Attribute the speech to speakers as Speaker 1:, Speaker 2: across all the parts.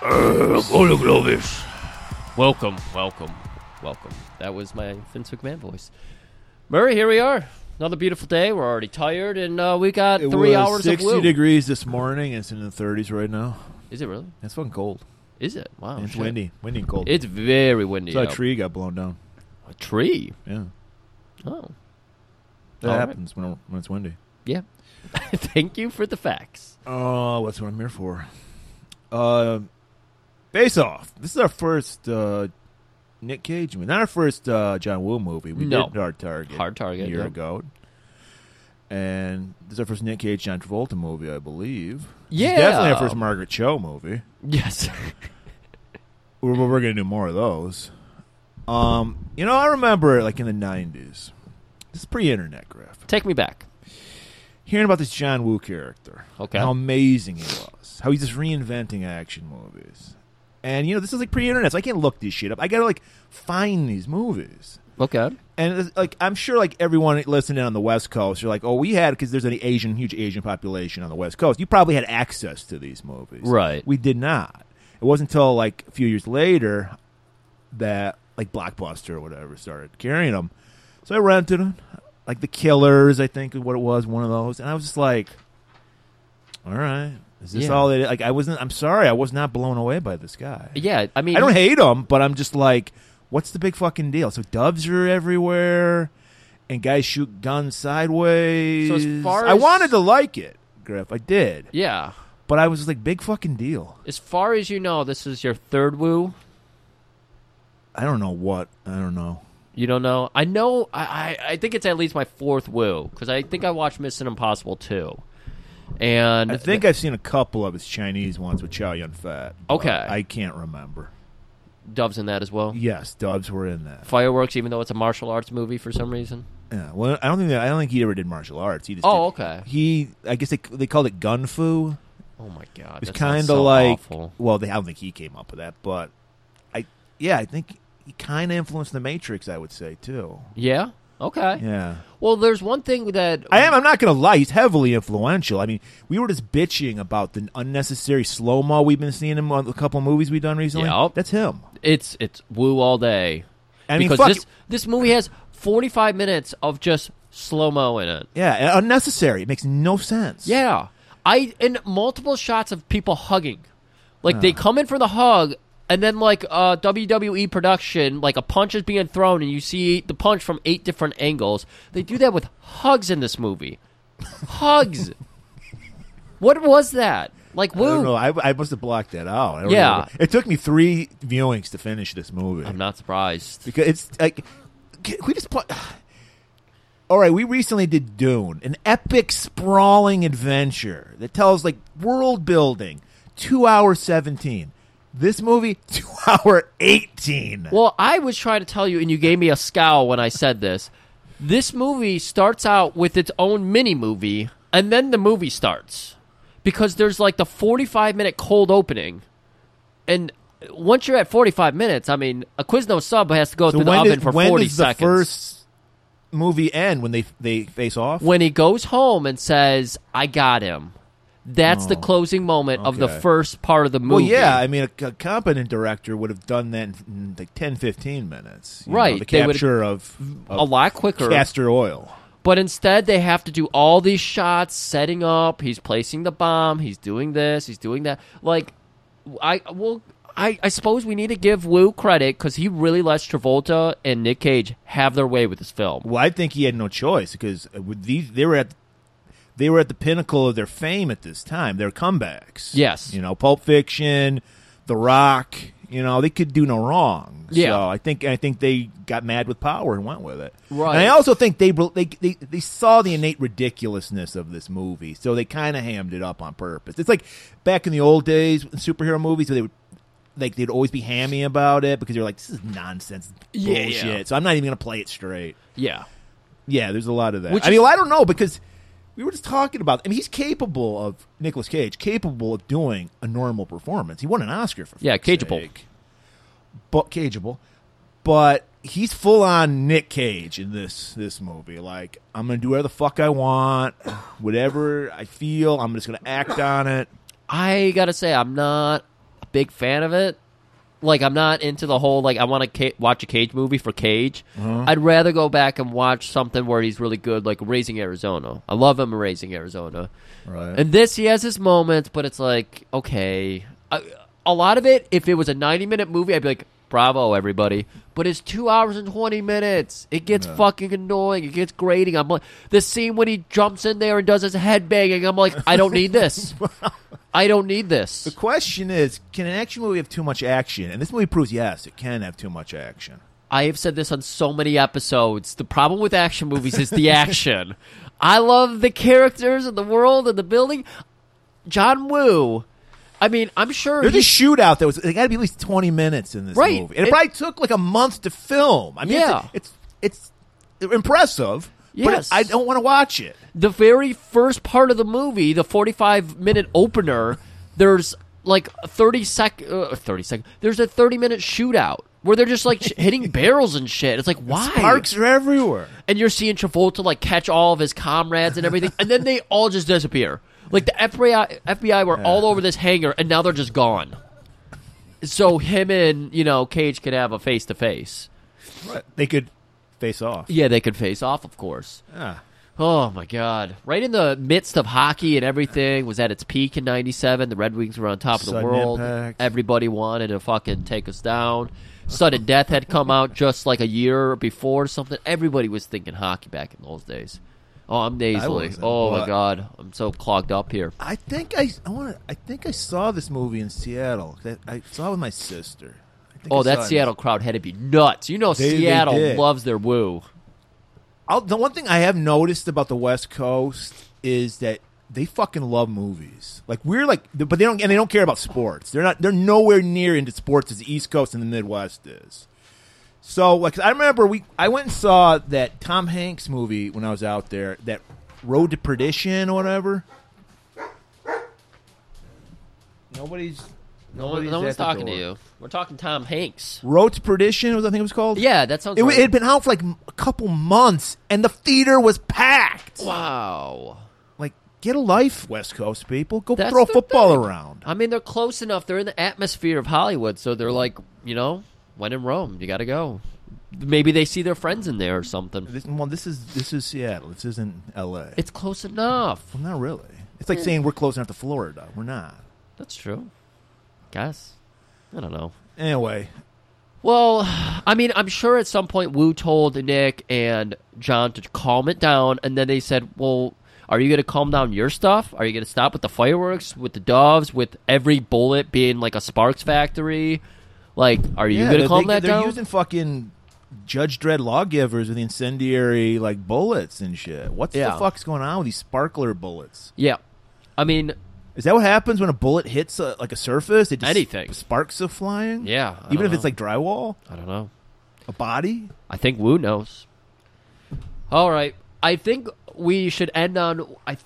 Speaker 1: Apollo Glovis.
Speaker 2: Welcome, welcome, welcome. That was my Vince McMahon voice. Murray, here we are. Another beautiful day. We're already tired, and uh, we got
Speaker 1: It
Speaker 2: three
Speaker 1: was
Speaker 2: hours of
Speaker 1: 60
Speaker 2: woo.
Speaker 1: degrees this morning. It's in the 30s right now.
Speaker 2: Is it really?
Speaker 1: That's fucking cold.
Speaker 2: Is it? Wow.
Speaker 1: and it's
Speaker 2: Oh, shit.
Speaker 1: windy. Windy and cold.
Speaker 2: It's very windy.
Speaker 1: so a
Speaker 2: out.
Speaker 1: tree got blown down.
Speaker 2: A tree?
Speaker 1: Yeah.
Speaker 2: Oh,
Speaker 1: That
Speaker 2: All right.
Speaker 1: happens when, when it's windy.
Speaker 2: yeah. Thank you for the facts.
Speaker 1: Oh, that's what I'm here for. Uh, Face Off. This is our first uh, Nick Cage movie. Not our first uh, John Woo movie. We
Speaker 2: No.
Speaker 1: did Hard Target.
Speaker 2: Hard Target,
Speaker 1: A year
Speaker 2: yeah.
Speaker 1: ago. And this is our first Nick Cage, John Travolta movie, I believe. This is
Speaker 2: Yeah.
Speaker 1: definitely our first Margaret Cho movie.
Speaker 2: Yes.
Speaker 1: We're, we're going to do more of those. Um, you know, I remember, like, in the 90s, this is pre internet, Griff.
Speaker 2: Take me back.
Speaker 1: hearing about this John Woo character.
Speaker 2: Okay.
Speaker 1: How amazing he was. How he's just reinventing action movies. And you know, this is like pre-internet, so I can't look this shit up. I gotta like find these movies.
Speaker 2: Okay.
Speaker 1: And it's, like, I'm sure like everyone listening on the West Coast, you're like, oh, we had because there's an Asian, huge Asian population on the West Coast. You probably had access to these movies,
Speaker 2: Right.
Speaker 1: We did not. It wasn't until like a few years later that like Blockbuster or whatever started carrying them. So I rented them, like The Killers, I think is what it was, one of those, and I was just like, all right. Is this
Speaker 2: Yeah.
Speaker 1: all it? Like I wasn't. I'm sorry. I was not blown away by this guy.
Speaker 2: Yeah. I mean,
Speaker 1: I don't hate them, but I'm just like, what's the big fucking deal? So doves are everywhere, and guys shoot guns sideways.
Speaker 2: So as far
Speaker 1: I
Speaker 2: as-
Speaker 1: wanted to like it, Griff. I did,
Speaker 2: Yeah.
Speaker 1: but I was just like, big fucking deal.
Speaker 2: As far as you know, this is your third woo.
Speaker 1: I don't know what. I don't know.
Speaker 2: You don't know. I know. I I, I think it's at least my fourth woo because I think I watched Mission Impossible too, and
Speaker 1: I think I've seen a couple of his Chinese ones with Chow Yun Fat. but
Speaker 2: Okay.
Speaker 1: I can't remember.
Speaker 2: Doves in that as well.
Speaker 1: Yes, doves were in that.
Speaker 2: Fireworks, even though it's a martial arts movie for some reason.
Speaker 1: Yeah. Well, I don't think that, I don't think he ever did martial arts. He just
Speaker 2: Oh,
Speaker 1: did-
Speaker 2: okay.
Speaker 1: He I guess they they called it gun fu.
Speaker 2: Oh my god,
Speaker 1: It's
Speaker 2: that sounds
Speaker 1: kind of
Speaker 2: so
Speaker 1: like
Speaker 2: awful.
Speaker 1: well, they, I don't think he came up with that, but I yeah, I think he kind of influenced the Matrix. I would say too.
Speaker 2: Yeah. Okay.
Speaker 1: Yeah,
Speaker 2: Well, there's one thing that
Speaker 1: I am. I'm not gonna lie. He's heavily influential. I mean, we were just bitching about the unnecessary slow mo we've been seeing in a couple movies we've done recently.
Speaker 2: Yep.
Speaker 1: That's him.
Speaker 2: It's it's woo all day.
Speaker 1: I mean,
Speaker 2: because
Speaker 1: fuck
Speaker 2: this this movie has 45 minutes of just slow mo in it.
Speaker 1: Yeah, unnecessary. It makes no sense.
Speaker 2: Yeah. I and multiple shots of people hugging. Like they
Speaker 1: Ah.
Speaker 2: come in for the hug and then like uh WWE production, like a punch is being thrown and you see the punch from eight different angles. They do that with hugs in this movie. Hugs. what was that? Like
Speaker 1: I don't
Speaker 2: woo.
Speaker 1: know. I, I must have blocked that out. I don't
Speaker 2: Yeah.
Speaker 1: remember. It took me three viewings to finish this movie.
Speaker 2: I'm not surprised.
Speaker 1: because it's like can we just play. All right, we recently did Dune, an epic, sprawling adventure that tells like world building. Two hour seventeen. This movie, two hour eighteen.
Speaker 2: Well, I was trying to tell you, and you gave me a scowl when I said this. This movie starts out with its own mini movie, and then the movie starts because there's like the 45 minute cold opening, and once you're at 45 minutes, I mean, a Quiznos sub has to go
Speaker 1: so
Speaker 2: through the
Speaker 1: when,
Speaker 2: oven
Speaker 1: did,
Speaker 2: for
Speaker 1: when
Speaker 2: 40
Speaker 1: does
Speaker 2: seconds.
Speaker 1: the first movie end? When they they face off?
Speaker 2: When he goes home and says, "I got him," that's the closing moment of the
Speaker 1: Oh. okay.
Speaker 2: first part of the
Speaker 1: well,
Speaker 2: movie.
Speaker 1: yeah. I mean, a, a competent director would have done that in, in like 10, 15 minutes. you know,
Speaker 2: Right,
Speaker 1: the
Speaker 2: they would-
Speaker 1: capture of,
Speaker 2: a
Speaker 1: of
Speaker 2: lot quicker.
Speaker 1: castor oil.
Speaker 2: But instead, they have to do all these shots, setting up. He's placing the bomb. He's doing this. He's doing that. Like, I well, I, I suppose we need to give Wu credit because he really lets Travolta and Nick Cage have their way with this film.
Speaker 1: Well, I think he had no choice because with these they were at they were at the pinnacle of their fame at this time. Their comebacks,
Speaker 2: Yes.
Speaker 1: you know, Pulp Fiction, The Rock, you know, they could do no wrong.
Speaker 2: Yeah.
Speaker 1: so I think I think they got mad with power and went with it.
Speaker 2: Right.
Speaker 1: And I also think they bel- they they, they saw the innate ridiculousness of this movie, so they kind of hammed it up on purpose. It's like back in the old days in superhero movies, where they would. Like they'd always be hammy about it because they're like, "This is nonsense,
Speaker 2: Yeah, yeah.
Speaker 1: bullshit." So I'm not even gonna play it straight.
Speaker 2: Yeah,
Speaker 1: Yeah, there's a lot of that.
Speaker 2: Which
Speaker 1: I mean,
Speaker 2: is-
Speaker 1: well, I don't know because we were just talking about. I mean, he's capable of Nicolas Cage, capable of doing a normal performance. He won an Oscar for
Speaker 2: Yeah,
Speaker 1: fuck's
Speaker 2: cageable.
Speaker 1: sake. but cageable, but he's full on Nick Cage in this this movie. Like, I'm gonna do whatever the fuck I want, whatever I feel. I'm just gonna act on it.
Speaker 2: I gotta say, I'm not a big fan of it. Like I'm not into the whole like I want to ca- watch a Cage movie for Cage. I'd rather go back and watch something where he's really good, like Raising Arizona. I love him in Raising Arizona.
Speaker 1: Right.
Speaker 2: And this, he has his moments, but it's like, okay. I, a lot of it, if it was a 90 minute movie, I'd be like, bravo, everybody. But it's two hours and 20 minutes. It gets fucking annoying. It gets grating. I'm like, the scene when he jumps in there and does his head banging, I'm like, I don't need this. I don't need
Speaker 1: the
Speaker 2: this.
Speaker 1: question is, can an action movie have too much action? And this movie proves yes, it can have too much action.
Speaker 2: I have said this on so many episodes. The problem with action movies is the action. I love the characters and the world and the building. John Woo. I mean, I'm sure
Speaker 1: There's a
Speaker 2: he-
Speaker 1: shootout that was. It got to be at least twenty minutes in this
Speaker 2: Right.
Speaker 1: movie, and it,
Speaker 2: It-
Speaker 1: probably took like a month to film. I mean, it's-
Speaker 2: Yeah.
Speaker 1: it's, it's impressive.
Speaker 2: Yes.
Speaker 1: but I don't want to watch it.
Speaker 2: the very first part of the movie, the 45 minute opener, there's like a 30 sec uh, 30 sec there's a 30 minute shootout where they're just like sh- hitting barrels and shit. It's like why?
Speaker 1: Parks are everywhere.
Speaker 2: And you're seeing Travolta like catch all of his comrades and everything and then they all just disappear. Like the FBI FBI were all over this hangar and now they're just gone. So him and, you know, Cage could have a face to face.
Speaker 1: They could face off.
Speaker 2: Yeah, they could face off, of course.
Speaker 1: Yeah.
Speaker 2: Oh my God! Right in the midst of hockey and everything was at its peak in '97. The Red Wings were on top of the
Speaker 1: Sudden
Speaker 2: world.
Speaker 1: impact.
Speaker 2: Everybody wanted to fucking take us down. Sudden Death had come out just like a year before or something. Everybody was thinking hockey back in those days. Oh, I'm nasally.
Speaker 1: wasn't,
Speaker 2: Oh my
Speaker 1: but-
Speaker 2: God, I'm so clogged up here.
Speaker 1: I think I I, wanna, I think I saw this movie in Seattle. That I saw it with my sister. I think I
Speaker 2: Oh,
Speaker 1: saw
Speaker 2: that
Speaker 1: it.
Speaker 2: Seattle crowd had to be nuts. You know,
Speaker 1: They- they
Speaker 2: Seattle
Speaker 1: did.
Speaker 2: loves their woo.
Speaker 1: I'll, the one thing I have noticed about the West Coast is that they fucking love movies. Like we're like, but they don't, and they don't care about sports. They're not. They're nowhere near into sports as the East Coast and the Midwest is. So like, I remember we, I went and saw that Tom Hanks movie when I was out there. That Road to Perdition or whatever. Nobody's.
Speaker 2: No, one-
Speaker 1: nobody's
Speaker 2: no
Speaker 1: at
Speaker 2: one's
Speaker 1: the
Speaker 2: talking to
Speaker 1: door.
Speaker 2: you. We're talking Tom Hanks.
Speaker 1: Road to Perdition was I think it was called.
Speaker 2: Yeah, that sounds.
Speaker 1: It,
Speaker 2: right.
Speaker 1: it had been out for like m- a couple months, and the theater was packed.
Speaker 2: wow.
Speaker 1: Like, get a life, West Coast people. Go
Speaker 2: That's
Speaker 1: throw
Speaker 2: the
Speaker 1: football
Speaker 2: thing.
Speaker 1: around.
Speaker 2: I mean, they're close enough. They're in the atmosphere of Hollywood, so they're like, you know, when in Rome, you got to go. Maybe they see their friends in there or something.
Speaker 1: This, well, this is this is Seattle. This isn't L.A.
Speaker 2: It's close enough.
Speaker 1: well, not really. It's like saying we're close enough to Florida. We're not.
Speaker 2: That's true. Guess. I don't know.
Speaker 1: Anyway,
Speaker 2: Well, I mean, I'm sure at some point Wu told Nick and John to calm it down, and then they said, "Well, are you going to calm down your stuff? Are you going to stop with the fireworks, with the doves, with every bullet being like a sparks factory? Like, are you
Speaker 1: yeah,
Speaker 2: going
Speaker 1: they-
Speaker 2: to calm
Speaker 1: they,
Speaker 2: that
Speaker 1: they're
Speaker 2: down?"
Speaker 1: using fucking Judge Dredd lawgivers with incendiary like bullets and shit. What the
Speaker 2: Yeah.
Speaker 1: fuck's going on with these sparkler bullets?
Speaker 2: yeah, I mean,
Speaker 1: Is that what happens when a bullet hits a, like a surface? It just
Speaker 2: Anything.
Speaker 1: sparks are flying.
Speaker 2: Yeah, I
Speaker 1: even
Speaker 2: don't
Speaker 1: if it's
Speaker 2: know.
Speaker 1: like drywall,
Speaker 2: I don't know.
Speaker 1: a body.
Speaker 2: I think Wu knows. All right. I think we should end on. I, th-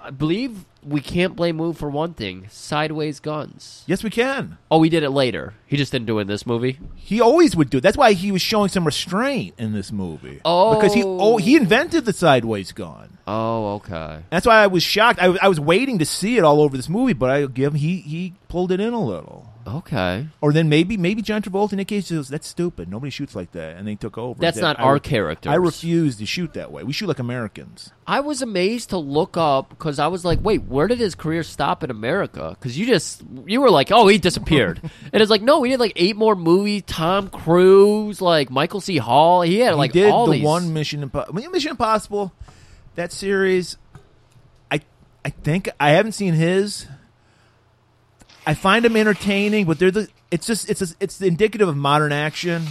Speaker 2: I believe we can't blame Wu for one thing sideways guns.
Speaker 1: Yes, we can.
Speaker 2: Oh, he did it later. He just didn't do it in this movie.
Speaker 1: He always would do. That's why he was showing some restraint in this movie.
Speaker 2: Oh.
Speaker 1: because he oh he invented the sideways gun.
Speaker 2: Oh, okay.
Speaker 1: That's why I was shocked. I, was- I was waiting to see it all over this movie, but I give him he he pulled it in a little.
Speaker 2: Okay.
Speaker 1: Or then maybe maybe John Travolta in that case goes, "That's stupid. Nobody shoots like that," and they took over.
Speaker 2: That's
Speaker 1: That-
Speaker 2: not
Speaker 1: I
Speaker 2: our
Speaker 1: re-
Speaker 2: characters.
Speaker 1: I refuse to shoot that way. We shoot like Americans.
Speaker 2: I was amazed to look up because I was like, wait, where did his career stop in America? Because you just, you were like, oh, he disappeared. and it's like, no, he did like eight more movies. Tom Cruise, like Michael C. Hall. He had like
Speaker 1: he did
Speaker 2: all
Speaker 1: the
Speaker 2: these.
Speaker 1: one Mission Impossible. Mission Impossible, that series. I I think I haven't seen his. I find him entertaining, but they're the. It's just it's it's indicative of modern action.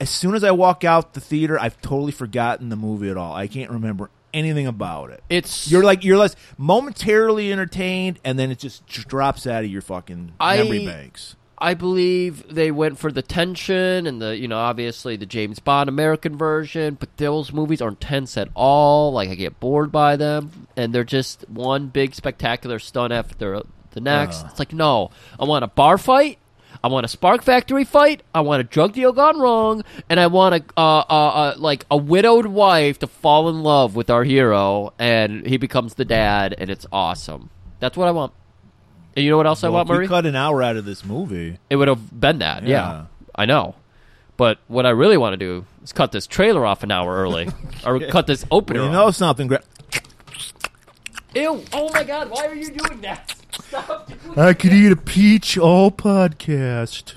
Speaker 1: As soon as I walk out the theater, I've totally forgotten the movie at all. I can't remember anything about it.
Speaker 2: It's
Speaker 1: You're like you're less momentarily entertained, and then it just drops out of your fucking
Speaker 2: I-
Speaker 1: memory banks.
Speaker 2: I believe they went for the tension and the, you know, obviously the James Bond American version, but those movies aren't tense at all. Like, I get bored by them, and they're just one big spectacular stunt after the next. It's like, no, I want a bar fight. I want a spark factory fight. I want a drug deal gone wrong, and I want a uh, uh, uh, like a widowed wife to fall in love with our hero, and he becomes the dad, and it's awesome. That's what I want. And you know what else I
Speaker 1: Well,
Speaker 2: want,
Speaker 1: if we
Speaker 2: Murray?
Speaker 1: cut an hour out of this movie.
Speaker 2: It would have been that. Yeah.
Speaker 1: Yeah.
Speaker 2: I know. But what I really want to do is cut this trailer off an hour early, or cut this opener.
Speaker 1: You
Speaker 2: off.
Speaker 1: know something great.
Speaker 2: Ew! Oh my God! Why are you doing that? Stop doing
Speaker 1: I could eat a peach all podcast.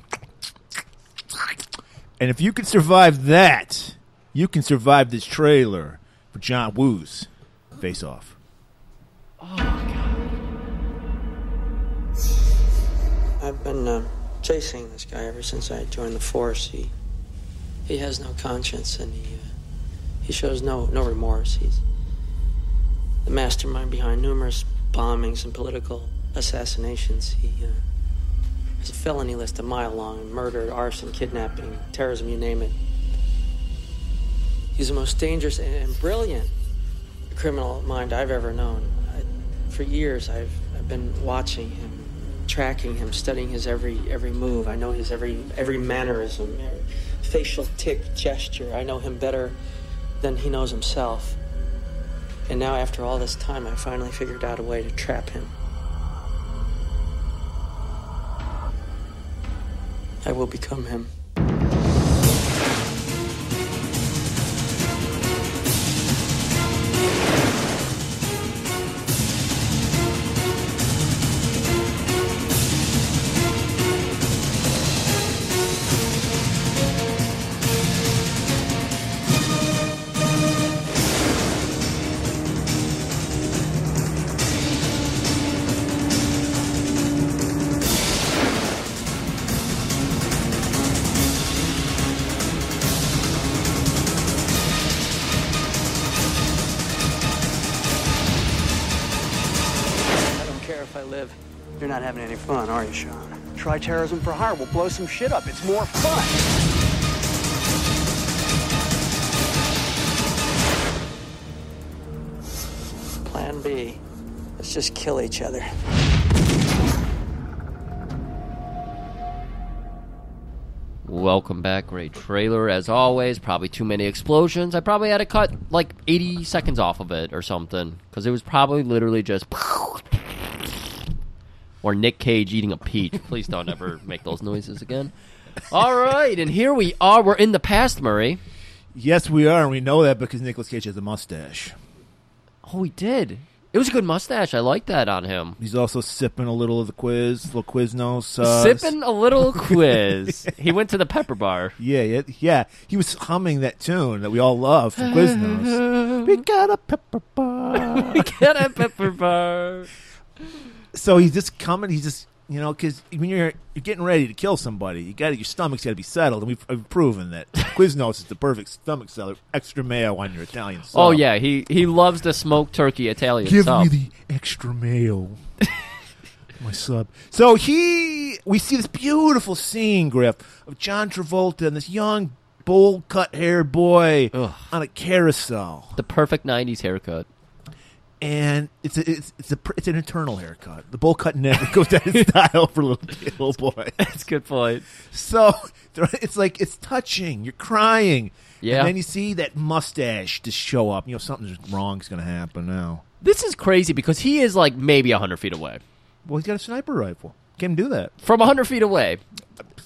Speaker 1: And if you can survive that, you can survive this trailer for John Woo's Face Off.
Speaker 3: I've been uh, chasing this guy ever since I joined the force. He he has no conscience and he uh, he shows no no remorse. He's the mastermind behind numerous bombings and political assassinations. He uh, has a felony list a mile long: murder, arson, kidnapping, terrorism, you name it. He's the most dangerous and, and brilliant criminal mind I've ever known. I, for years, I've I've been watching him, tracking him, studying his every every move. I know his every every mannerism, every facial tick, gesture. I know him better than he knows himself. And now, after all this time, I finally figured out a way to trap him. I will become him. I don't care if I live. You're not having any fun, are you, Sean?
Speaker 4: Try terrorism for hire. We'll blow some shit up. It's more fun.
Speaker 3: Plan B. Let's just kill each other.
Speaker 2: Welcome back. Great trailer as always. Probably too many explosions. I probably had to cut like 80 seconds off of it or something because it was probably literally just. Or Nick Cage eating a peach. Please don't ever make those noises again. All right, and here we are. We're in the past, Murray.
Speaker 1: Yes, we are, and we know that because Nicolas Cage has a mustache.
Speaker 2: Oh, he did. It was a good mustache. I like that on him.
Speaker 1: He's also sipping a little of the quiz, little Quiznos. uh, sauce.
Speaker 2: Sipping a little quiz. he went to the pepper bar.
Speaker 1: Yeah, yeah, yeah. He was humming that tune that we all love from Quiznos. we got a pepper bar.
Speaker 2: Get a pepper bar.
Speaker 1: so he's just coming. He's just you know because when you're you're getting ready to kill somebody, you got to your stomach's got to be settled, and we've, we've proven that Quiznos is the perfect stomach seller. Extra mayo on your Italian. Sub.
Speaker 2: Oh yeah, he he loves the smoked turkey Italian
Speaker 1: give
Speaker 2: sub.
Speaker 1: me the extra mayo. My sub. So he, we see this beautiful scene, Griff, of John Travolta and this young, bowl cut hair boy
Speaker 2: Ugh.
Speaker 1: on a carousel.
Speaker 2: the perfect '90s haircut.
Speaker 1: and it's a, it's it's a pr- it's an eternal haircut. The bowl cut never goes down in style for little, little boy.
Speaker 2: That's a good point.
Speaker 1: So they're- it's like it's touching. You're crying.
Speaker 2: Yeah.
Speaker 1: And then you see that mustache just show up. You know something's wrong's going to happen now.
Speaker 2: This is crazy because he is like maybe hundred feet away
Speaker 1: Well, he's got a sniper rifle. Can't do that.
Speaker 2: from hundred feet away,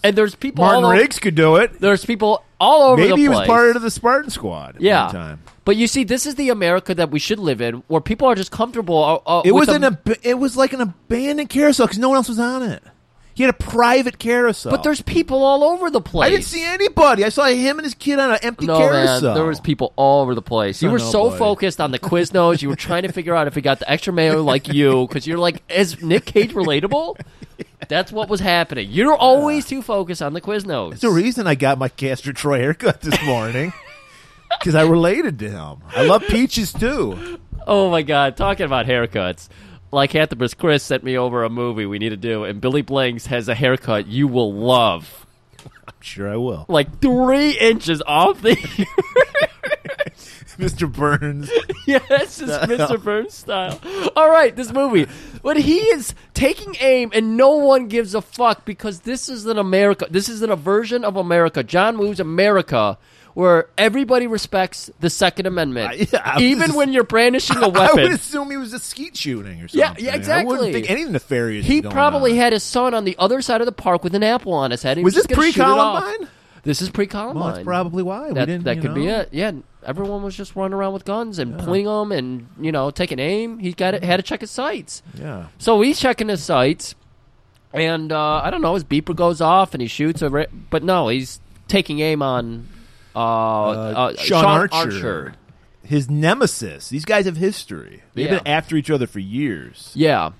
Speaker 2: and there's people.
Speaker 1: Martin
Speaker 2: all o-
Speaker 1: Riggs could do it.
Speaker 2: There's people all over the
Speaker 1: Maybe
Speaker 2: place.
Speaker 1: he was part of the Spartan squad. At
Speaker 2: yeah.
Speaker 1: one time.
Speaker 2: But you see, this is the America that we should live in, where people are just comfortable. Uh, uh,
Speaker 1: It
Speaker 2: with
Speaker 1: was
Speaker 2: the-
Speaker 1: an ab- it was like an abandoned carousel because no one else was on it. He had a private carousel.
Speaker 2: but there's people all over the place.
Speaker 1: I didn't see anybody. I saw him and his kid on an empty
Speaker 2: No man,
Speaker 1: carousel.
Speaker 2: there was people all over the place. You
Speaker 1: I
Speaker 2: were
Speaker 1: know,
Speaker 2: so
Speaker 1: buddy.
Speaker 2: focused on the Quiznos, you were trying to figure out if he got the extra mayo like you, because you're like, is Nick Cage relatable? That's what was happening. You're always too focused on the Quiznos.
Speaker 1: It's the reason I got my Castor Troy haircut this morning. Because I related to him. I love peaches too.
Speaker 2: Oh my god, talking about haircuts. Lycanthropus Chris sent me over a movie we need to do, and Billy Blanks has a haircut you will love.
Speaker 1: I'm sure I will.
Speaker 2: Like three inches off the
Speaker 1: Mr. Burns.
Speaker 2: Yes, it's Mr. Burns style. All right, this movie. But he is taking aim and no one gives a fuck because this is an America. This is an a version of America. John Woo's America where everybody respects the Second Amendment,
Speaker 1: I- yeah, I was
Speaker 2: even
Speaker 1: just-
Speaker 2: when you're brandishing a
Speaker 1: I would
Speaker 2: weapon.
Speaker 1: assume he was a skeet shooting or something.
Speaker 2: Yeah, yeah,
Speaker 1: I
Speaker 2: exactly.
Speaker 1: wouldn't think anything nefarious.
Speaker 2: He
Speaker 1: was going
Speaker 2: probably
Speaker 1: on.
Speaker 2: had his son on the other side of the park with an apple on his head. and he
Speaker 1: Was
Speaker 2: just
Speaker 1: this
Speaker 2: gonna shoot it off.
Speaker 1: pre-Columbine?
Speaker 2: This is pre-Columbine.
Speaker 1: Well, that's probably why we
Speaker 2: that,
Speaker 1: didn't,
Speaker 2: that
Speaker 1: you
Speaker 2: could be
Speaker 1: know.
Speaker 2: it. Yeah, everyone was just running around with guns and pointing 'em and you know taking aim. He got it, had to check his sights.
Speaker 1: Yeah.
Speaker 2: So he's checking his sights, and uh, I don't know. His beeper goes off and he shoots, a ra- but no, he's taking aim on uh, uh,
Speaker 1: Sean, Archer,
Speaker 2: Archer.
Speaker 1: his nemesis. These guys have history. They've
Speaker 2: Yeah.
Speaker 1: been after each other for years.
Speaker 2: Yeah.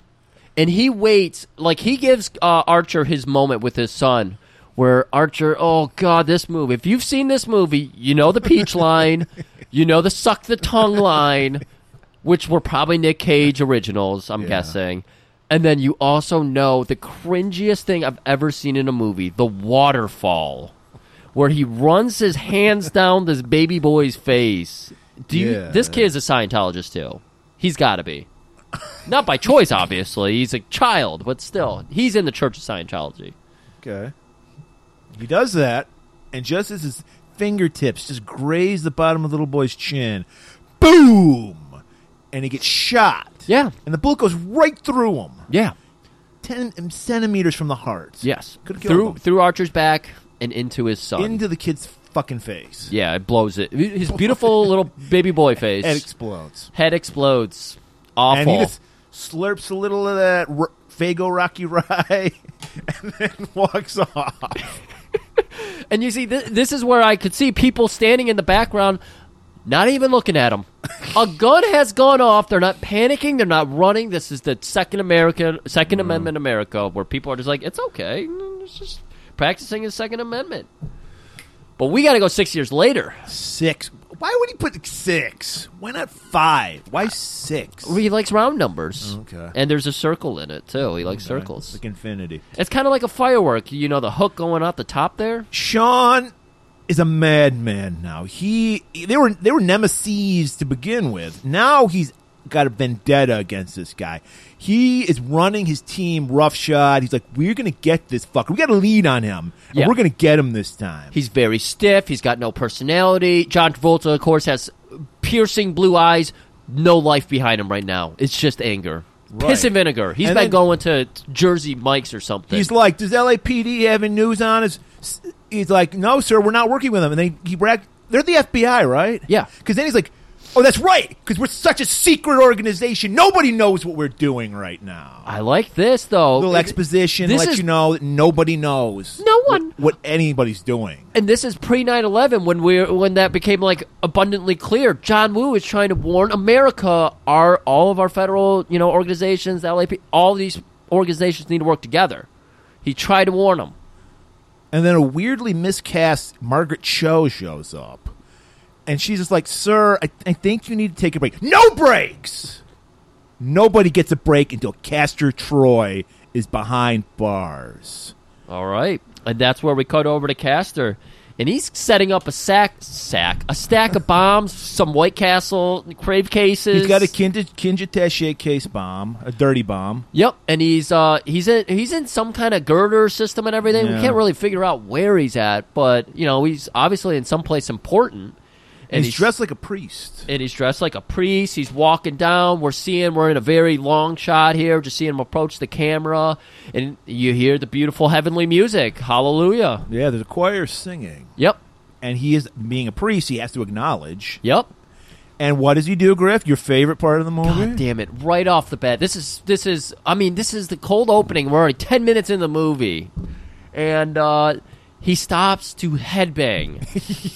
Speaker 2: And he waits, like, he gives uh, Archer his moment with his son, where Archer, oh, God, this movie. If you've seen this movie, you know the peach line, you know the suck the tongue line, which were probably Nick Cage originals, I'm guessing. And then you also know the cringiest thing I've ever seen in a movie the waterfall, where he runs his hands down this baby boy's face. Do you,
Speaker 1: Yeah.
Speaker 2: this kid's a Scientologist, too. He's got to be. Not by choice, obviously. He's a child, but still, he's in the Church of Scientology.
Speaker 1: Okay. He does that, and just as his fingertips just graze the bottom of the little boy's chin, boom! And he gets shot.
Speaker 2: Yeah.
Speaker 1: And the bullet goes right through him,
Speaker 2: Yeah.
Speaker 1: 10 centimeters from the heart.
Speaker 2: Yes.
Speaker 1: Could have killed
Speaker 2: through
Speaker 1: him.
Speaker 2: through Archer's back and into his son.
Speaker 1: Into the kid's fucking face.
Speaker 2: yeah, it blows it. His beautiful little baby boy face.
Speaker 1: Head explodes.
Speaker 2: Head explodes. Awful.
Speaker 1: And he just slurps a little of that r- Fago Rocky Rye and then walks off.
Speaker 2: And you see, th- this is where I could see people standing in the background, not even looking at him. a gun has gone off. They're not panicking. They're not running. This is the Second America, Second Amendment America, where people are just like, it's okay. It's just practicing the Second Amendment. But we got to go six years later.
Speaker 1: Six. Why would he put six? Why not five? Why six?
Speaker 2: He likes round numbers.
Speaker 1: Okay.
Speaker 2: And there's a circle in it, too. He likes
Speaker 1: It's
Speaker 2: circles.
Speaker 1: like infinity.
Speaker 2: It's kind of like a firework. You know, the hook going off the top there?
Speaker 1: Sean is a madman now. He they were they were nemesis to begin with. Now he's got a vendetta against this guy. He is running his team roughshod. He's like, we're gonna get this fucker. We got a lead on him, and
Speaker 2: Yeah.
Speaker 1: we're gonna get him this time.
Speaker 2: He's very stiff. He's got no personality. John Travolta, of course, has piercing blue eyes. No life behind him right now. It's just anger. Piss and vinegar. He's
Speaker 1: And
Speaker 2: been
Speaker 1: then-
Speaker 2: going to Jersey Mike's or something.
Speaker 1: He's like, does LAPD have any news on us? S- He's like, no, sir, we're not working with them. And then he bragged, they're the FBI, right?
Speaker 2: Yeah.
Speaker 1: Because then he's like, oh, that's right, because we're such a secret organization. Nobody knows what we're doing right now.
Speaker 2: I like this though.
Speaker 1: little
Speaker 2: It-
Speaker 1: exposition
Speaker 2: this
Speaker 1: to let
Speaker 2: is-
Speaker 1: you know that nobody knows.
Speaker 2: No
Speaker 1: what-
Speaker 2: one-
Speaker 1: What, anybody's doing.
Speaker 2: and this is pre 9-11 when we when that became like abundantly clear john woo is trying to warn america are all of our federal you know organizations the lap all these organizations need to work together he tried to warn them
Speaker 1: And then a weirdly miscast Margaret Cho shows up. And she's just like, sir, I, I think you need to take a break. No breaks! Nobody gets a break until Castor Troy is behind bars.
Speaker 2: All right, and that's where we cut over to Castor, and he's setting up a sack, sack, a stack of bombs, some White Castle crave cases.
Speaker 1: He's got a Kinja, Kinja Tache case bomb, a dirty bomb.
Speaker 2: Yep, and he's uh he's in he's in some kind of girder system and everything. We
Speaker 1: Yeah.
Speaker 2: can't really figure out where he's at, but you know he's obviously in some place important. And
Speaker 1: And he's, dressed like a priest.
Speaker 2: and he's dressed like a priest. He's walking down. We're seeing we're in a very long shot here, just seeing him approach the camera, and you hear the beautiful heavenly music, Hallelujah.
Speaker 1: Yeah, there's a choir singing.
Speaker 2: Yep,
Speaker 1: And he is, being a priest, he has to acknowledge.
Speaker 2: yep.
Speaker 1: And what does he do, Griff? Your favorite part of the movie?
Speaker 2: God damn it! Right off the bat, this is this is. I mean, this is the cold opening. We're already ten minutes in the movie, and uh, he stops to headbang.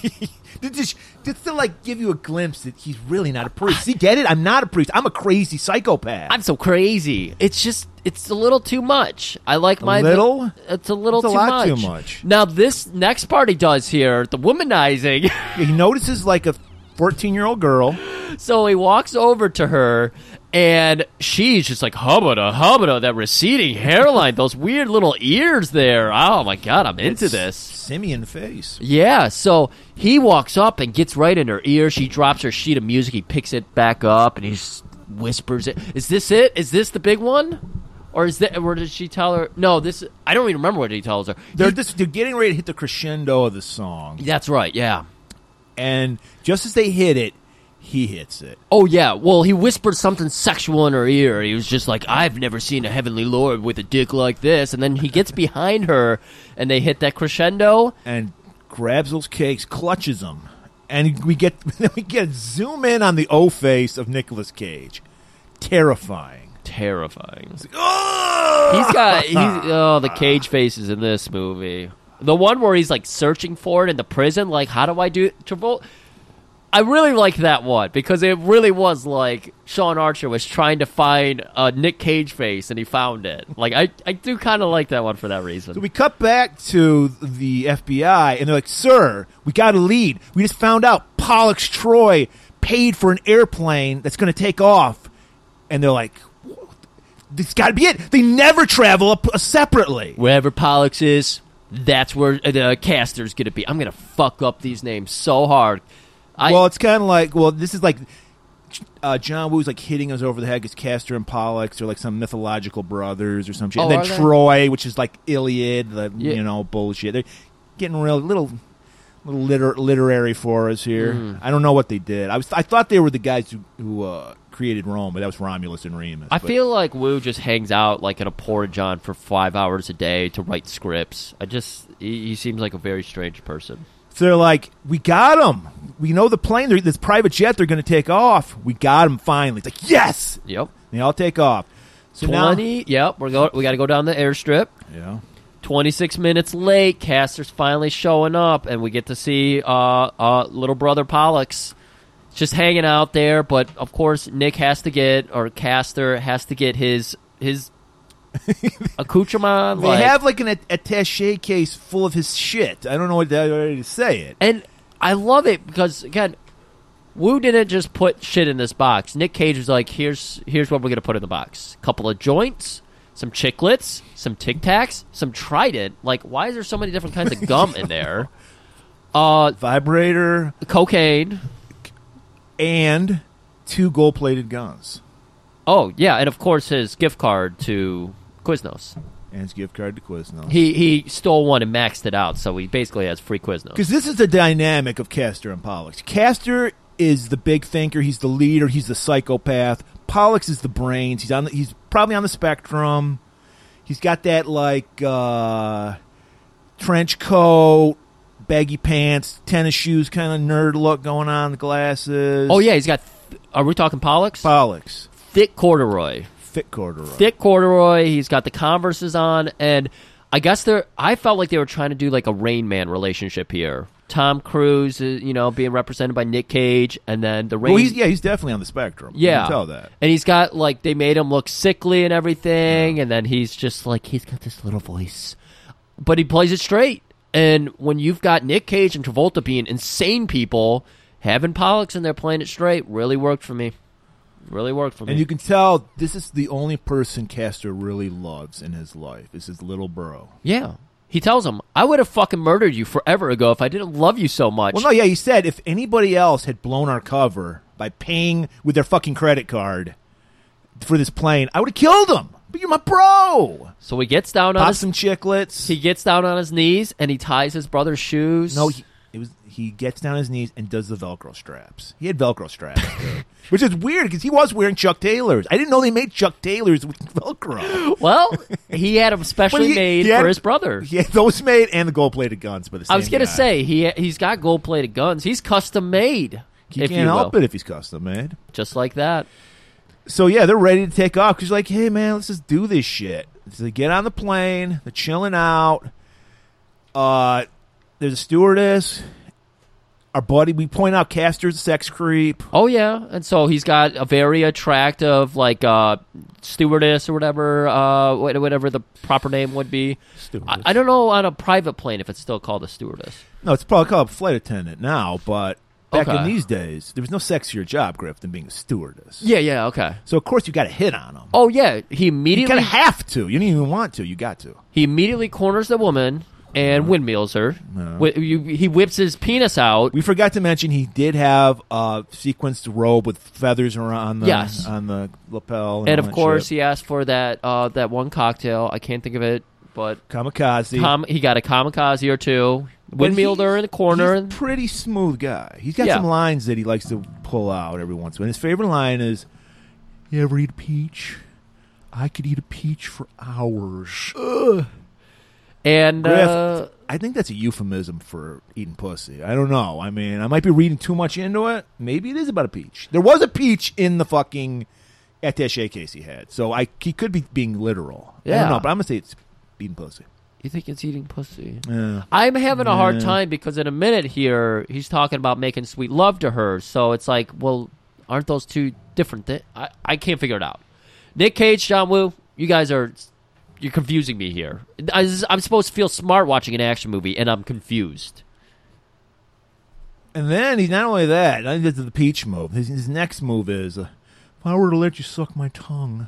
Speaker 1: Did just, just to like give you a glimpse that he's really not a priest. See, get it? I'm not a priest. I'm a crazy psychopath.
Speaker 2: I'm so crazy. It's just it's a little too much. I like my
Speaker 1: little?
Speaker 2: It's a little
Speaker 1: It's a
Speaker 2: too
Speaker 1: lot too
Speaker 2: much.
Speaker 1: much.
Speaker 2: Now this next part he does here, the womanizing.
Speaker 1: he notices like a 14 year old girl.
Speaker 2: So he walks over to her, and she's just like hubbada hubbada. That receding hairline, those weird little ears there. Oh my god, I'm into this.
Speaker 1: simian face.
Speaker 2: Yeah, so he walks up and gets right in her ear. She drops her sheet of music. He picks it back up and he s- whispers it. Is this it? Is this the big one? Or is that? Or did she tell her? No, this. I don't even remember what he tells her.
Speaker 1: They're just they're getting ready to hit the crescendo of the song,
Speaker 2: That's right. Yeah.
Speaker 1: and just as they hit it, he hits it.
Speaker 2: Oh yeah, well he whispered something sexual in her ear. He was just like, "I've never seen a heavenly lord with a dick like this." And then he gets behind her, and they hit that crescendo.
Speaker 1: and grabs those cakes, clutches them, and we get then we get zoom in on the O face of Nicolas Cage, terrifying.
Speaker 2: Terrifying.
Speaker 1: Oh!
Speaker 2: He's got he's, oh the cage faces in this movie. The one where he's like searching for it in the prison, like how do I do Travolta? I really like that one because it really was like Sean Archer was trying to find a Nick Cage face and he found it. Like I, I do kind of like that one for that reason.
Speaker 1: So we cut back to the FBI, and they're like, "Sir, we got a lead. We just found out Pollux Troy paid for an airplane that's going to take off," and they're like. It's got to be it. They never travel up, uh, separately.
Speaker 2: wherever Pollux is, that's where the caster's gonna be. I'm gonna fuck up these names so hard. I,
Speaker 1: well, it's kind of like well, this is like uh, John Woo's like hitting us over the head because Castor and Pollux are like some mythological brothers or some shit,
Speaker 2: Oh,
Speaker 1: and
Speaker 2: are
Speaker 1: then
Speaker 2: they?
Speaker 1: Troy, which is like Iliad, the
Speaker 2: Yeah.
Speaker 1: you know bullshit. They're getting real little. Little liter- literary for us here.
Speaker 2: Mm.
Speaker 1: I don't know what they did. I was I thought they were the guys who, who uh, created Rome, but that was Romulus and Remus.
Speaker 2: I
Speaker 1: but-
Speaker 2: feel like Wu just hangs out like in a porta john for five hours a day to write scripts. I just he, he seems like a very strange person.
Speaker 1: so. They're like, we got them. We know the plane. They're, this private jet they're going to take off. We got them finally. It's like yes,
Speaker 2: Yep.
Speaker 1: they all take off. So
Speaker 2: Twenty. Yep. We're go, we got to go down the airstrip.
Speaker 1: now, yeah.
Speaker 2: Twenty six minutes late. Caster's finally showing up, and we get to see uh, uh, little brother Pollux just hanging out there. But of course, Nick has to get or Caster has to get his his accoutrement.
Speaker 1: They
Speaker 2: like,
Speaker 1: have like an a- attaché case full of his shit. I don't know what the other way to say it.
Speaker 2: And I love it because again, Wu didn't just put shit in this box. Nick Cage was like, "Here's here's what we're gonna put in the box: couple of joints, some chiclets, some Tic Tacs, some Trident. Like, why is there so many different kinds of gum in there? Uh,
Speaker 1: Vibrator
Speaker 2: cocaine.
Speaker 1: and two gold-plated guns
Speaker 2: Oh yeah, and of course his gift card to Quiznos.
Speaker 1: and his gift card to Quiznos.
Speaker 2: He he stole one and maxed it out, so he basically has free Quiznos.
Speaker 1: Because this is the dynamic of Castor and Pollux. Castor is the big thinker. He's the leader. He's the psychopath. Pollux is the brains. He's on. The, he's probably on the spectrum. He's got that like uh, trench coat, baggy pants, tennis shoes kind of nerd look going on. The glasses.
Speaker 2: Oh yeah, he's got. Th- are we talking Pollux?
Speaker 1: Pollux.
Speaker 2: Thick corduroy.
Speaker 1: Fit corduroy.
Speaker 2: thick corduroy. He's got the Converse's on, and I guess they're. I felt like they were trying to do like a Rain Man relationship here. Tom Cruise, uh, you know, being represented by Nick Cage, and then the Rain.
Speaker 1: Well, he's yeah, he's definitely on the spectrum. You
Speaker 2: yeah,
Speaker 1: can tell that.
Speaker 2: And he's got like they made him look sickly and everything, and then he's just like he's got this little voice, but he plays it straight. And when you've got Nick Cage and Travolta being insane people, having Pollux in there playing it straight really worked for me. Really worked for me.
Speaker 1: And you can tell this is the only person Castor really loves in his life. Is his little bro.
Speaker 2: Yeah. He tells him, I would have fucking murdered you forever ago if I didn't love you so much.
Speaker 1: Well, no, yeah, he said if anybody else had blown our cover by paying with their fucking credit card for this plane, I would have killed him. But you're my bro.
Speaker 2: So he gets down on
Speaker 1: Pop
Speaker 2: his
Speaker 1: some chiclets.
Speaker 2: he gets down on his knees and he ties his brother's shoes.
Speaker 1: no, he, it was he gets down on his knees and does the Velcro straps. He had Velcro straps, too. which is weird because he was wearing Chuck Taylors. I didn't know they made Chuck Taylors with Velcro.
Speaker 2: well, he had them specially
Speaker 1: Well, he-
Speaker 2: made
Speaker 1: he had-
Speaker 2: for his brother.
Speaker 1: Yeah, those made and the gold plated guns by the same
Speaker 2: I was gonna
Speaker 1: guy.
Speaker 2: say he he's got gold plated guns. He's custom made.
Speaker 1: he
Speaker 2: if
Speaker 1: can't
Speaker 2: you
Speaker 1: help
Speaker 2: will.
Speaker 1: it if he's custom made.
Speaker 2: Just like that.
Speaker 1: So yeah, they're ready to take off. Cause like, hey man, let's just do this shit. So they get on the plane. They're chilling out. Uh, there's a stewardess. Our buddy, we point out Castor's a sex creep.
Speaker 2: Oh yeah. And so he's got a very attractive like uh stewardess or whatever uh wha- whatever the proper name would be. I, I don't know on a private plane if it's still called a stewardess.
Speaker 1: No, it's probably called a flight attendant now, but back in
Speaker 2: Okay.
Speaker 1: these days, there was no sexier job, Griff, than being a stewardess.
Speaker 2: Yeah, yeah, okay.
Speaker 1: So of course you got to hit on them.
Speaker 2: Oh yeah,
Speaker 1: you
Speaker 2: he immediately
Speaker 1: kind of have to. You didn't even want to. You got to.
Speaker 2: he immediately corners the woman and
Speaker 1: Uh-huh.
Speaker 2: windmills her. Wh- you- He whips his penis out.
Speaker 1: We forgot to mention he did have a sequenced robe with feathers around on the
Speaker 2: Yes.
Speaker 1: on the lapel, and,
Speaker 2: and
Speaker 1: all
Speaker 2: of
Speaker 1: that
Speaker 2: course,
Speaker 1: shit.
Speaker 2: he asked for that uh, that one cocktail. I can't think of it, but
Speaker 1: kamikaze.
Speaker 2: com- he got a kamikaze or two. Windmill
Speaker 1: But he-
Speaker 2: there in the corner.
Speaker 1: He's a pretty smooth guy. He's got
Speaker 2: Yeah.
Speaker 1: some lines that he likes to pull out every once in a while. His favorite line is, "You ever eat a peach? I could eat a peach for hours."
Speaker 2: and
Speaker 1: Griff,
Speaker 2: uh,
Speaker 1: I think that's a euphemism for eating pussy. I don't know. I mean, I might be reading too much into it. Maybe it is about a peach. There was a peach in the fucking attaché case he had, so I he could be being literal. I
Speaker 2: Yeah.
Speaker 1: don't know, but I'm gonna say it's eating pussy.
Speaker 2: you think it's eating pussy?
Speaker 1: Yeah.
Speaker 2: I'm having a hard
Speaker 1: Yeah.
Speaker 2: time because in a minute here he's talking about making sweet love to her. So it's like, well, aren't those two different? Thi- I I can't figure it out. Nick Cage, John Woo, you guys are you're confusing me here. I, I'm supposed to feel smart watching an action movie, and I'm confused.
Speaker 1: And then he's not only that. I think this is the peach move. His, his next move is, uh, if I were to let you suck my tongue,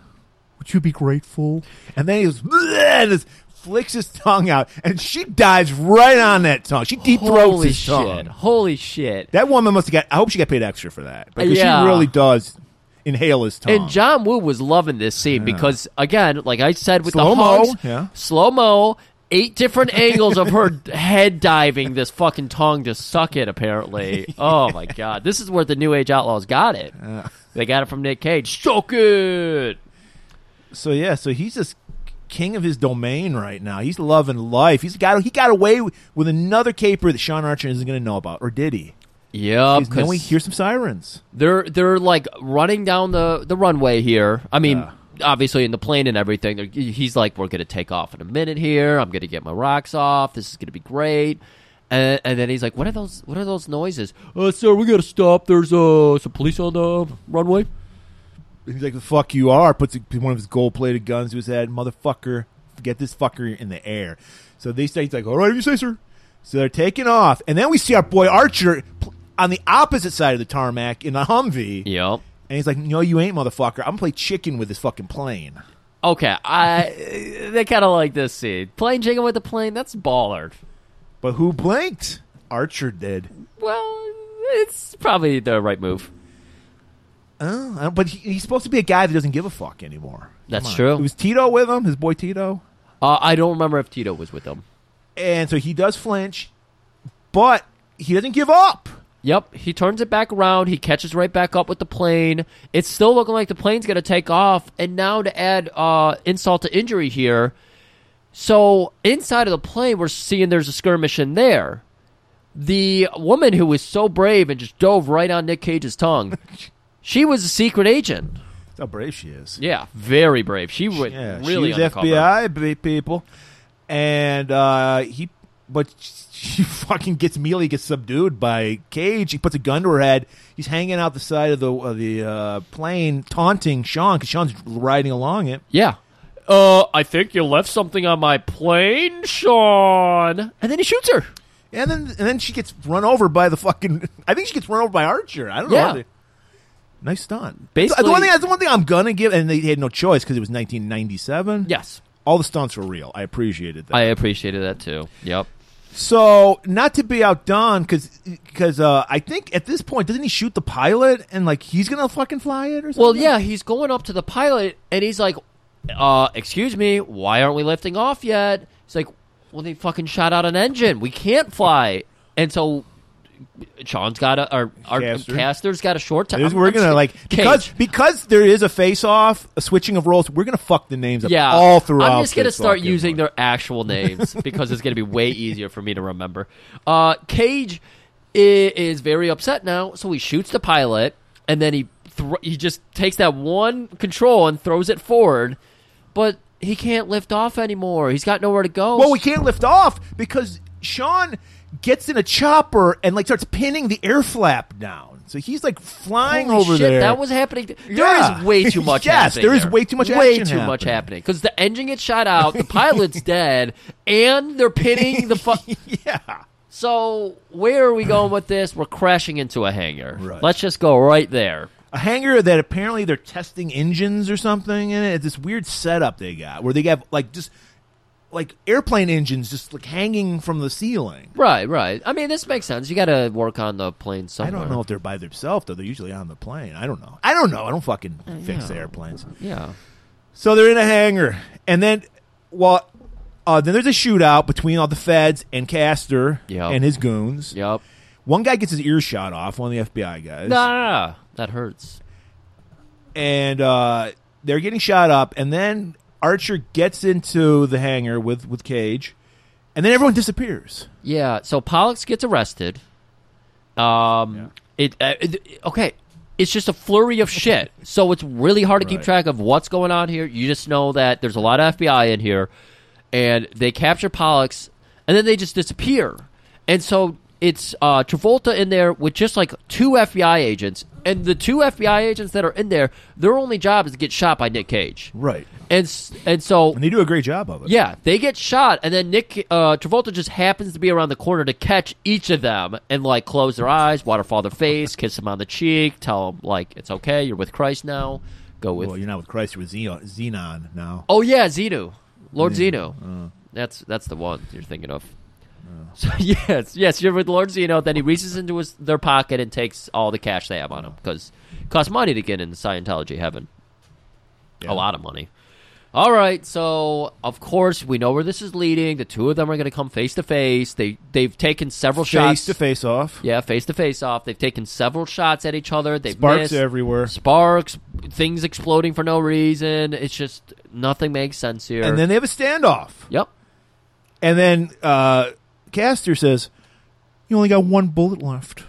Speaker 1: would you be grateful? And then he goes, "Bleh," and just flicks his tongue out, and she dives right on that tongue. She deep throats
Speaker 2: Holy
Speaker 1: his
Speaker 2: shit!
Speaker 1: tongue.
Speaker 2: Holy shit!
Speaker 1: That woman must have got. I hope she got paid extra for that because
Speaker 2: Yeah.
Speaker 1: she really does inhale his tongue.
Speaker 2: And John Woo was loving this scene because, again, like I said, with
Speaker 1: Slow-mo,
Speaker 2: the hugs,
Speaker 1: yeah.
Speaker 2: slow mo, eight different angles of her head diving this fucking tongue to suck it. Apparently, oh my god, this is where the New Age Outlaws got it. They got it from Nick Cage. Suck it.
Speaker 1: So yeah, so he's just king of his domain right now. He's loving life. He's got he got away with another caper that Sean Archer isn't going to know about, or did he?
Speaker 2: Yep,
Speaker 1: Because now we
Speaker 2: 'cause
Speaker 1: hear some sirens.
Speaker 2: they're they're like running down the the runway here. I mean. Obviously, in the plane and everything, they're- he's like, "We're going to take off in a minute here. I'm going to get my rocks off. This is going to be great." And, and then he's like, "What are those? What are those noises?" Uh, sir, we got to stop. There's uh, some police on the runway.
Speaker 1: He's like, the fuck you are. Puts one of his gold plated guns to his head. Motherfucker, get this fucker in the air. So they say, he's like, all right, you say, sir. So they're taking off. And then we see our boy Archer pl- on the opposite side of the tarmac in a Humvee.
Speaker 2: Yep.
Speaker 1: And he's like, no, you ain't, motherfucker. I'm going to play chicken with this fucking plane.
Speaker 2: Okay. I they kind of like this scene. Plane jigging with the plane. That's baller.
Speaker 1: But who blinked? Archer did.
Speaker 2: Well, it's probably the right move.
Speaker 1: Oh, I don't- but he, he's supposed to be a guy that doesn't give a fuck anymore.
Speaker 2: That's
Speaker 1: Come on.
Speaker 2: true.
Speaker 1: It was Tito with him, his boy Tito.
Speaker 2: Uh, I don't remember if Tito was with them.
Speaker 1: And so he does flinch, but he doesn't give up.
Speaker 2: Yep, he turns it back around. He catches right back up with the plane. It's still looking like the plane's going to take off. And now to add uh, insult to injury here, so inside of the plane, we're seeing there's a skirmish in there. The woman who was so brave and just dove right on Nick Cage's tongue, she was a secret agent.
Speaker 1: That's how brave she is.
Speaker 2: Yeah, very brave. She went
Speaker 1: Yeah,
Speaker 2: really
Speaker 1: she was
Speaker 2: undercover.
Speaker 1: FBI ba- people, and uh, he, but she fucking gets immediately gets subdued by Cage. He puts a gun to her head. He's hanging out the side of the of the uh, plane, taunting Sean because Sean's riding along it.
Speaker 2: Yeah. Uh, I think you left something on my plane, Sean. And then he shoots her.
Speaker 1: And then and then she gets run over by the fucking. I think she gets run over by Archer. I don't know.
Speaker 2: Yeah.
Speaker 1: how they- Nice stunt.
Speaker 2: Basically-
Speaker 1: the one thing the one thing I'm gonna give, and they had no choice because it was 1997.
Speaker 2: Yes.
Speaker 1: all the stunts were real. I appreciated that.
Speaker 2: I appreciated that too. Yep.
Speaker 1: So not to be outdone, because uh, I think at this point doesn't he shoot the pilot and like he's gonna fucking fly it or something?
Speaker 2: Well, yeah, he's going up to the pilot and he's like, uh, excuse me, why aren't we lifting off yet? He's like, well, they fucking shot out an engine. We can't fly. And so Sean's got a, or our
Speaker 1: Caster.
Speaker 2: caster's got a short time.
Speaker 1: It is- we're gonna like
Speaker 2: Cage.
Speaker 1: because because there is a face off, a switching of roles. We're gonna fuck the names up
Speaker 2: yeah,
Speaker 1: all throughout.
Speaker 2: I'm just gonna
Speaker 1: this
Speaker 2: start
Speaker 1: fucking
Speaker 2: using
Speaker 1: one.
Speaker 2: their actual names because it's gonna be way easier for me to remember. Uh, Cage i- is very upset now, so he shoots the pilot, and then he thro he just takes that one control and throws it forward, but he can't lift off anymore. He's got nowhere to go.
Speaker 1: Well, we can't lift off because Sean gets in a chopper and like starts pinning the air flap down. So he's like flying
Speaker 2: Holy
Speaker 1: over
Speaker 2: shit,
Speaker 1: there.
Speaker 2: That was happening. There is
Speaker 1: Yeah.
Speaker 2: way too much.
Speaker 1: Yes,
Speaker 2: happening
Speaker 1: there is way too much
Speaker 2: Way
Speaker 1: action
Speaker 2: too much
Speaker 1: happening.
Speaker 2: happening because the engine gets shot out, the pilot's dead, and they're pinning the fuck.
Speaker 1: yeah.
Speaker 2: So where are we going with this? We're crashing into a hangar.
Speaker 1: Right.
Speaker 2: Let's just go right there.
Speaker 1: a hangar that apparently they're testing engines or something in it. It's this weird setup they got where they have like just like airplane engines just like hanging from the ceiling.
Speaker 2: Right, right. I mean, this makes sense. You got to work on the plane
Speaker 1: I
Speaker 2: somewhere.
Speaker 1: don't know if they're by themselves though. They're usually on the plane. I don't know. I don't know. I don't fucking fix airplanes.
Speaker 2: Yeah.
Speaker 1: So they're in a hangar, and then while Uh, then there's a shootout between all the feds and Castor
Speaker 2: Yep.
Speaker 1: and his goons.
Speaker 2: Yep.
Speaker 1: One guy gets his ear shot off, one of the FBI guys.
Speaker 2: No, no, no. That hurts.
Speaker 1: and uh, they're getting shot up. And then Archer gets into the hangar with with Cage, and then everyone disappears.
Speaker 2: Yeah. So Pollux gets arrested. Um. It, uh, it- okay. It's just a flurry of shit. So it's really hard to keep
Speaker 1: Right.
Speaker 2: track of what's going on here. You just know that there's a lot of FBI in here, and they capture Pollux, and then they just disappear. And so it's uh, Travolta in there with just like two FBI agents, and the two FBI agents that are in there, their only job is to get shot by Nick Cage.
Speaker 1: Right.
Speaker 2: And s- and so
Speaker 1: And they do a great job of it.
Speaker 2: yeah, they get shot, and then Nick uh, Travolta just happens to be around the corner to catch each of them and like close their eyes, waterfall their face, kiss them on the cheek, tell them like it's okay, you're with Christ now. Go with
Speaker 1: Well, you're not with Christ, you're with Xeon, Xenon now.
Speaker 2: oh yeah, Zeno, Lord Zeno.
Speaker 1: uh.
Speaker 2: That's that's the one you're thinking of. So yes, yes, you're with Lord Zeno. Then he reaches into his their pocket and takes all the cash they have on him because it costs money to get into Scientology heaven. A lot of money. All right, so of course we know where this is leading. The two of them are going to come face to face. They they've taken several
Speaker 1: Face
Speaker 2: shots.
Speaker 1: to face off.
Speaker 2: Yeah, face to face off. They've taken several shots at each other. They've
Speaker 1: Sparks
Speaker 2: missed.
Speaker 1: everywhere.
Speaker 2: Sparks, things exploding for no reason. It's just nothing makes sense here.
Speaker 1: And then they have a standoff.
Speaker 2: yep,
Speaker 1: And then uh, Caster says, "You only got one bullet left."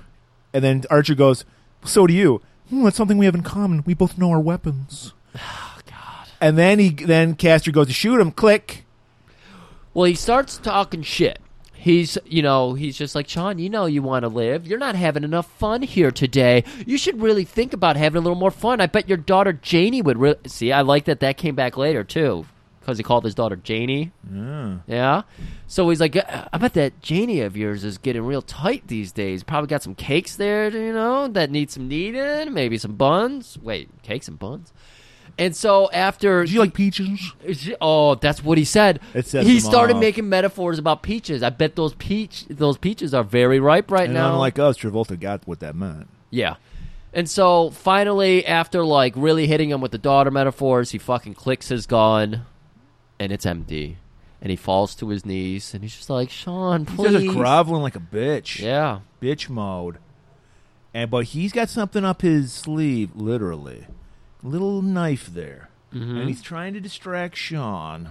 Speaker 1: And then Archer goes, "So do you." Hmm, that's something we have in common. We both know our weapons. Oh God! And then he then Caster goes to shoot him. Click.
Speaker 2: Well, he starts talking shit. He's, you know, he's just like, Sean, you know you want to live. You're not having enough fun here today. You should really think about having a little more fun. I bet your daughter Janie would really. See, I like that that came back later, too, because he called his daughter Janie. Yeah. So he's like, "Uh, I bet that Janie of yours is getting real tight these days. Probably got some cakes there, you know, that need some kneading, maybe some buns. Wait, cakes and buns? And so after.
Speaker 1: Do you like peaches?
Speaker 2: Is it- Oh, that's what he said.
Speaker 1: It sets
Speaker 2: he
Speaker 1: them
Speaker 2: started
Speaker 1: off.
Speaker 2: making metaphors about peaches. I bet those peach those peaches are very ripe right
Speaker 1: And
Speaker 2: now.
Speaker 1: unlike us, Travolta got what that meant.
Speaker 2: yeah. And so finally, after like really hitting him with the daughter metaphors, he fucking clicks his gun, and it's empty. And he falls to his knees, and he's just like, "Sean,
Speaker 1: He's just
Speaker 2: please."
Speaker 1: groveling like a bitch.
Speaker 2: Yeah.
Speaker 1: Bitch mode. And but he's got something up his sleeve, literally, little knife there,
Speaker 2: Mm-hmm.
Speaker 1: and he's trying to distract Sean.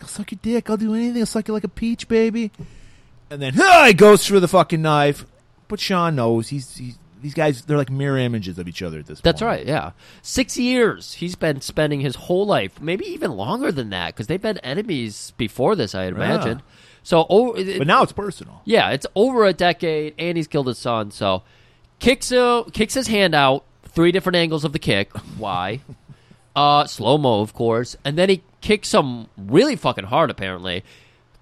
Speaker 1: I'll suck your dick. I'll do anything. I'll suck you like a peach, baby. And then "Huh," he goes through the fucking knife. But Sean knows he's, he's these guys. They're like mirror images of each other at this.
Speaker 2: That's
Speaker 1: point.
Speaker 2: right. Yeah, six years he's been spending his whole life, maybe even longer than that, because they've been enemies before this. I imagine. So, oh, it-
Speaker 1: But now it's personal.
Speaker 2: Yeah, it's over a decade, and he's killed his son. So, kicks him, kicks his hand out. Three different angles of the kick. Why? uh, slow mo, of course, and then he kicks him really fucking hard. Apparently,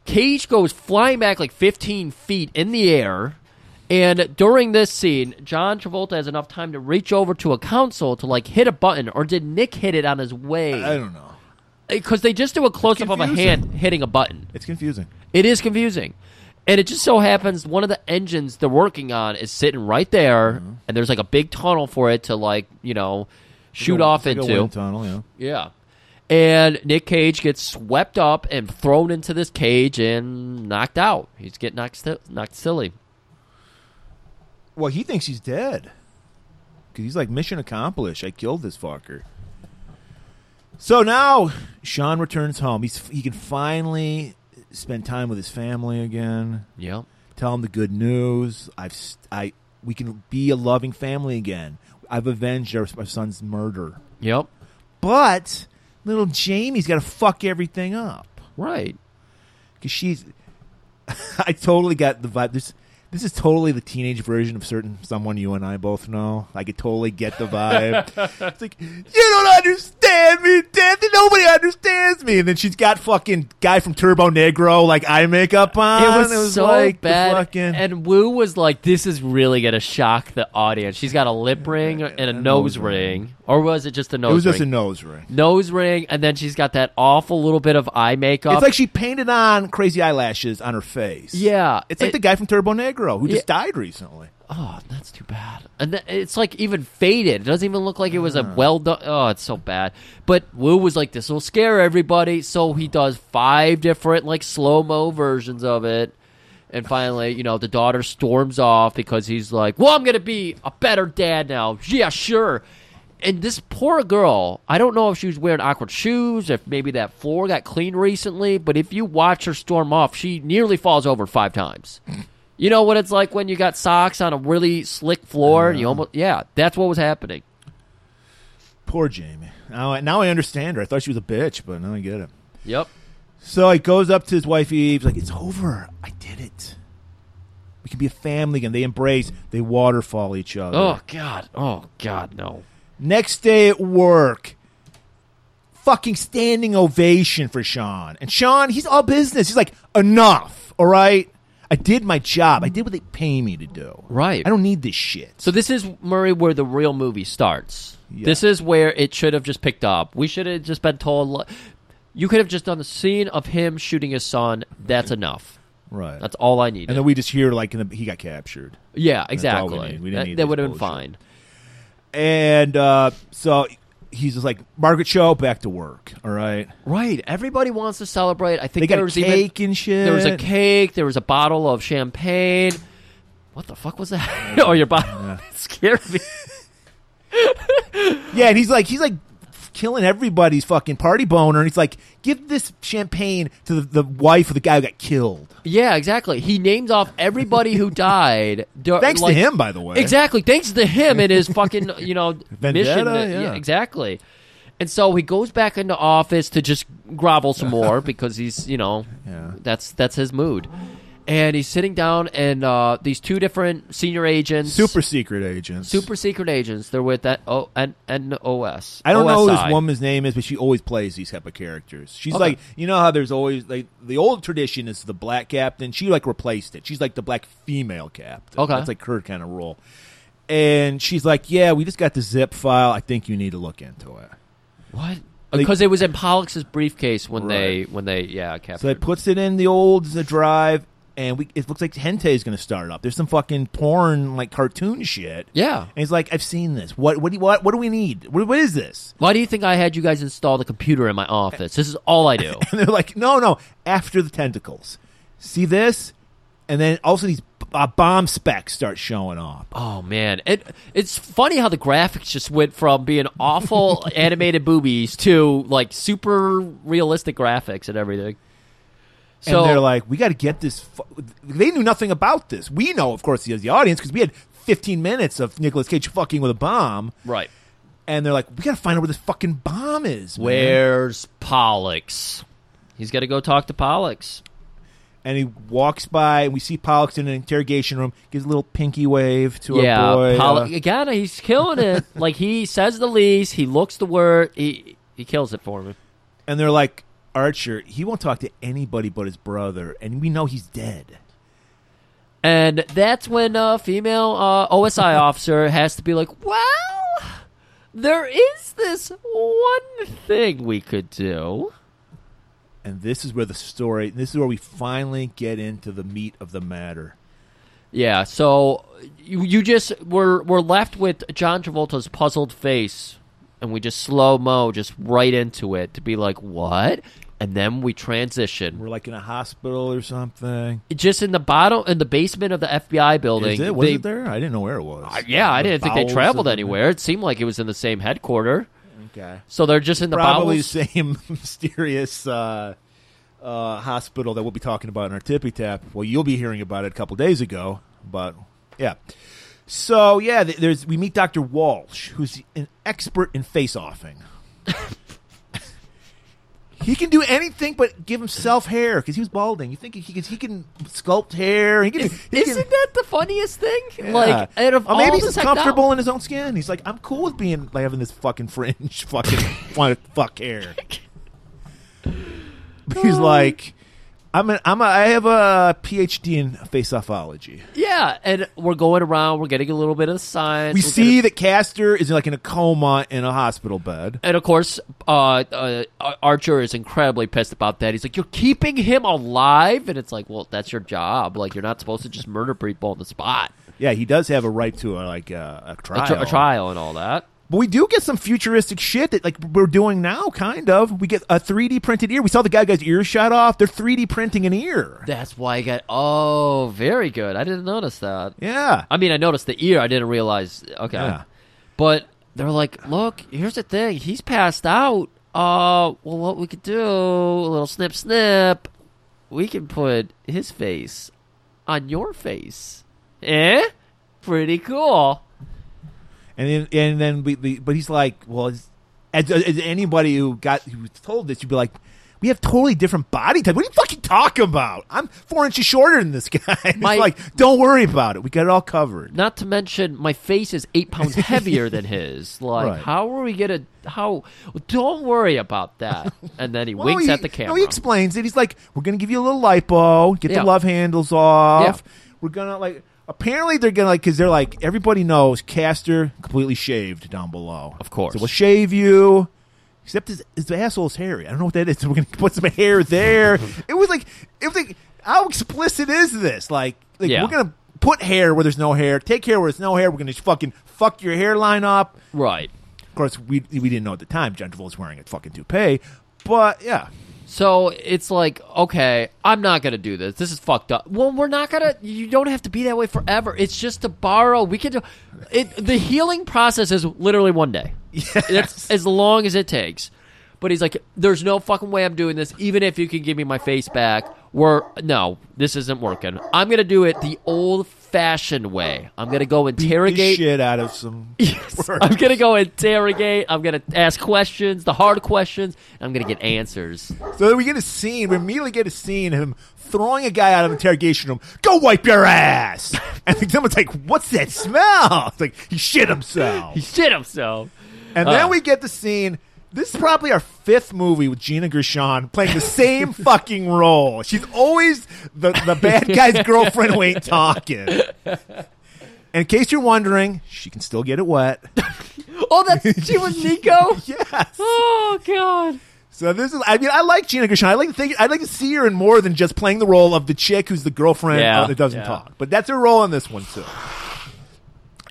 Speaker 2: Cage goes flying back like 15 feet in the air. And during this scene, John Travolta has enough time to reach over to a console to like hit a button, or did Nick hit it on his
Speaker 1: I
Speaker 2: way?
Speaker 1: don't know.
Speaker 2: Because they just do a close up of a
Speaker 1: confusing.
Speaker 2: hand hitting a button.
Speaker 1: It's confusing.
Speaker 2: It is confusing. And it just so happens one of the engines they're working on is sitting right there, and there's like a big tunnel for it to like you know shoot
Speaker 1: It's
Speaker 2: off
Speaker 1: like a
Speaker 2: into.
Speaker 1: wind tunnel. Yeah.
Speaker 2: yeah. And Nick Cage gets swept up and thrown into this cage and knocked out. He's getting knocked si- knocked silly.
Speaker 1: Well, he thinks he's dead. Because he's like, mission accomplished. I killed this fucker. So now Sean returns home. He's He can finally spend time with his family again.
Speaker 2: Yeah.
Speaker 1: Tell them the good news. I've, s- I, we can be a loving family again. I've avenged our, my son's murder.
Speaker 2: Yep.
Speaker 1: But little Jamie's got to fuck everything up.
Speaker 2: Right.
Speaker 1: Because she's. I totally got the vibe. This this is totally the teenage version of certain someone you and I both know. I could totally get the vibe. it's like you don't understand me, Dad. Nobody understands me. And then she's got fucking guy from Turbo Negro like eye makeup on.
Speaker 2: It was, so
Speaker 1: like the
Speaker 2: bad.
Speaker 1: Fucking,
Speaker 2: And Wu was like, "This is really gonna shock the audience." She's got a lip ring and a, nose, ring. or was it just a nose?
Speaker 1: it was just
Speaker 2: ring?
Speaker 1: a nose ring.
Speaker 2: nose ring, and then she's got that awful little bit of eye makeup.
Speaker 1: It's like she painted on crazy eyelashes on her face.
Speaker 2: yeah,
Speaker 1: It's like
Speaker 2: it-
Speaker 1: the guy from Turbo Negro who just
Speaker 2: Yeah.
Speaker 1: died recently.
Speaker 2: oh, that's too bad. And th- it's like even faded. It doesn't even look like it was a well done. Oh, it's so bad. But Wu was like, this will scare everybody. So he does five different like slow mo versions of it. And finally, you know, the daughter storms off because he's like, well, I'm going to be a better dad now. Yeah, sure. And this poor girl, I don't know if she was wearing awkward shoes, if maybe that floor got cleaned recently, but if you watch her storm off, she nearly falls over five times. You know what it's like when you got socks on a really slick floor and you almost yeah, that's what was happening.
Speaker 1: Poor Jamie. Now, I- now I understand her. I thought she was a bitch, but now I get it.
Speaker 2: Yep.
Speaker 1: So he goes up to his wife Eve, like, it's over. I did it. We can be a family again. They embrace, they waterfall each other.
Speaker 2: Oh god. Oh god, no.
Speaker 1: Next day at work, fucking standing ovation for Sean. And Sean, he's all business. He's like, enough, all right? I did my job. I did what they pay me to do.
Speaker 2: Right.
Speaker 1: I don't need this shit.
Speaker 2: So this is Murray where the real movie starts.
Speaker 1: Yeah.
Speaker 2: This is where it should have just picked up. We should have just been told like, you could have just done the scene of him shooting his son. That's enough.
Speaker 1: right.
Speaker 2: That's all I needed.
Speaker 1: and then we just hear, like, in the, he got captured.
Speaker 2: yeah,
Speaker 1: all we
Speaker 2: exactly.
Speaker 1: need. We didn't
Speaker 2: that
Speaker 1: need
Speaker 2: that
Speaker 1: this
Speaker 2: would have been
Speaker 1: bullshit.
Speaker 2: fine.
Speaker 1: And uh, so he's just like, Margaret Cho, back to work, all right?
Speaker 2: Right. Everybody wants to celebrate. I think
Speaker 1: They got a
Speaker 2: there was
Speaker 1: cake
Speaker 2: even
Speaker 1: and shit.
Speaker 2: there was a cake. There was a bottle of champagne. What the fuck was that? oh, your bottle It scared me.
Speaker 1: Yeah, and he's like, he's like killing everybody's fucking party boner. And he's like, give this champagne to the, the wife of the guy who got killed.
Speaker 2: yeah, exactly. He names off everybody who died. dur-
Speaker 1: Thanks
Speaker 2: like-
Speaker 1: to him, by the way.
Speaker 2: Exactly. Thanks to him and his fucking, you know, mission. Uh,
Speaker 1: Vendetta, yeah.
Speaker 2: exactly. And so he goes back into office to just grovel some more because he's, you know,
Speaker 1: Yeah.
Speaker 2: that's that's his mood. And he's sitting down, and uh, these two different senior agents,
Speaker 1: Super secret agents.
Speaker 2: super secret agents, they're with that O N N O S.
Speaker 1: I don't know who this
Speaker 2: OSI.
Speaker 1: woman's name is, but she always plays these type of characters. She's
Speaker 2: Okay.
Speaker 1: like, you know how there's always like the old tradition is the black captain. She like replaced it. She's like the black female captain.
Speaker 2: Okay.
Speaker 1: that's like her kind of role. And she's like, yeah, we just got the zip file. I think you need to look into it.
Speaker 2: What?
Speaker 1: Like-
Speaker 2: Because it was in Pollock's briefcase when they
Speaker 1: Right.
Speaker 2: when they yeah captured.
Speaker 1: So it puts it in the old the drive, and we it looks like Hente is going to start up. There's some fucking porn like cartoon shit.
Speaker 2: yeah.
Speaker 1: And he's like, I've seen this. What what do you, what, what do we need? What, what is this?
Speaker 2: Why do you think I had you guys install the computer in my office? This is all I do.
Speaker 1: And they're like, No, no. After the tentacles, see this, and then also these uh, bomb specs start showing up.
Speaker 2: Oh man, it it's funny how the graphics just went from being awful animated boobies to like super realistic graphics and everything. So
Speaker 1: and they're like, We got to get this. Fu-. They knew nothing about this. We know, of course, as the audience, because we had 15 minutes of Nicolas Cage fucking with a bomb,
Speaker 2: right,
Speaker 1: and they're like, We got to find out where this fucking bomb is. man."
Speaker 2: where's Pollux? He's got to go talk to Pollux.
Speaker 1: and he walks by and we see Pollux in an interrogation room, gives a little pinky wave to
Speaker 2: yeah,
Speaker 1: a boy.
Speaker 2: Pollux
Speaker 1: uh,
Speaker 2: again. He's killing it. like he says the least. He looks the word. He he kills it for me.
Speaker 1: and they're like, Archer, he won't talk to anybody but his brother, and we know he's dead.
Speaker 2: And that's when a female uh, OSI officer has to be like, well, there is this one thing we could do.
Speaker 1: And this is where the story this is where we finally get into the meat of the matter.
Speaker 2: Yeah, so you, you just we're we're left with John Travolta's puzzled face, and we just slow mo just right into it to be like, what? And then we transition
Speaker 1: We're like in a hospital or something.
Speaker 2: just in the bottom in the basement of the FBI building.
Speaker 1: Is it? Was
Speaker 2: they- Uh,
Speaker 1: it there? I didn't know where it was.
Speaker 2: Yeah, I
Speaker 1: The
Speaker 2: didn't think they
Speaker 1: bowels of
Speaker 2: traveled
Speaker 1: the-
Speaker 2: anywhere. It seemed like it was in the same headquarter.
Speaker 1: Okay.
Speaker 2: So they're just in the
Speaker 1: Probably the
Speaker 2: bowels.
Speaker 1: same mysterious uh, uh, hospital that we'll be talking about in our tippy tap. Well, you'll be hearing about it a couple days ago, but yeah. So yeah, th- there's we meet Dr. Walsh, who's an expert in face offing. he can do anything but give himself hair because he was balding. You think he can, he can sculpt hair? He can, he can-
Speaker 2: Isn't that the funniest thing?
Speaker 1: yeah.
Speaker 2: Like, out of
Speaker 1: or maybe
Speaker 2: all
Speaker 1: he's
Speaker 2: the
Speaker 1: just
Speaker 2: technol-
Speaker 1: comfortable in his own skin. He's like, I'm cool with being like having this fucking fringe, fucking want to fuck hair. But he's like, I'm an, I'm a, I have a PhD in face offology.
Speaker 2: oh, Yeah, and we're going around. We're getting a little bit of science.
Speaker 1: We
Speaker 2: we're
Speaker 1: see
Speaker 2: getting-
Speaker 1: that Castor is like in a coma in a hospital bed.
Speaker 2: and of course, uh, uh, Archer is incredibly pissed about that. He's like, "You're keeping him alive," and it's like, "Well, that's your job. Like, you're not supposed to just murder people on the spot."
Speaker 1: Yeah, he does have a right to a, like uh, a
Speaker 2: a,
Speaker 1: trial.
Speaker 2: tr- a trial and all that.
Speaker 1: But we do get some futuristic shit that like we're doing now, kind of. We get a 3D printed ear. We saw the guy guy's ear shot off. They're 3D printing an ear.
Speaker 2: That's why I got. Oh, very good. I didn't notice that.
Speaker 1: Yeah.
Speaker 2: I mean, I noticed the ear. I didn't realize. Okay,
Speaker 1: Yeah.
Speaker 2: but they're like, look, here's the thing. He's passed out. Uh, well, what we could do? A little snip, snip. We can put his face on your face. Eh? Pretty cool.
Speaker 1: And then and then we, we but he's like, well, is, as, as anybody who got who was told this, you'd be like, we have totally different body type. What are you fucking talking about? I'm four inches shorter than this guy. And
Speaker 2: My-
Speaker 1: it's like, don't worry about it. We got it all covered.
Speaker 2: Not to mention, my face is eight pounds heavier than his. Like,
Speaker 1: Right.
Speaker 2: how are we gonna? How? Don't worry about that. And then he
Speaker 1: Well,
Speaker 2: winks
Speaker 1: he-
Speaker 2: at the camera.
Speaker 1: No, he explains it. He's like, we're gonna give you a little lipo, get
Speaker 2: Yeah.
Speaker 1: the love handles off. We're gonna like. Apparently they're gonna like because they're like everybody knows Caster completely shaved down below.
Speaker 2: Of course.
Speaker 1: so we'll shave you. Except his, his asshole's hairy. I don't know what that is. So we're gonna put some hair there. it was like it was like how explicit is this? Like, like
Speaker 2: Yeah.
Speaker 1: we're gonna put hair where there's no hair, take hair where there's no hair. We're gonna fucking fuck your hairline up.
Speaker 2: right.
Speaker 1: Of course, we we didn't know at the time. John Travolta's wearing a fucking toupee, but yeah.
Speaker 2: So it's like, okay, I'm not gonna do this. This is fucked up. Well, we're not gonna. You don't have to be that way forever. It's just to borrow. We can do it. The healing process is literally one day. That's as long as it takes. But he's like, there's no fucking way I'm doing this. Even if you can give me my face back, we're no, this isn't working. I'm gonna do it the old-fashioned way. I'm gonna go
Speaker 1: the
Speaker 2: interrogate
Speaker 1: shit out of some.
Speaker 2: I'm gonna go interrogate. I'm gonna ask questions, the hard questions. and I'm gonna get answers.
Speaker 1: So then we get a scene. We immediately get a scene of him throwing a guy out of interrogation room. Go wipe your ass. And then someone's like, "What's that smell?" It's like he shit himself.
Speaker 2: He shit himself.
Speaker 1: And
Speaker 2: Uh.
Speaker 1: then we get the scene. This is probably our fifth movie with Gina Gershon playing the same fucking role. She's always the, the bad guy's girlfriend who ain't talking. And in case you're wondering, she can still get it wet.
Speaker 2: Oh, that she was Nico.
Speaker 1: Yes.
Speaker 2: Oh God.
Speaker 1: So this is. I mean, I like Gina Gershon. I like to think. I'd like to see her in more than just playing the role of the chick who's the girlfriend
Speaker 2: Yeah,
Speaker 1: uh, that doesn't
Speaker 2: yeah.
Speaker 1: talk. But that's her role in this one too.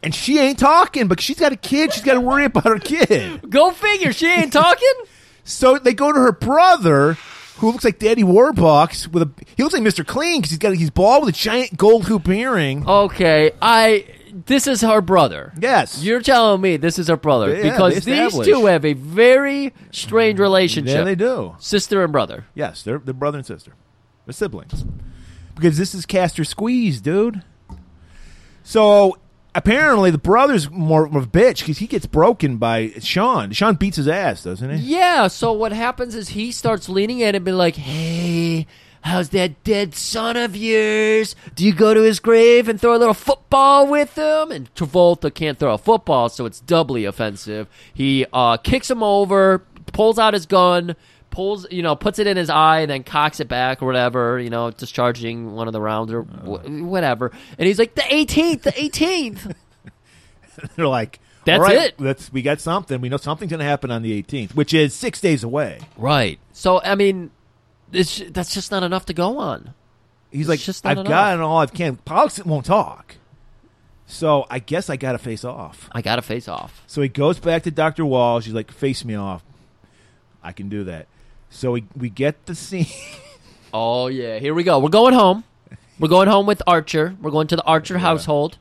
Speaker 1: And she ain't talking, but she's got a kid. She's got to worry about her kid.
Speaker 2: Go figure. She ain't talking.
Speaker 1: So they go to her brother, who looks like Daddy Warbucks with a. He looks like Mister Clean because he's got he's bald with a giant gold hoop earring.
Speaker 2: Oh, Okay, I. This is her brother.
Speaker 1: Yes.
Speaker 2: You're telling me this is her brother
Speaker 1: Yeah,
Speaker 2: because
Speaker 1: they
Speaker 2: these
Speaker 1: established.
Speaker 2: two have a very strained relationship.
Speaker 1: Yeah, they do.
Speaker 2: Sister and brother.
Speaker 1: Yes, they're they're brother and sister. They're siblings. Because this is Caster Squeeze, dude. So apparently the brother's more of a bitch because he gets broken by Sean. Sean beats his ass, doesn't he?
Speaker 2: Yeah, so what happens is he starts leaning in and be like, hey, how's that dead son of yours? Do you go to his grave and throw a little football with him? And Travolta can't throw a football, so it's doubly offensive. He uh, kicks him over, pulls out his gun, pulls, you know, puts it in his eye, then cocks it back or whatever, you know, discharging one of the rounds or wh- whatever. And he's like, the 18th, the 18th.
Speaker 1: They're like,
Speaker 2: That's
Speaker 1: "All right,
Speaker 2: it."
Speaker 1: That's we got something. We know something's gonna happen on the 18th, which is six days away.
Speaker 2: right. So, I mean, it's, that's just not enough to go on.
Speaker 1: He's like,
Speaker 2: just not
Speaker 1: I've
Speaker 2: enough.
Speaker 1: gotten all I can. Pollux won't talk, so I guess I got to face off.
Speaker 2: I got to face off.
Speaker 1: So he goes back to Dr. Wall. She's like, face me off. I can do that. So we, we get the scene.
Speaker 2: Oh yeah, here we go. We're going home. We're going home with Archer. We're going to the Archer household,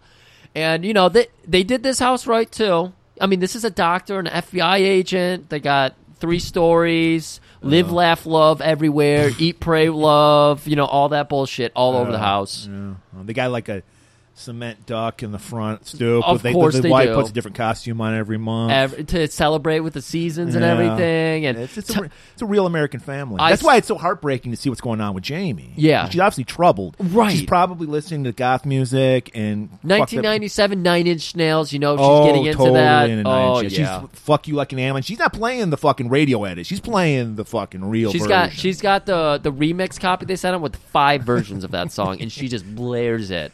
Speaker 2: and you know they they did this house right too. I mean, this is a doctor, an FBI agent. They got three stories: live, laugh, love everywhere, eat, pray, love. You know, all that bullshit all over the house.
Speaker 1: Yeah. They got like a cement duck in the front stoop.
Speaker 2: Of
Speaker 1: but they,
Speaker 2: course
Speaker 1: the,
Speaker 2: they
Speaker 1: wife
Speaker 2: do.
Speaker 1: puts a different costume on every month.
Speaker 2: Ev- to celebrate with the seasons and
Speaker 1: Yeah.
Speaker 2: everything, and
Speaker 1: it's, it's,
Speaker 2: t-
Speaker 1: a, re- it's a real American family.
Speaker 2: I
Speaker 1: That's
Speaker 2: s-
Speaker 1: why it's so heartbreaking to see what's going on with Jamie.
Speaker 2: Yeah.
Speaker 1: she's obviously troubled.
Speaker 2: Right.
Speaker 1: she's probably listening to goth music and fucked up-
Speaker 2: 1997 Nine Inch Nails. You know, she's
Speaker 1: Oh,
Speaker 2: getting into
Speaker 1: totally
Speaker 2: that.
Speaker 1: into Nine
Speaker 2: oh
Speaker 1: Inch Nails.
Speaker 2: yeah,
Speaker 1: she's fuck you like an animal. She's not playing the fucking radio edit. She's playing the fucking real.
Speaker 2: She's
Speaker 1: version.
Speaker 2: got she's got the the remix copy they sent out with five versions of that song, and she just blares it.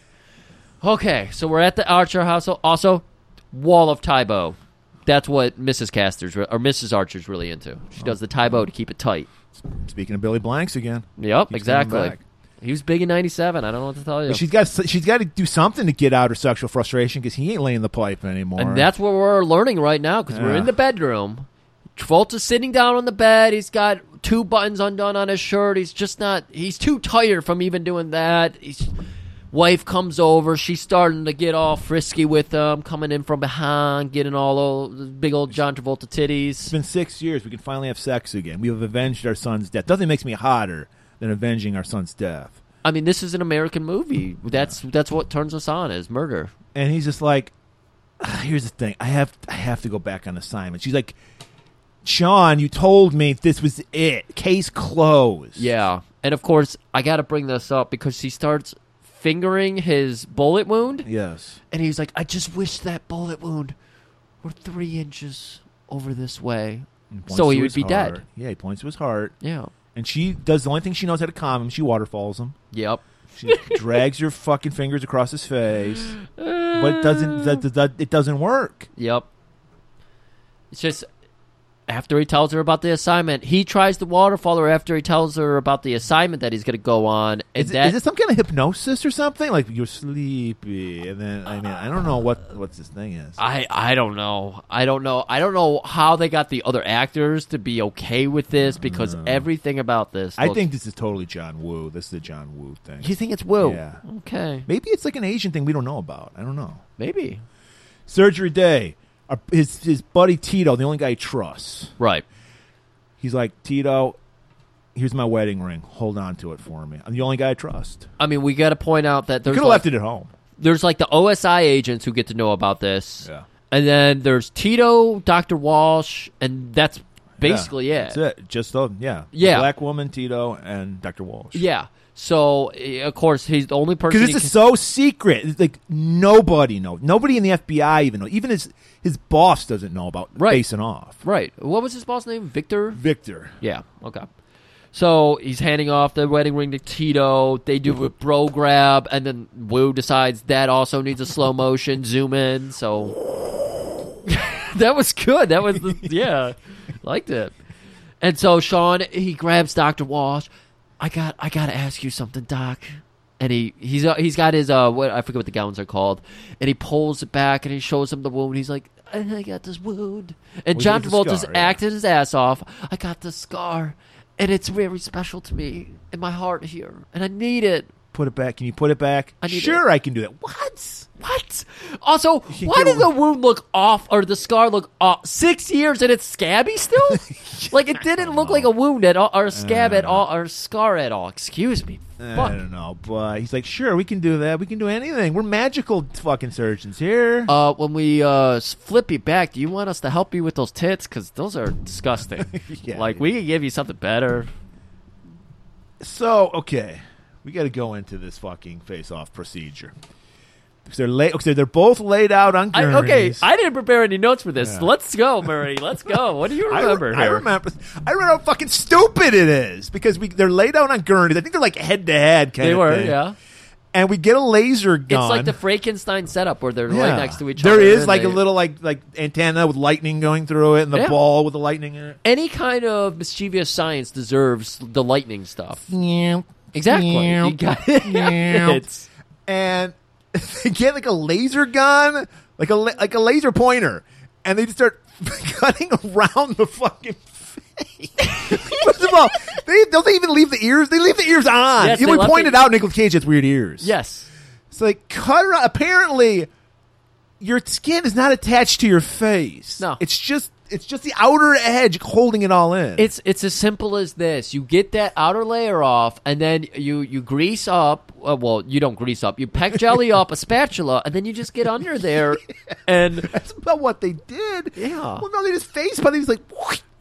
Speaker 2: Okay, so we're at the Archer house. Also, Wall of Tybo. That's what Mrs. Caster's re- or Mrs. Archer's really into. She does the Tybo to keep it tight.
Speaker 1: Speaking of Billy Blanks again.
Speaker 2: Yep,
Speaker 1: Keeps coming
Speaker 2: exactly.
Speaker 1: back.
Speaker 2: He was big in '97. I don't know what to tell you.
Speaker 1: She's got she's got to do something to get out her sexual frustration because he ain't laying the pipe anymore.
Speaker 2: And that's what we're learning right now because we're
Speaker 1: Yeah.
Speaker 2: in the bedroom. Travolta's sitting down on the bed. He's got two buttons undone on his shirt. He's just not. He's too tired from even doing that. His wife comes over. She's starting to get all frisky with him, coming in from behind, getting all old, big old John Travolta
Speaker 1: it's
Speaker 2: titties.
Speaker 1: been six years. We can finally have sex again. We have avenged our son's death. Nothing makes me hotter than avenging our son's death.
Speaker 2: I mean, this is an American movie. That's that's what turns us on is murder.
Speaker 1: and he's just like, "Ah, "Here's the thing. I have I have to go back on assignment." She's like, "Sean, you told me this was it. Case closed."
Speaker 2: Yeah. And of course, I got to bring this up because she starts fingering his bullet wound.
Speaker 1: Yes.
Speaker 2: And he's like, I just wish that bullet wound were three inches over this way.
Speaker 1: Points
Speaker 2: So he
Speaker 1: to
Speaker 2: would
Speaker 1: his
Speaker 2: be
Speaker 1: heart.
Speaker 2: dead.
Speaker 1: Yeah, he points to his heart,
Speaker 2: Yeah.
Speaker 1: and she does the only thing she knows how to calm him. She waterfalls him.
Speaker 2: Yep.
Speaker 1: She drags her fucking fingers across his face, but it doesn't that, that, that- it doesn't work.
Speaker 2: Yep. It's just after he tells her about the assignment, he tries to waterfall her after he tells her about the assignment that he's going to go on. And
Speaker 1: Is, it-
Speaker 2: that,
Speaker 1: is it some kind of hypnosis or something? Like you're sleepy, and then I mean I don't know what what this thing is.
Speaker 2: Uh, I I don't know. I don't know. I don't know how they got the other actors to be okay with this because everything about this.
Speaker 1: I
Speaker 2: looks-
Speaker 1: think this is totally John Woo. This is the John Woo thing.
Speaker 2: you think it's Woo.
Speaker 1: Yeah.
Speaker 2: Okay.
Speaker 1: Maybe it's like an Asian thing we don't know about. I don't know.
Speaker 2: Maybe.
Speaker 1: Surgery Day, uh, his his buddy Tito, the only guy he trusts.
Speaker 2: Right.
Speaker 1: He's like Tito, here's my wedding ring. Hold on to it for me. I'm the only guy I trust.
Speaker 2: I mean, we got to point out that
Speaker 1: Could
Speaker 2: there's
Speaker 1: have
Speaker 2: like-
Speaker 1: left it at home.
Speaker 2: there's like the OSI agents who get to know about this.
Speaker 1: Yeah.
Speaker 2: And then there's Tito, Dr. Walsh, and that's basically
Speaker 1: yeah,
Speaker 2: it.
Speaker 1: That's it. Just the yeah, The
Speaker 2: Yeah.
Speaker 1: black woman Tito and Dr. Walsh.
Speaker 2: Yeah. So, eh, of course, he's the only person.
Speaker 1: Because
Speaker 2: he
Speaker 1: this is
Speaker 2: can-
Speaker 1: so secret. It's like nobody knows. Nobody in the FBI even knows. Even his his boss doesn't know about
Speaker 2: Right.
Speaker 1: facing off.
Speaker 2: right. What was his boss name? Victor?
Speaker 1: Victor.
Speaker 2: Yeah. Okay. So he's handing off the wedding ring to Tito. They do a bro grab, and then Wu decides that also needs a slow motion zoom in. So that was good. That was the, yeah, liked it. And so Sean he grabs Doctor Walsh. I got I got to ask you something, Doc. And he he's uh, he's got his uh what I forget what the gowns are called. And he pulls it back and he shows him the wound. He's like, I I got this wound. And
Speaker 1: Well,
Speaker 2: John
Speaker 1: there's a scar,
Speaker 2: Travolta's
Speaker 1: yeah.
Speaker 2: acted his ass off. I got this scar, and it's very special to me in my heart here, and I need it.
Speaker 1: Put it back. Can you put it back?
Speaker 2: I need
Speaker 1: sure, I can do that.
Speaker 2: What? What? Also,
Speaker 1: You
Speaker 2: why
Speaker 1: get
Speaker 2: does
Speaker 1: a-
Speaker 2: the wound look off or the scar look off? Six years and it's scabby still? like it didn't look like a wound at all, or a scab at all, or a scar at all. Excuse me. Fuck.
Speaker 1: I don't know, but he's like, sure, we can do that. We can do anything. We're magical fucking surgeons here.
Speaker 2: Uh, when we uh, s- flip you back, do you want us to help you with those tits? Because those are disgusting.
Speaker 1: Yeah.
Speaker 2: like we could give you something better.
Speaker 1: so, okay, we got to go into this fucking face-off procedure. Because they're late. Okay, they're both laid out on
Speaker 2: I,
Speaker 1: gurneys.
Speaker 2: okay, I didn't prepare any notes for this.
Speaker 1: Yeah.
Speaker 2: Let's go, Murray. Let's go. What do you
Speaker 1: I re-
Speaker 2: remember?
Speaker 1: I
Speaker 2: here?
Speaker 1: remember. I remember how fucking stupid it is because we they're laid out on gurneys. I think they're like head to head kind
Speaker 2: They
Speaker 1: of
Speaker 2: were,
Speaker 1: thing.
Speaker 2: yeah.
Speaker 1: And we get a laser gun.
Speaker 2: It's like the Frankenstein setup where they're
Speaker 1: Yeah.
Speaker 2: right next to each
Speaker 1: There
Speaker 2: other.
Speaker 1: is
Speaker 2: and
Speaker 1: like
Speaker 2: they-
Speaker 1: a little like like antenna with lightning going through it, and the
Speaker 2: Yeah.
Speaker 1: ball with the lightning in it.
Speaker 2: any kind of mischievous science deserves the lightning stuff. Exactly. You got it. It's-
Speaker 1: and they get like a laser gun, like a la- like a laser pointer, and they just start cutting around the fucking face. First of all, they don't they even leave the ears? They leave the ears on.
Speaker 2: Yes,
Speaker 1: you
Speaker 2: they
Speaker 1: would
Speaker 2: left
Speaker 1: point
Speaker 2: the-
Speaker 1: it out, Nicholas Cage has weird ears.
Speaker 2: yes.
Speaker 1: so they cut around. Apparently, your skin is not attached to your face.
Speaker 2: No.
Speaker 1: it's just it's just the outer edge holding it all in.
Speaker 2: It's it's as simple as this. You get that outer layer off, and then you you grease up. Uh, well, you don't grease up. You pack jelly up a spatula, and then you just get under there, and
Speaker 1: That's about what they did.
Speaker 2: Yeah.
Speaker 1: Well, no, they just face but they just like.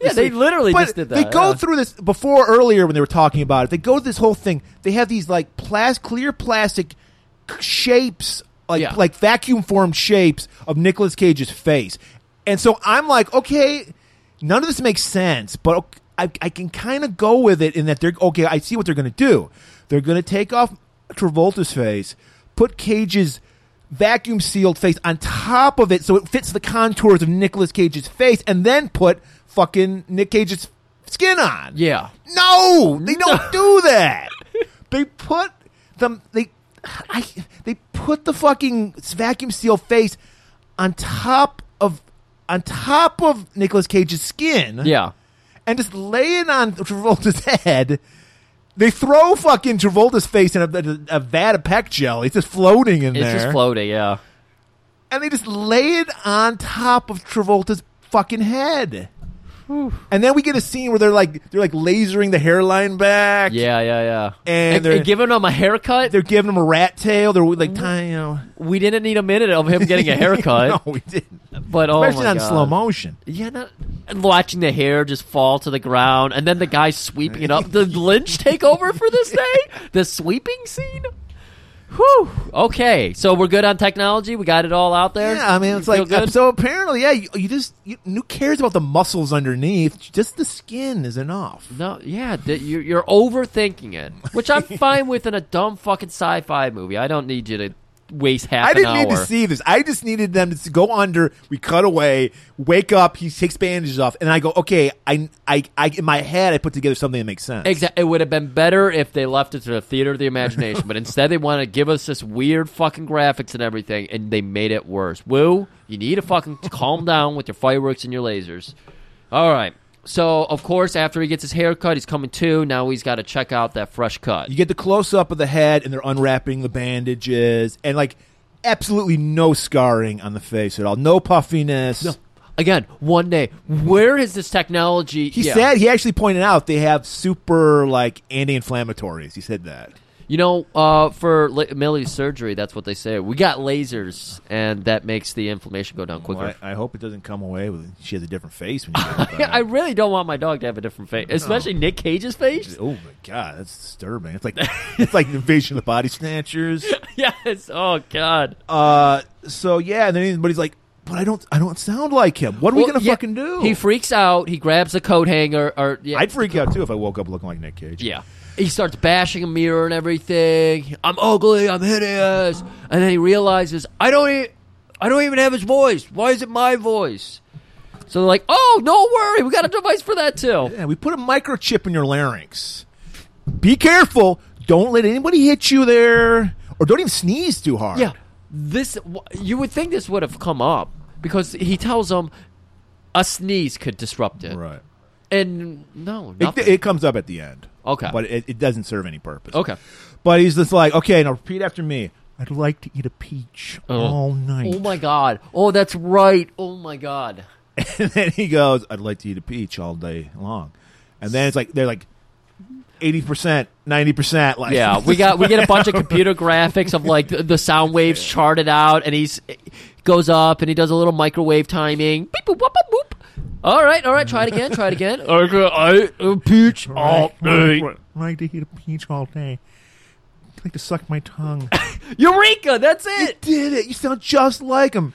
Speaker 2: Yeah, they literally
Speaker 1: But
Speaker 2: just did
Speaker 1: They
Speaker 2: that,
Speaker 1: go
Speaker 2: yeah.
Speaker 1: through this before earlier when they were talking about it. They go through this whole thing. They have these like plas- clear plastic k- shapes, like
Speaker 2: Yeah.
Speaker 1: like vacuum formed shapes of Nicolas Cage's face, and so I'm like, okay, none of this makes sense, but ok- I, I can kind of go with it in that they're okay. I see what they're going to do. They're going to take off Travolta's face, put Cage's vacuum sealed face on top of it so it fits the contours of Nicolas Cage's face and then put fucking Nick Cage's skin on.
Speaker 2: yeah.
Speaker 1: No, they don't do that. They put the they I, they put the fucking vacuum seal face on top of on top of Nicolas Cage's skin.
Speaker 2: Yeah.
Speaker 1: And just lay it on Travolta's head. They throw fucking Travolta's face in a, a, a vat of peck gel. He's just floating in
Speaker 2: It's
Speaker 1: there
Speaker 2: just floating, yeah.
Speaker 1: and they just lay it on top of Travolta's fucking head. And then we get a scene where they're like they're like lasering the hairline back.
Speaker 2: Yeah, yeah, yeah.
Speaker 1: And
Speaker 2: and,
Speaker 1: they're-
Speaker 2: and giving him a haircut.
Speaker 1: they're giving him a rat tail. They're like tying. You know,
Speaker 2: we didn't need a minute of him Mm-hmm. getting a haircut,
Speaker 1: no, we didn't.
Speaker 2: but oh
Speaker 1: Especially
Speaker 2: my
Speaker 1: on
Speaker 2: God.
Speaker 1: slow motion.
Speaker 2: Yeah, not, and watching the hair just fall to the ground, and then the guy sweeping it up. Did Lynch take over for this day? The sweeping scene. Whew. Okay, so we're good on technology. We got it all out there.
Speaker 1: Yeah, I mean it's
Speaker 2: You feel
Speaker 1: like
Speaker 2: good?
Speaker 1: so. Apparently, yeah, you, you just you, who cares about the muscles underneath? Just the skin is enough.
Speaker 2: No, yeah, that you're, you're overthinking it, which I'm fine with in a dumb fucking sci-fi movie. I don't need you to waste half.
Speaker 1: I didn't
Speaker 2: an
Speaker 1: need to
Speaker 2: hour.
Speaker 1: see this. I just needed them to go under. We cut away. Wake up. He takes bandages off, and I go, okay. I, I, I in my head, I put together something that makes sense.
Speaker 2: Exactly. It would have been better if they left it to the theater of the imagination, but instead they want to give us this weird fucking graphics and everything, and they made it worse. Woo! You need to fucking calm down with your fireworks and your lasers. All right. So of course, after he gets his hair cut, he's coming to. Now he's got to check out that fresh cut.
Speaker 1: You get the close up of the head, and they're unwrapping the bandages, and like absolutely no scarring on the face at all, no puffiness.
Speaker 2: Again, one day, where is this technology?
Speaker 1: He
Speaker 2: Yeah.
Speaker 1: said he actually pointed out they have super like anti-inflammatories. He said that.
Speaker 2: You know, uh, for la- Millie's surgery, that's what they say. We got lasers, and that makes the inflammation go down quicker.
Speaker 1: Well, I, I hope it doesn't come away with she has a different face. When you think about
Speaker 2: Yeah, I
Speaker 1: it.
Speaker 2: really don't want my dog to have a different face, especially Nick Cage's face.
Speaker 1: Oh my god, that's disturbing. It's like it's like invasion of the body snatchers.
Speaker 2: yes. Oh God.
Speaker 1: Uh, so yeah, and then anybody's like, but I don't, I don't sound like him. What are we gonna fucking do?
Speaker 2: He freaks out. He grabs the coat hanger. Or yeah,
Speaker 1: I'd freak out too if I woke up looking like Nick Cage.
Speaker 2: yeah. He starts bashing a mirror and everything. I'm ugly. I'm hideous. And then he realizes I don't. E- I don't even have his voice. Why is it my voice? So they're like, "Oh, no worry, we got a device for that too."
Speaker 1: Yeah, we put a microchip in your larynx. Be careful. Don't let anybody hit you there, or don't even sneeze too hard.
Speaker 2: Yeah, this you would think this would have come up because he tells them a sneeze could disrupt it,
Speaker 1: right.
Speaker 2: and no,
Speaker 1: It,
Speaker 2: nothing.
Speaker 1: it comes up at the end.
Speaker 2: Okay.
Speaker 1: but it, it doesn't serve any purpose.
Speaker 2: okay.
Speaker 1: but he's just like, okay, now repeat after me. I'd like to eat a peach all night.
Speaker 2: Oh my god. Oh, that's right. Oh my god.
Speaker 1: and then he goes, I'd like to eat a peach all day long. And then it's like they're like eighty percent, ninety percent. Like
Speaker 2: Yeah, we got we get a bunch of computer graphics of like the, the sound waves charted out, and he's goes up and he does a little microwave timing. Beep, boop, boop, boop, boop. All right, all right. Try it again. Try it again. Okay, I uh, peach all day.
Speaker 1: like to eat a peach all day. I'd like to suck my tongue.
Speaker 2: Eureka! That's it.
Speaker 1: did it. You sound just like him.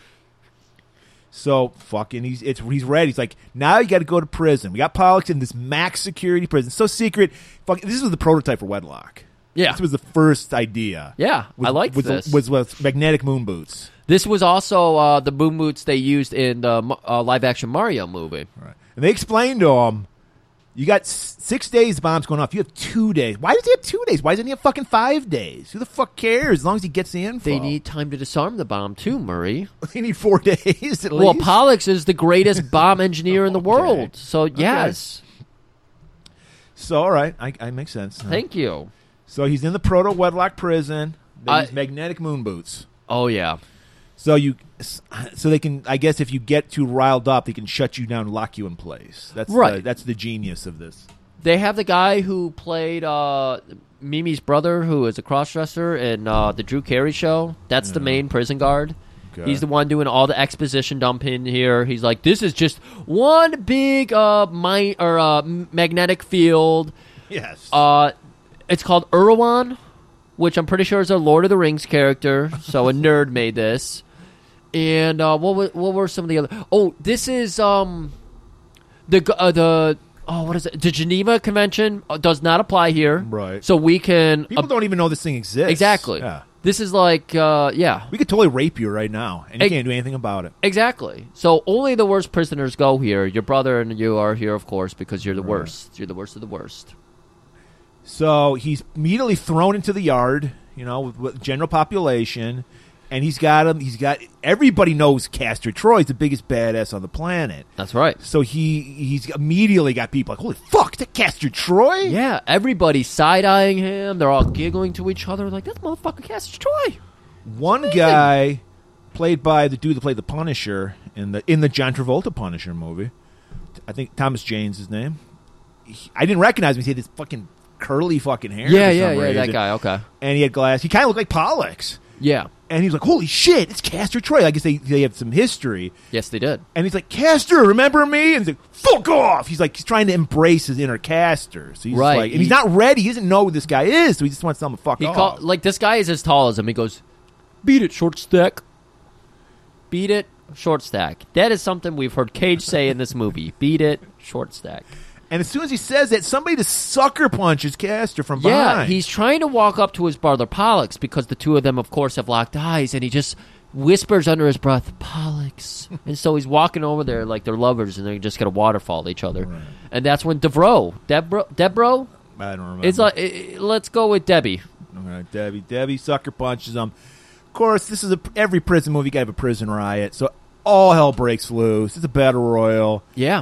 Speaker 1: So fucking, he's it's he's red. He's like, now you got to go to prison. We got Pollux in this max security prison, so secret. Fuck, this was the prototype for wedlock.
Speaker 2: Yeah.
Speaker 1: This was the first idea.
Speaker 2: Yeah,
Speaker 1: was,
Speaker 2: I liked
Speaker 1: was,
Speaker 2: this.
Speaker 1: Was, was magnetic moon boots.
Speaker 2: This was also uh, the boom boots they used in the Ma- uh, live action Mario movie.
Speaker 1: Right. And they explained to him, you got s- six days the bombs going off. You have two days. Why does he have two days? Why doesn't he have fucking five days? Who the fuck cares? As long as he gets the info.
Speaker 2: They need time to disarm the bomb too, Murray.
Speaker 1: they need four days at
Speaker 2: Well,
Speaker 1: least.
Speaker 2: Pollux is the greatest bomb engineer in the world. So yes,
Speaker 1: so all right, I, I make sense. now.
Speaker 2: thank you.
Speaker 1: So he's in the proto wedlock prison. They
Speaker 2: I-
Speaker 1: use magnetic moon boots.
Speaker 2: Oh yeah,
Speaker 1: So you, so they can. I guess if you get too riled up, they can shut you down, and lock you in place. That's The,
Speaker 2: Right.
Speaker 1: that's the genius of this.
Speaker 2: they have the guy who played uh, Mimi's brother, who is a crossdresser in uh, the Drew Carey show. That's the main prison guard.
Speaker 1: Okay.
Speaker 2: He's the one doing all the exposition dump in here. He's like, this is just one big uh, mi- or uh, m- magnetic field.
Speaker 1: Yes.
Speaker 2: Uh, it's called Erwan, which I'm pretty sure is a Lord of the Rings character. So a nerd made this. And uh, what were, what were some of the other? Oh, this is um, the g- uh, the oh what is it? The Geneva Convention uh, does not apply here,
Speaker 1: Right.
Speaker 2: So we can
Speaker 1: People
Speaker 2: uh,
Speaker 1: don't even know this thing exists.
Speaker 2: exactly.
Speaker 1: Yeah.
Speaker 2: This is like uh, yeah,
Speaker 1: We could totally rape you right now, and you
Speaker 2: Ex-
Speaker 1: can't do anything about it.
Speaker 2: Exactly. So only the worst prisoners go here. Your brother and you are here, of course, because you're the worst. You're the worst of the worst.
Speaker 1: So he's immediately thrown into the yard, you know, with, with general population, and he's got him. He's got everybody knows Castor Troy's the biggest badass on the planet.
Speaker 2: That's right.
Speaker 1: So he he's immediately got people like, holy fuck, that Castor Troy.
Speaker 2: Yeah, everybody's side eyeing him. They're all giggling to each other, like, "That's motherfucker Castor Troy."
Speaker 1: One guy played by the dude that played the Punisher in the in the John Travolta Punisher movie. I think Thomas Jane's his name. He- I didn't recognize him. He had this fucking curly fucking hair.
Speaker 2: Yeah,
Speaker 1: for
Speaker 2: yeah,
Speaker 1: some
Speaker 2: yeah. That
Speaker 1: reason.
Speaker 2: guy. Okay.
Speaker 1: And he had glass. He kind of looked like Pollux.
Speaker 2: Yeah.
Speaker 1: And he's like, "Holy shit, it's Castor Troy." I guess they they have some history.
Speaker 2: Yes, they did.
Speaker 1: And he's like, "Castor, remember me?" And he's like, "Fuck off!" He's like, he's trying to embrace his inner Castor. So he's just
Speaker 2: Right.
Speaker 1: like, and he's
Speaker 2: He-
Speaker 1: not ready. He doesn't know who this guy is, so he just wants to tell him to fuck
Speaker 2: He
Speaker 1: off.
Speaker 2: called like this guy is as tall as him. He goes, "Beat it, short stack. Beat it, short stack." That is something we've heard Cage say in this movie. Beat it, short stack.
Speaker 1: And as soon as he says that, somebody just sucker punches Castor from
Speaker 2: Yeah,
Speaker 1: behind.
Speaker 2: he's trying to walk up to his brother Pollux because the two of them, of course, have locked eyes, and he just whispers under his breath, "Pollux." and so he's walking over there like they're lovers, and they're just gonna waterfall each other. And that's when Devro, Debro, Debro,
Speaker 1: I don't remember.
Speaker 2: it's like, eh, eh, let's go with Debbie.
Speaker 1: All right, Debbie, Debbie sucker punches him. Of course, this is a every prison movie. You got to have a prison riot, so all hell breaks loose. It's a battle royal.
Speaker 2: Yeah,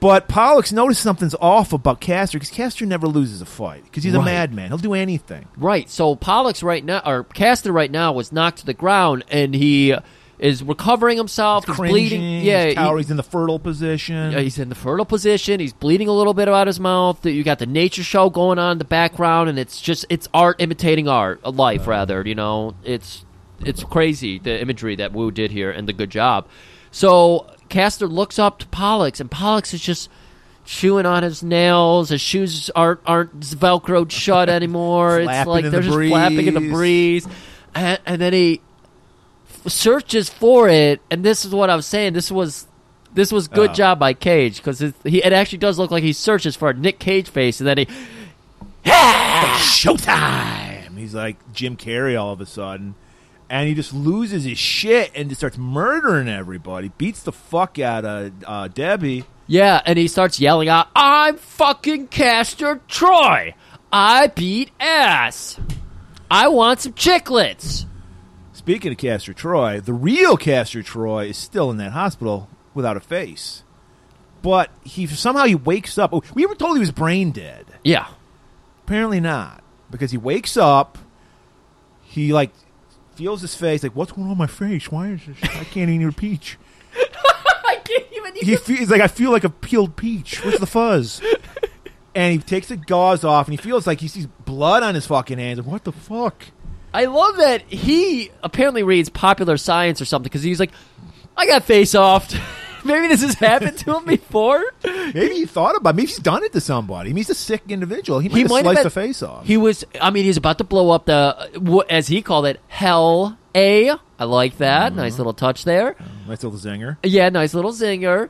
Speaker 1: But Pollux noticed something's off about Castor because Castor never loses a fight because he's a
Speaker 2: Right.
Speaker 1: madman. He'll do anything.
Speaker 2: Right. So Pollux right now, or Castor right now, was knocked to the ground, and he is recovering himself. He's,
Speaker 1: Cringing,
Speaker 2: bleeding. Yeah.
Speaker 1: he's,
Speaker 2: he-
Speaker 1: cowering, he's in the fertile position.
Speaker 2: yeah, he's in the fertile position. He's bleeding a little bit out his mouth. You got the nature show going on in the background, and it's just it's art imitating art, uh, life rather. You know, it's it's crazy the imagery that Wu did here, and the good job. So Castor looks up to Pollux, and Pollux is just chewing on his nails. His shoes aren't aren't velcroed shut anymore. it's
Speaker 1: Flapping
Speaker 2: like
Speaker 1: in
Speaker 2: they're
Speaker 1: the
Speaker 2: just flapping in the
Speaker 1: breeze.
Speaker 2: breeze, and, and then he f- searches for it. And this is what I was saying. This was this was
Speaker 1: Oh.
Speaker 2: good job by Cage because it, he it actually does look like he searches for a Nick Cage face, and then he
Speaker 1: Ah, Showtime! He's like Jim Carrey all of a sudden. And he just loses his shit and just starts murdering everybody. Beats the fuck out of uh, Debbie.
Speaker 2: yeah, and he starts yelling out, "I'm fucking Castor Troy. I beat ass. I want some chiclets."
Speaker 1: Speaking of Castor Troy, the real Castor Troy is still in that hospital without a face. But he somehow he wakes up. Oh, We were told he was brain dead.
Speaker 2: Yeah,
Speaker 1: Apparently not, because he wakes up. He like feels his face, like what's going on my face? Why is this? I can't even eat a peach.
Speaker 2: I can't even.
Speaker 1: he fe he's like, I feel like a peeled peach. What's the fuzz? and he takes the gauze off, and he feels like he sees blood on his fucking hands. Like, what the fuck?
Speaker 2: I love that he apparently reads popular science or something because he's like, I got face offed. Maybe this has happened to him before.
Speaker 1: Maybe he thought about. Maybe he's done it to somebody. Maybe he's a sick individual. He might have sliced the face off.
Speaker 2: He was. I mean, he's about to blow up the wh- as he called it hell a. I like that.
Speaker 1: Mm-hmm.
Speaker 2: Nice little touch there.
Speaker 1: nice little zinger.
Speaker 2: Yeah, nice little zinger.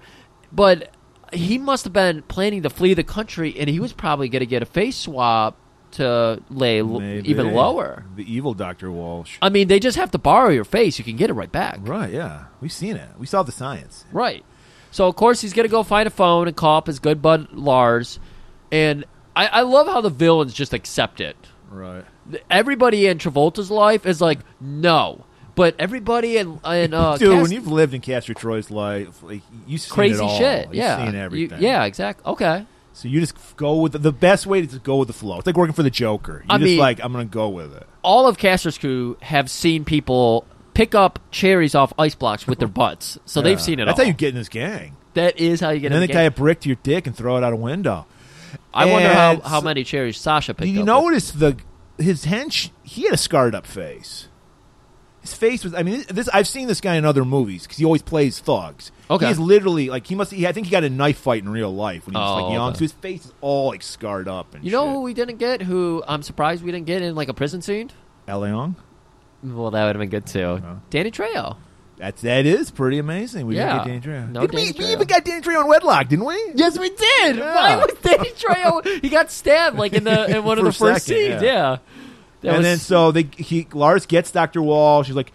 Speaker 2: But he must have been planning to flee the country, and he was probably going to get a face swap to lay l-
Speaker 1: Maybe.
Speaker 2: even lower.
Speaker 1: The evil Doctor Walsh.
Speaker 2: I mean, they just have to borrow your face. You can get it right back.
Speaker 1: right? Yeah, we've seen it. We saw the science.
Speaker 2: Right. So of course he's gonna go find a phone and call up his good bud Lars, and I, I love how the villains just accept it.
Speaker 1: Right.
Speaker 2: Everybody in Travolta's life is like no, but everybody in in uh,
Speaker 1: Dude,
Speaker 2: Cast-
Speaker 1: when you've lived in Castor Troy's life, like, you've seen it
Speaker 2: crazy
Speaker 1: all.
Speaker 2: shit,
Speaker 1: You've
Speaker 2: yeah,
Speaker 1: seen
Speaker 2: You-
Speaker 1: everything.
Speaker 2: yeah, exactly. Okay,
Speaker 1: So you just f- go with the, the best way to just go with the flow. It's like working for the Joker. You
Speaker 2: I
Speaker 1: just
Speaker 2: mean-
Speaker 1: like I'm gonna go with it.
Speaker 2: all of Castor's crew have seen people pick up cherries off ice blocks with their butts, so they've seen it.
Speaker 1: That's
Speaker 2: all.
Speaker 1: how you get in this gang.
Speaker 2: That is how you get.
Speaker 1: And then
Speaker 2: in
Speaker 1: they
Speaker 2: the
Speaker 1: tie a
Speaker 2: game.
Speaker 1: brick to your dick and throw it out a window.
Speaker 2: I wonder how,
Speaker 1: and
Speaker 2: how
Speaker 1: so-
Speaker 2: many cherries Sasha picked
Speaker 1: Did you
Speaker 2: up.
Speaker 1: notice the his hench? He had a scarred up face. His face was. I mean, this I've seen this guy in other movies because he always plays thugs.
Speaker 2: Okay.
Speaker 1: he's literally like he must. He, I think he got in a knife fight in real life when he was
Speaker 2: Oh,
Speaker 1: like young.
Speaker 2: okay.
Speaker 1: So his face is all like scarred up. And
Speaker 2: You know
Speaker 1: shit.
Speaker 2: who we didn't get? Who I'm surprised we didn't get in like a prison scene.
Speaker 1: Eleong?
Speaker 2: Well, that would have been good too. Danny Trejo.
Speaker 1: That's that is pretty amazing. We
Speaker 2: Yeah.
Speaker 1: didn't get Danny Trejo.
Speaker 2: No
Speaker 1: Did
Speaker 2: Danny
Speaker 1: we, we
Speaker 2: Trejo.
Speaker 1: even got Danny Trejo in wedlock, didn't we?
Speaker 2: Yes, we did.
Speaker 1: Yeah.
Speaker 2: Why was Danny Trejo? He got stabbed like in the in one of the
Speaker 1: For a
Speaker 2: first
Speaker 1: second,
Speaker 2: scenes.
Speaker 1: yeah.
Speaker 2: Yeah. That
Speaker 1: and
Speaker 2: was,
Speaker 1: then so they he Lars gets Doctor Wall. She's like,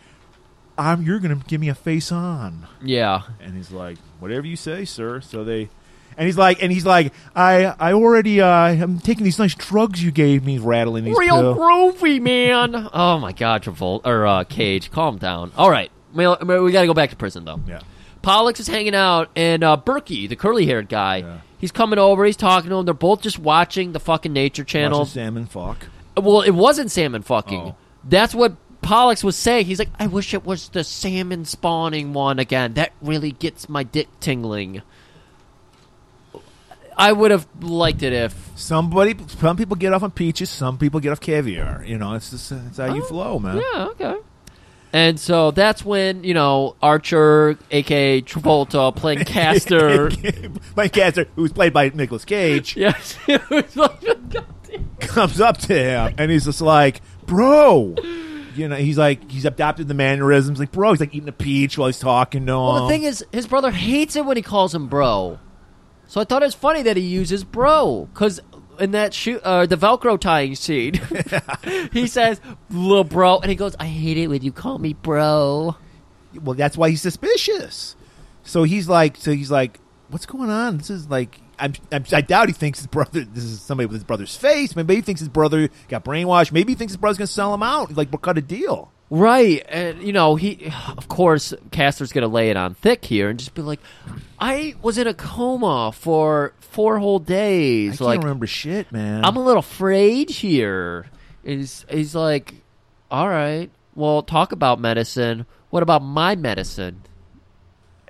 Speaker 1: "I'm you're gonna give me a face on,"
Speaker 2: yeah,
Speaker 1: and he's like, "Whatever you say, sir." So they And he's like, and he's like, I, I already, uh, I'm taking these nice drugs you gave me, rattling these.
Speaker 2: Real
Speaker 1: pills.
Speaker 2: groovy, man. Oh my God, Travolta or uh, Cage, calm down. All right, we, we got to go back to prison though.
Speaker 1: Yeah.
Speaker 2: Pollux is hanging out, and uh, Berkey, the curly-haired guy, he's coming over. He's talking to him. They're both just watching the fucking Nature Channel.
Speaker 1: Watching salmon fuck.
Speaker 2: Well, it wasn't salmon fucking.
Speaker 1: Oh.
Speaker 2: That's what Pollux was saying. He's like, I wish it was the salmon spawning one again. That really gets my dick tingling. I would have liked it if
Speaker 1: Somebody, some people get off on peaches. Some people get off caviar. You know, it's just it's how you flow, man.
Speaker 2: Oh, Yeah, okay. And so that's when, you know, Archer, aka Travolta, playing Caster.
Speaker 1: Mike Castor, who's played by Nicolas Cage,
Speaker 2: yes. it was like, God damn.
Speaker 1: comes up to him and he's just like, "Bro," you know, he's like, he's adopted the mannerisms. Like, bro, he's like eating a peach while he's talking to him.
Speaker 2: well, the thing is, his brother hates it when he calls him bro. So I thought it was funny that he uses bro. Because in that shoot, uh, the Velcro tying scene, he says, little bro. And he goes, I hate it when you call me bro.
Speaker 1: well, that's why he's suspicious. So he's like, so he's like, what's going on? This is like, I'm, I'm, I doubt he thinks his brother. This is somebody with his brother's face. Maybe he thinks his brother got brainwashed. Maybe he thinks his brother's going to sell him out. Like, we'll cut a deal.
Speaker 2: Right, and you know he, of course, Caster's gonna lay it on thick here and just be like, "I was in a coma for four whole
Speaker 1: I
Speaker 2: days.
Speaker 1: can't
Speaker 2: like,
Speaker 1: remember shit, man.
Speaker 2: I'm a little afraid here." Is he's like, "All right, well, talk about medicine. What about my medicine?"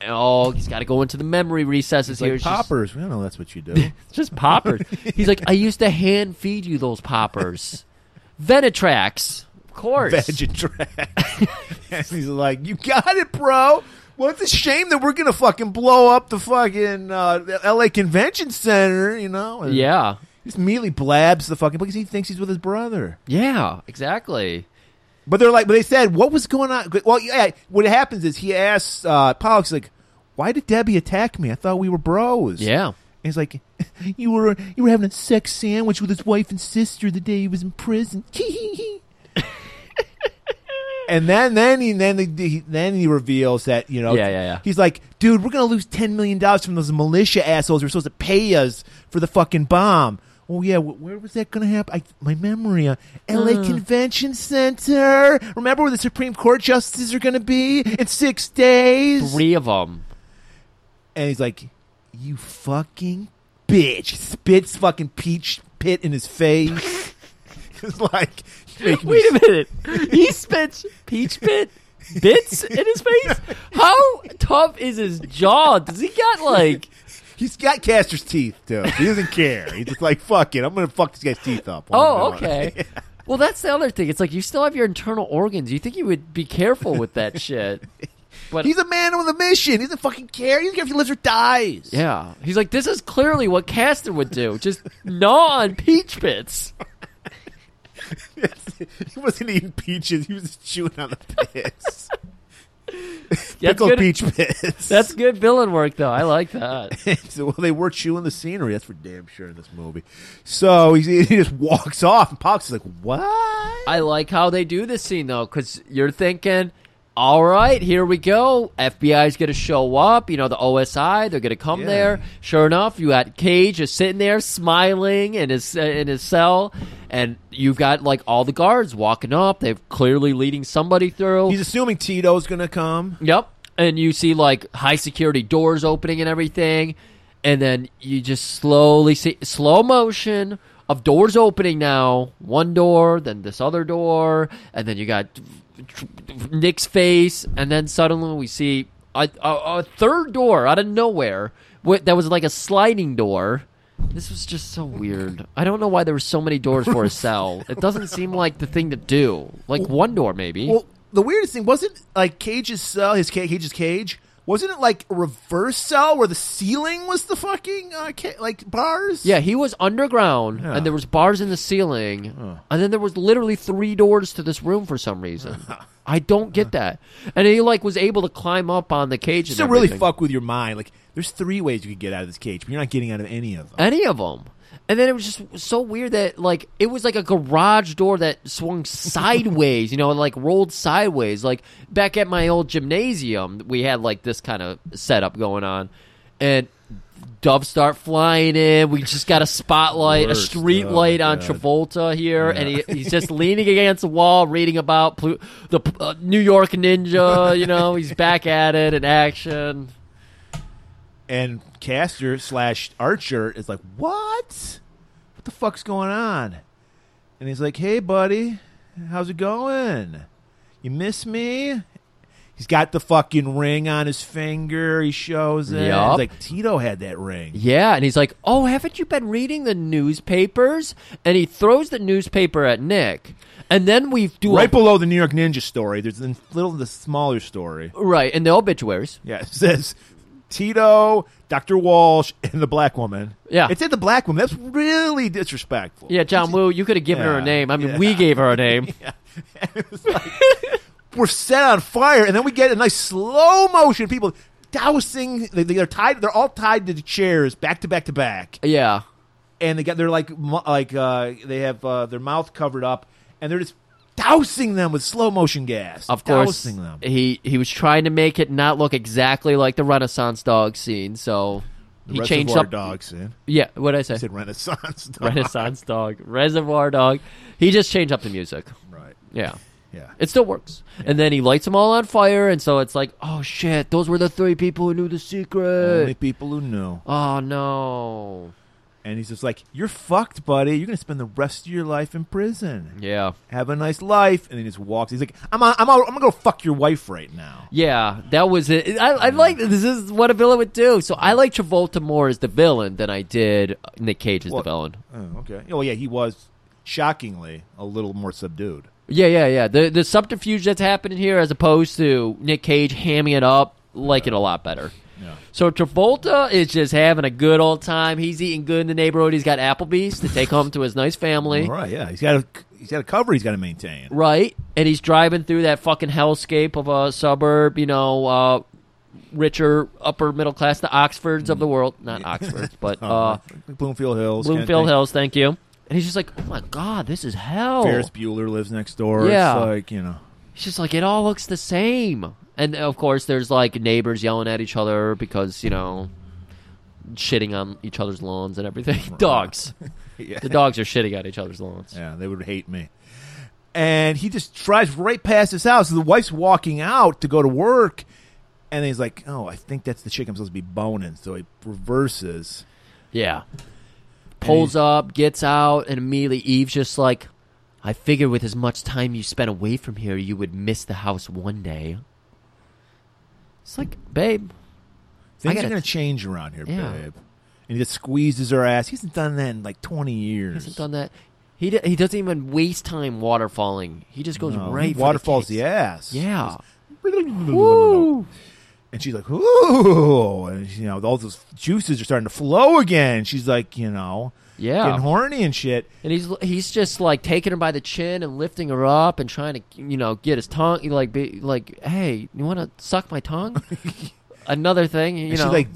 Speaker 2: Oh, he's got to go into the memory recesses
Speaker 1: It's
Speaker 2: here.
Speaker 1: like
Speaker 2: It's just-
Speaker 1: poppers. We don't know that's what you do.
Speaker 2: it's just poppers. He's like, "I used to hand feed you those poppers, Venetrax, of course."
Speaker 1: Vegetrax. and he's like, you got it, bro. Well, it's a shame that we're gonna fucking blow up the fucking uh, the L.A. Convention Center, you know? And
Speaker 2: yeah,
Speaker 1: He just immediately blabs the fucking because he thinks he's with his brother.
Speaker 2: yeah, exactly.
Speaker 1: But they're like, but they said, what was going on? Well, yeah, what happens is he asks uh, Pollock's like, why did Debbie attack me? I thought we were bros.
Speaker 2: Yeah.
Speaker 1: And he's like, you were you were having a sex sandwich with his wife and sister the day he was in prison. and then then he then he, then he reveals that you know
Speaker 2: Yeah, yeah, yeah.
Speaker 1: he's like, dude, we're gonna lose ten million dollars from those militia assholes who are supposed to pay us for the fucking bomb. Oh yeah, wh- where was that gonna happen? I, my memory, uh, L.A. Convention Center. Remember where the Supreme Court justices are gonna be in six days?
Speaker 2: three of them.
Speaker 1: and he's like, "You fucking bitch!" Spits fucking peach pit in his face. it's like, making me
Speaker 2: Wait a minute. He spits peach pit bits in his face. How tough is his jaw? Does he got like?
Speaker 1: He's got Caster's teeth too. He doesn't care. He's just like, "Fuck it, I'm gonna fuck this guy's teeth up." while I'm
Speaker 2: Oh,
Speaker 1: doing it."
Speaker 2: okay. Well, that's the other thing. It's like you still have your internal organs. You think you would be careful with that shit? But
Speaker 1: He's a man with a mission. He doesn't fucking care. He doesn't care if he lives or dies.
Speaker 2: yeah, he's like, this is clearly what Castor would do. Just gnaw on peach pits.
Speaker 1: he wasn't eating peaches. He was just chewing on the piss.
Speaker 2: That's
Speaker 1: Pickled
Speaker 2: good.
Speaker 1: peach piss.
Speaker 2: That's good villain work, though. I like that.
Speaker 1: so, well, they were chewing the scenery. That's for damn sure in this movie. So he's, he just walks off, and Pox is like, "What?"
Speaker 2: I like how they do this scene though, because you're thinking, all right, here we go. FBI's gonna show up. You know the OSI, they're gonna come
Speaker 1: Yeah.
Speaker 2: there. Sure enough, you got Cage just sitting there smiling in his uh, in his cell, and you've got like all the guards walking up. They're clearly leading somebody through.
Speaker 1: He's assuming Tito's going to come.
Speaker 2: Yep. And you see like high security doors opening and everything. And then you just slowly see slow motion of doors opening now. One door, then this other door. And then you got Nick's face. And then suddenly we see a, a, a third door out of nowhere wi- that was like a sliding door. This was just so weird. I don't know why there were so many doors for a cell. It doesn't seem like the thing to do. Like one door, maybe.
Speaker 1: Well, the weirdest thing wasn't like Cage's cell, his ca- Cage's cage. Wasn't it like a reverse cell where the ceiling was the fucking uh, ca- like bars?
Speaker 2: Yeah, he was underground,
Speaker 1: Yeah.
Speaker 2: and there was bars in the ceiling, and then there was literally three doors to this room for some reason. I don't get that. And he like was able to climb up on the cage.
Speaker 1: just
Speaker 2: and
Speaker 1: to really
Speaker 2: everything.
Speaker 1: fuck with your mind. Like, there's three ways you could get out of this cage, but you're not getting out of any of them.
Speaker 2: any of them. And then it was just so weird that like it was like a garage door that swung sideways, you know, and like rolled sideways. Like back at my old gymnasium, we had like this kind of setup going on, and doves start flying in. We just got a spotlight, a
Speaker 1: Worst.
Speaker 2: street
Speaker 1: Oh,
Speaker 2: light
Speaker 1: my
Speaker 2: on
Speaker 1: God.
Speaker 2: Travolta here, and he, he's just leaning against the wall, reading about Plu- the uh, New York Ninja. You know, he's back at it in action.
Speaker 1: And Caster slash Archer is like, "What? What the fuck's going on?" And he's like, "Hey, buddy, how's it going? You miss me?" He's got the fucking ring on his finger. He shows it.
Speaker 2: Yup.
Speaker 1: He's like, "Tito had that ring."
Speaker 2: Yeah, and he's like, "Oh, haven't you been reading the newspapers?" And he throws the newspaper at Nick, and then we do
Speaker 1: Right
Speaker 2: a,
Speaker 1: below the New York Ninja story, there's a little the smaller story.
Speaker 2: right and the obituaries.
Speaker 1: Yeah, it says Tito, Dr. Walsh, and the black woman.
Speaker 2: Yeah.
Speaker 1: It said the black woman. That's really disrespectful.
Speaker 2: Yeah, John Woo, you could have given her a
Speaker 1: Yeah,
Speaker 2: name. I mean,
Speaker 1: yeah.
Speaker 2: we gave her a name.
Speaker 1: We're set on fire, and then we get a nice slow motion. People dousing. They, they're tied. They're all tied to the chairs, back to back to back,
Speaker 2: yeah.
Speaker 1: and they got. They're like mu- like uh, they have uh, their mouth covered up, and they're just dousing them with slow motion gas.
Speaker 2: of course
Speaker 1: dousing them.
Speaker 2: he he was trying to make it not look exactly like the renaissance dog scene so he changed
Speaker 1: Reservoir
Speaker 2: up
Speaker 1: dogs. In.
Speaker 2: yeah what did i say
Speaker 1: Said Renaissance. Dog.
Speaker 2: renaissance dog reservoir dog he just changed up the music
Speaker 1: Right.
Speaker 2: yeah
Speaker 1: Yeah.
Speaker 2: it still works and then he lights them all on fire and so it's like oh shit those were the three people who knew the
Speaker 1: Only
Speaker 2: secret
Speaker 1: people who know.
Speaker 2: oh no
Speaker 1: And he's just like, "You're fucked, buddy. You're gonna spend the rest of your life in prison.
Speaker 2: yeah
Speaker 1: Have a nice life." And then he just walks. He's like, "I'm out, I'm out, I'm gonna go fuck your wife right now."
Speaker 2: yeah, that was it. I,
Speaker 1: Mm.
Speaker 2: I like this is what a villain would do. So I like Travolta more as the villain than I did uh, Nick Cage as
Speaker 1: Well,
Speaker 2: the villain.
Speaker 1: Oh, okay. Oh, yeah. He was shockingly a little more subdued.
Speaker 2: Yeah, yeah, yeah. The the subterfuge that's happening here, as opposed to Nick Cage hamming it up, like it a lot better.
Speaker 1: Yeah.
Speaker 2: So Travolta is just having a good old time. He's eating good in the neighborhood. He's got Applebee's to take home to his nice family.
Speaker 1: All right. Yeah. He's got a he's got a cover. He's got to maintain.
Speaker 2: Right. And he's driving through that fucking hellscape of a suburb, you know, uh, richer upper middle class, the Oxfords of the world. Not Oxfords, but uh,
Speaker 1: Oh, Bloomfield Hills. kinda
Speaker 2: Bloomfield
Speaker 1: thing.
Speaker 2: Hills, thank you. And he's just like, oh my God, this is hell.
Speaker 1: Ferris Bueller lives next door.
Speaker 2: Yeah.
Speaker 1: It's like you know.
Speaker 2: It's just like it all looks the same. And of course, there's like neighbors yelling at each other because you know, shitting on each other's lawns and everything. Dogs.
Speaker 1: Yeah.
Speaker 2: The dogs are shitting on each other's lawns.
Speaker 1: Yeah, they would hate me. And he just drives right past his house. The wife's walking out to go to work, and he's like, "Oh, I think that's the chick I'm supposed to be boning." So he reverses.
Speaker 2: Yeah. Pulls up, gets out, and immediately Eve's just like, "I figured with as much time you spent away from here, you would miss the house one day." It's like, babe,
Speaker 1: Things
Speaker 2: gotta-
Speaker 1: are going to change around here,
Speaker 2: Yeah.
Speaker 1: babe. And he just squeezes her ass. He hasn't done that in like 20 years.
Speaker 2: hasn't done that. He d- he doesn't even waste time waterfalling. He just goes
Speaker 1: No,
Speaker 2: right
Speaker 1: he
Speaker 2: for
Speaker 1: waterfalls
Speaker 2: the,
Speaker 1: the,
Speaker 2: case.
Speaker 1: ass.
Speaker 2: Yeah.
Speaker 1: Woo! And she's like, "Ooh!" And you know, all those juices are starting to flow again. She's like, you know,
Speaker 2: Yeah.
Speaker 1: getting horny and shit.
Speaker 2: And he's he's just like taking her by the chin and lifting her up and trying to you know get his tongue like be like hey you want to suck my tongue? Another thing you
Speaker 1: And
Speaker 2: know
Speaker 1: she's like,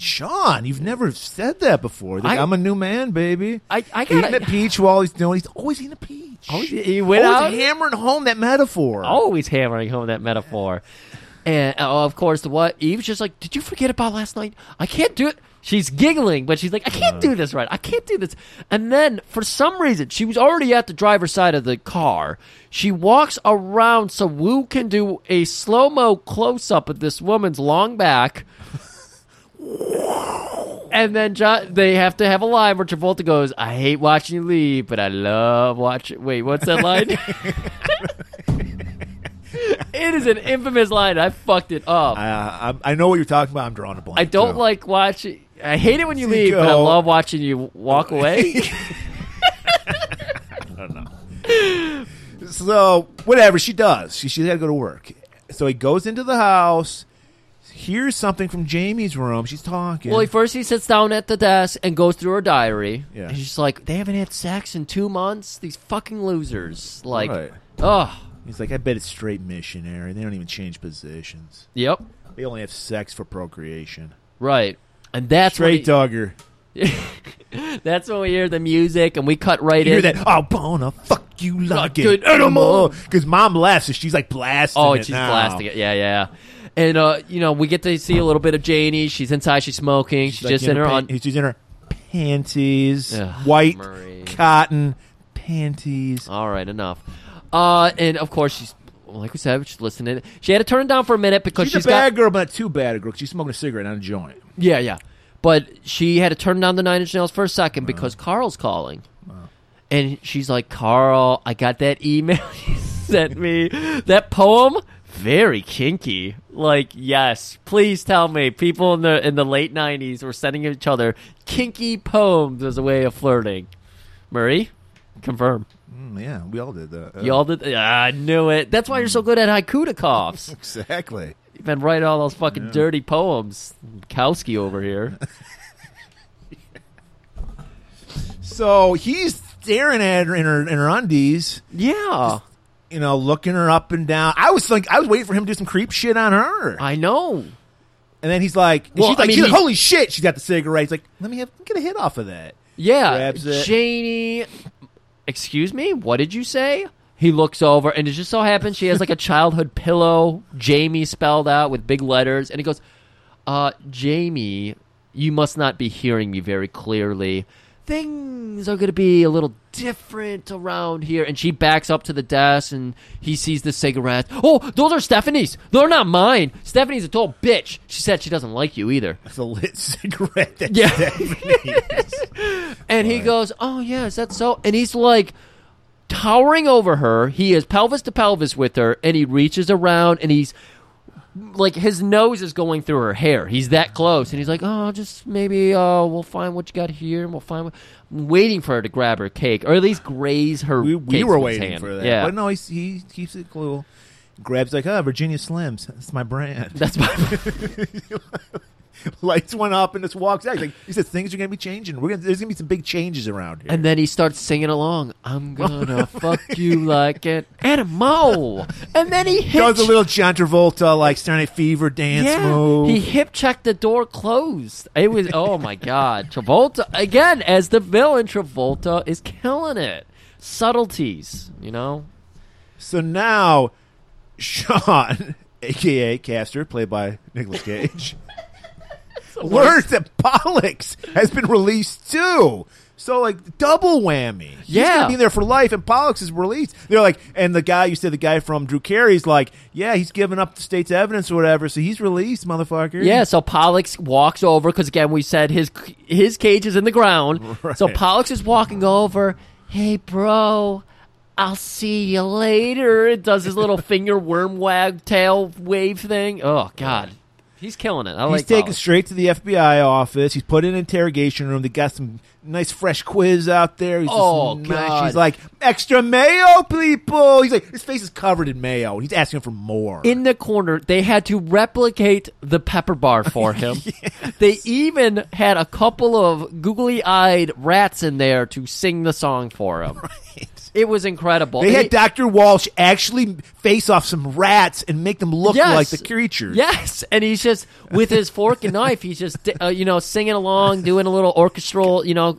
Speaker 1: Sean, you've never said that before. Like,
Speaker 2: I-
Speaker 1: I'm a new man, baby.
Speaker 2: I I
Speaker 1: eating a
Speaker 2: got
Speaker 1: peach while he's doing. He's always eating a peach.
Speaker 2: Always- Oh, he went
Speaker 1: Always
Speaker 2: out-
Speaker 1: hammering home that metaphor.
Speaker 2: always hammering home that metaphor. And oh, of course the what Eve's just like did you forget about last night? I can't do it. She's giggling, but she's like, I can't do this right. I can't do this. And then, for some reason, she was already at the driver's side of the car. She walks around so Wu can do a slow mo close up of this woman's long back. And then John, they have to have a line where Travolta goes, "I hate watching you leave, but I love watching." Wait, what's that line? it is an infamous line. I fucked it up. I,
Speaker 1: Uh, I, I know what you're talking about. I'm drawing a blank.
Speaker 2: don't
Speaker 1: too.
Speaker 2: like watching. I hate it when you
Speaker 1: See,
Speaker 2: leave, but I
Speaker 1: go.
Speaker 2: love watching you walk away.
Speaker 1: So whatever she does, she she's got to go to work. So he goes into the house, hears something from Jamie's room. She's talking.
Speaker 2: well, he, first he sits down at the desk and goes through her diary.
Speaker 1: Yeah.
Speaker 2: And she's like, "They haven't had sex in two months. These fucking losers." Like,
Speaker 1: Right.
Speaker 2: oh,
Speaker 1: He's like, I bet it's straight missionary. They don't even change positions.
Speaker 2: yep,
Speaker 1: They only have sex for procreation.
Speaker 2: right. And that's when
Speaker 1: Straight
Speaker 2: he-
Speaker 1: dogger.
Speaker 2: That's when we hear the music and we cut right
Speaker 1: You
Speaker 2: in.
Speaker 1: hear that? I'll bona fuck you like
Speaker 2: good
Speaker 1: an animal. Because mom laughs and she's like blasting
Speaker 2: oh,
Speaker 1: it
Speaker 2: she's
Speaker 1: now.
Speaker 2: blasting it. Yeah, yeah. And uh, you know, we get to see a little bit of Janie. She's inside. She's smoking. She's,
Speaker 1: Like,
Speaker 2: just in her
Speaker 1: pa-
Speaker 2: on.
Speaker 1: She's in her panties,
Speaker 2: Ugh,
Speaker 1: white
Speaker 2: Marie.
Speaker 1: cotton panties.
Speaker 2: All right, enough. Uh, and of course, she's like we said, she's listening. She had to turn it down for a minute because
Speaker 1: she's,
Speaker 2: she's
Speaker 1: a bad
Speaker 2: got
Speaker 1: girl, but not too bad a girl. 'cause She's smoking a cigarette and a joint.
Speaker 2: yeah, yeah. But she had to turn down the Nine Inch Nails for a second because Carl's calling, and she's like, "Carl, I got that email you sent me. That poem." Very kinky. Like, yes, please tell me. People in the in the late '90s were sending each other kinky poems as a way of flirting. Marie, confirm.
Speaker 1: Mm, yeah, we all did that. Uh,
Speaker 2: Y'all did. Ah, I knew it. That's why you're so good at haiku to coughs.
Speaker 1: exactly.
Speaker 2: You've been writing all those fucking dirty poems. Kowski over here.
Speaker 1: So he's staring at her in her in her undies,
Speaker 2: Yeah,
Speaker 1: you know, looking her up and down. I was like, I was waiting for him to do some creep shit on her,
Speaker 2: I know.
Speaker 1: and then he's like,
Speaker 2: Well,
Speaker 1: she's
Speaker 2: I
Speaker 1: like,
Speaker 2: mean,
Speaker 1: she's like,
Speaker 2: he-
Speaker 1: holy shit, she's got the cigarette. He's like, let me have get a hit off of that.
Speaker 2: Yeah,
Speaker 1: Grabs it.
Speaker 2: Janie. Excuse me. What did you say? He looks over, and it just so happens she has like a childhood pillow, Jamie spelled out with big letters, and he goes, "Uh, Jamie, you must not be hearing me very clearly. Things are going to be a little different around here." And she backs up to the desk, and he sees the cigarettes. Oh, those are Stephanie's. They're not mine. Stephanie's a total bitch. She said she doesn't like you either.
Speaker 1: It's a lit cigarette. That
Speaker 2: Yeah.
Speaker 1: Stephanie-
Speaker 2: And he goes, "Oh yeah, is that so?" And he's like towering over her. He is pelvis to pelvis with her, and he reaches around and he's like his nose is going through her hair. He's that close, and he's like, "Oh, just maybe uh, we'll find what you got here, and we'll find." What... I'm waiting for her to grab her cake, or at least graze her.
Speaker 1: we, we
Speaker 2: cake
Speaker 1: were
Speaker 2: with his
Speaker 1: waiting
Speaker 2: hand.
Speaker 1: for that.
Speaker 2: Yeah,
Speaker 1: But no, he's, he keeps it cool. Grabs like, oh, Virginia Slims. That's my brand.
Speaker 2: that's my.
Speaker 1: Lights went up and just walks out. He's like, he said, things are going to be changing. We're gonna, there's going to be some big changes around here.
Speaker 2: And then he starts singing along. I'm gonna fuck you like an animal. And then he hits
Speaker 1: does a little John Travolta, like, starting at fever dance move.
Speaker 2: He hip checked the door closed. It was oh my god. Travolta again as the villain, Travolta is killing it. Subtleties, you know?
Speaker 1: so now, Sean, a.k.a. Caster, played by Nicolas Cage, learns that Pollux has been released too. So, like, double whammy. He's
Speaker 2: Yeah.
Speaker 1: gonna be there for life, and Pollux is released. They're like, and the guy, you said the guy from Drew Carey's like, yeah, he's giving up the state's evidence or whatever, so he's released, motherfucker.
Speaker 2: Yeah, so Pollux walks over because again we said his his cage is in the ground.
Speaker 1: Right.
Speaker 2: So Pollux is walking over. Hey, bro, I'll see you later. It does his little finger worm wag tail wave thing. Oh god, he's killing it. I
Speaker 1: He's
Speaker 2: like
Speaker 1: taken
Speaker 2: Pollux.
Speaker 1: straight to the FBI office. He's put in an interrogation room. They got some nice fresh quiz out there. He's just
Speaker 2: Oh,
Speaker 1: nice.
Speaker 2: God.
Speaker 1: She's like, extra mayo, people. He's like, his face is covered in mayo. and He's asking for more.
Speaker 2: in the corner they had to replicate the pepper bar for him they even had a couple of googly-eyed rats in there to sing the song for him it was incredible
Speaker 1: they
Speaker 2: And
Speaker 1: had
Speaker 2: he-
Speaker 1: Dr. Walsh actually face off some rats and make them look
Speaker 2: Yes.
Speaker 1: like the creatures.
Speaker 2: Yes, and he's just with his fork and knife. He's just uh, you know singing along, doing a little orchestral you know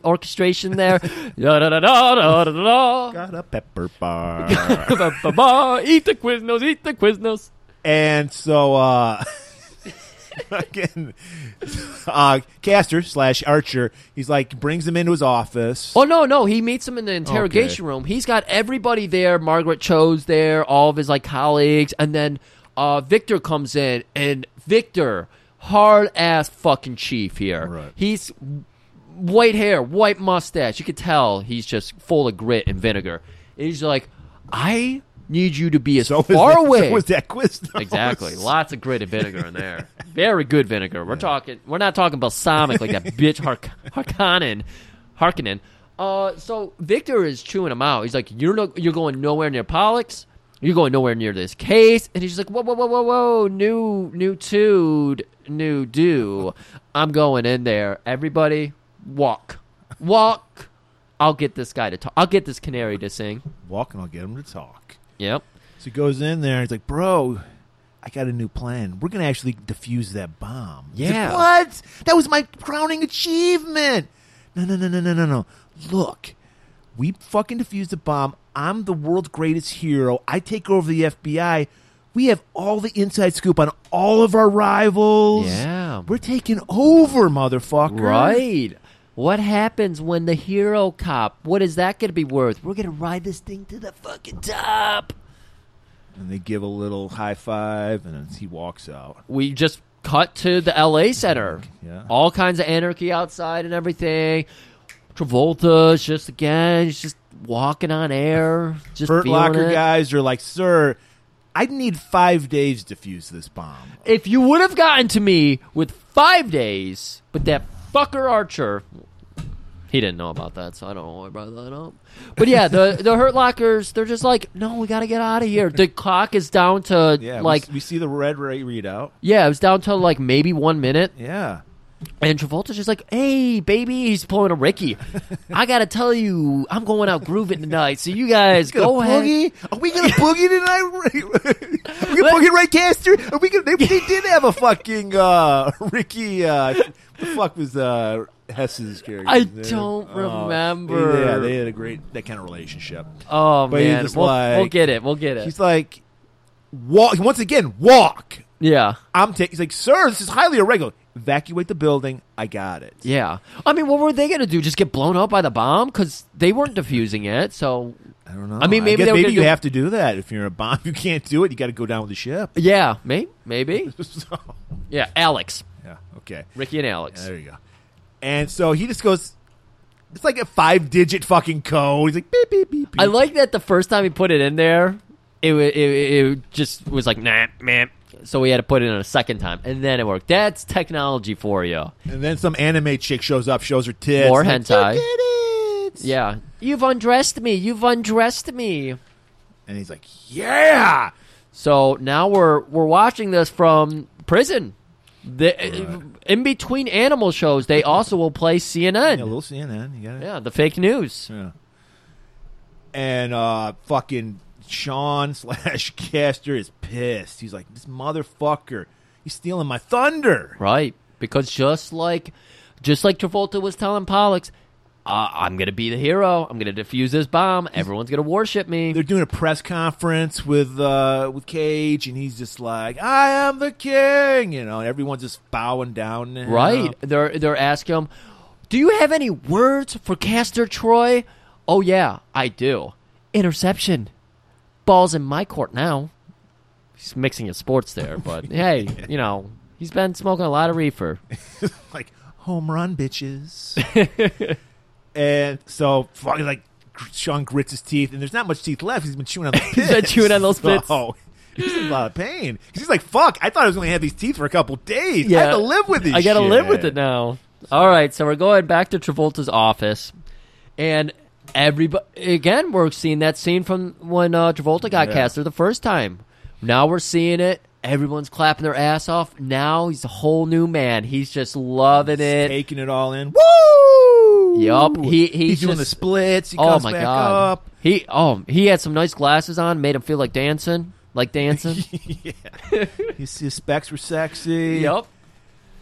Speaker 2: orchestration there. Da da da da da da da.
Speaker 1: Got a pepper bar.
Speaker 2: Ba, ba, ba. Eat the Quiznos, eat the Quiznos.
Speaker 1: and so, uh,. Fucking uh, Caster slash Archer, he's like brings him into his office.
Speaker 2: Oh no, no, he meets him in the interrogation room. He's got everybody there. Margaret Cho's there, all of his like colleagues, and then uh, Victor comes in, and Victor, hard ass fucking chief here.
Speaker 1: Right.
Speaker 2: He's white hair, white mustache. You could tell he's just full of grit and vinegar. And he's like, I need you to be as
Speaker 1: so
Speaker 2: far
Speaker 1: was that,
Speaker 2: away.
Speaker 1: So was that quiz?
Speaker 2: Exactly. Lots of grit and vinegar in there. Very good vinegar. We're talking. We're not talking balsamic like that bitch Hark- Harkonnen. Harkonnen. Uh, so Victor is chewing him out. He's like, "You're no, you're going nowhere near Pollux. You're going nowhere near this case." And he's just like, "Whoa, whoa, whoa, whoa, whoa, new, new dude, new do. I'm going in there. Everybody, walk, walk. I'll get this guy to talk. I'll get this canary to sing.
Speaker 1: Walk and I'll get him to talk.
Speaker 2: Yep.
Speaker 1: So he goes in there and he's like, Bro, I got a new plan. We're going to actually defuse that bomb. He's like,
Speaker 2: Yeah.
Speaker 1: what? That was my crowning achievement. No, no, no, no, no, no, no. Look, we fucking defused the bomb. I'm the world's greatest hero. I take over the FBI. We have all the inside scoop on all of our rivals.
Speaker 2: Yeah.
Speaker 1: We're taking over, motherfucker.
Speaker 2: Right. What happens when the hero cop? What is that going to be worth? We're going to ride this thing to the fucking top.
Speaker 1: And they give a little high five, and then he walks out.
Speaker 2: We just cut to the LA Center.
Speaker 1: Yeah.
Speaker 2: All kinds of anarchy outside and everything. Travolta's just again, he's just walking on air. Just
Speaker 1: Burt
Speaker 2: feeling
Speaker 1: Locker
Speaker 2: it.
Speaker 1: guys are like, sir, I need five days to fuse this bomb.
Speaker 2: If you would have gotten to me with five days, but that fucker Archer, he didn't know about that, so I don't know why I brought that up. But yeah, the the Hurt Lockers, they're just like, no, we got to get out of here. The clock is down to
Speaker 1: Yeah, we
Speaker 2: like,
Speaker 1: s- we, see the red ray readout.
Speaker 2: yeah, it was down to like maybe one minute,
Speaker 1: Yeah,
Speaker 2: and Travolta's just like, hey, baby, he's pulling a Ricky. I gotta tell you, I'm going out grooving tonight, so you guys
Speaker 1: Gonna
Speaker 2: go ahead.
Speaker 1: boogie? Are we gonna boogie tonight? Are we gonna
Speaker 2: Let-
Speaker 1: boogie Ray Caster? Are we gonna? They, they did have a fucking uh, Ricky. Uh, the fuck was uh, Hess's character?
Speaker 2: I
Speaker 1: Oh,
Speaker 2: don't remember.
Speaker 1: Yeah, they had a great that kind of relationship.
Speaker 2: Oh
Speaker 1: But he's
Speaker 2: man,
Speaker 1: just
Speaker 2: we'll, we'll
Speaker 1: like-
Speaker 2: get it, we'll get it.
Speaker 1: He's like, walk once again. Walk.
Speaker 2: yeah.
Speaker 1: I'm taking. He's like, sir, this is highly irregular. Evacuate the building. I got it.
Speaker 2: Yeah. I mean, what were they going to do? Just get blown up by the bomb? Because they weren't defusing it. So,
Speaker 1: I don't know.
Speaker 2: I mean, maybe
Speaker 1: guess
Speaker 2: they were
Speaker 1: maybe
Speaker 2: gonna
Speaker 1: you
Speaker 2: do-
Speaker 1: have to do that if you're a bomb. You can't do it. You got to go down with the ship.
Speaker 2: yeah, may- maybe.
Speaker 1: So,
Speaker 2: Yeah, Alex.
Speaker 1: yeah. Okay.
Speaker 2: Ricky and Alex.
Speaker 1: There you go. And so he just goes. It's like a five-digit fucking code. He's like beep beep beep. beep.
Speaker 2: I like that the first time he put it in there, it, wa- it, it, it just was like, nah, man. So we had to put it in a second time. And then it worked. That's technology for you.
Speaker 1: And then some anime chick shows up, shows her tits.
Speaker 2: More
Speaker 1: like,
Speaker 2: hentai.
Speaker 1: "Look at it."
Speaker 2: Yeah. You've undressed me. You've undressed me.
Speaker 1: And he's like, yeah.
Speaker 2: So now we're we're watching this from prison. The, In between animal shows, they also will play CNN.
Speaker 1: Yeah, little CNN. You got it.
Speaker 2: Yeah, the fake news.
Speaker 1: Yeah. And uh, fucking Sean slash Caster is pissed. He's like, this motherfucker, he's stealing my thunder.
Speaker 2: Right. Because just like just like Travolta was telling Pollux, uh, I'm going to be the hero. I'm going to defuse this bomb. Everyone's going to worship me.
Speaker 1: They're doing a press conference with uh, with Cage, and he's just like, "I am the king," you know. And everyone's just bowing down. to him.
Speaker 2: Right. They're they're asking him, "Do you have any words for Caster Troy?" "Oh yeah, I do." Interception. Balls in my court now. He's mixing his sports there, but hey, you know, he's been smoking a lot of reefer.
Speaker 1: like home run, bitches. and so fucking like gr- Sean grits his teeth, and there's not much teeth left. He's been chewing on the pits.
Speaker 2: been chewing on those bits.
Speaker 1: So, he's in a lot of pain. 'Cause He's like, fuck. I thought I was going to have these teeth for a couple days. I have to live with these.
Speaker 2: I gotta
Speaker 1: shit."
Speaker 2: live with it now. All right, so we're going back to Travolta's office, and everybody again we're seeing that scene from when uh, Travolta got
Speaker 1: Yeah.
Speaker 2: Caster the first time. Now we're seeing it. Everyone's clapping their ass off. Now he's a whole new man. He's just loving it.
Speaker 1: Taking it all in. Woo!
Speaker 2: Yup, he- he's
Speaker 1: doing the
Speaker 2: just-
Speaker 1: splits. He
Speaker 2: oh
Speaker 1: comes
Speaker 2: my
Speaker 1: back
Speaker 2: god,
Speaker 1: up.
Speaker 2: he oh he had some nice glasses on, made him feel like dancing, like dancing.
Speaker 1: His, his specs were sexy.
Speaker 2: yup.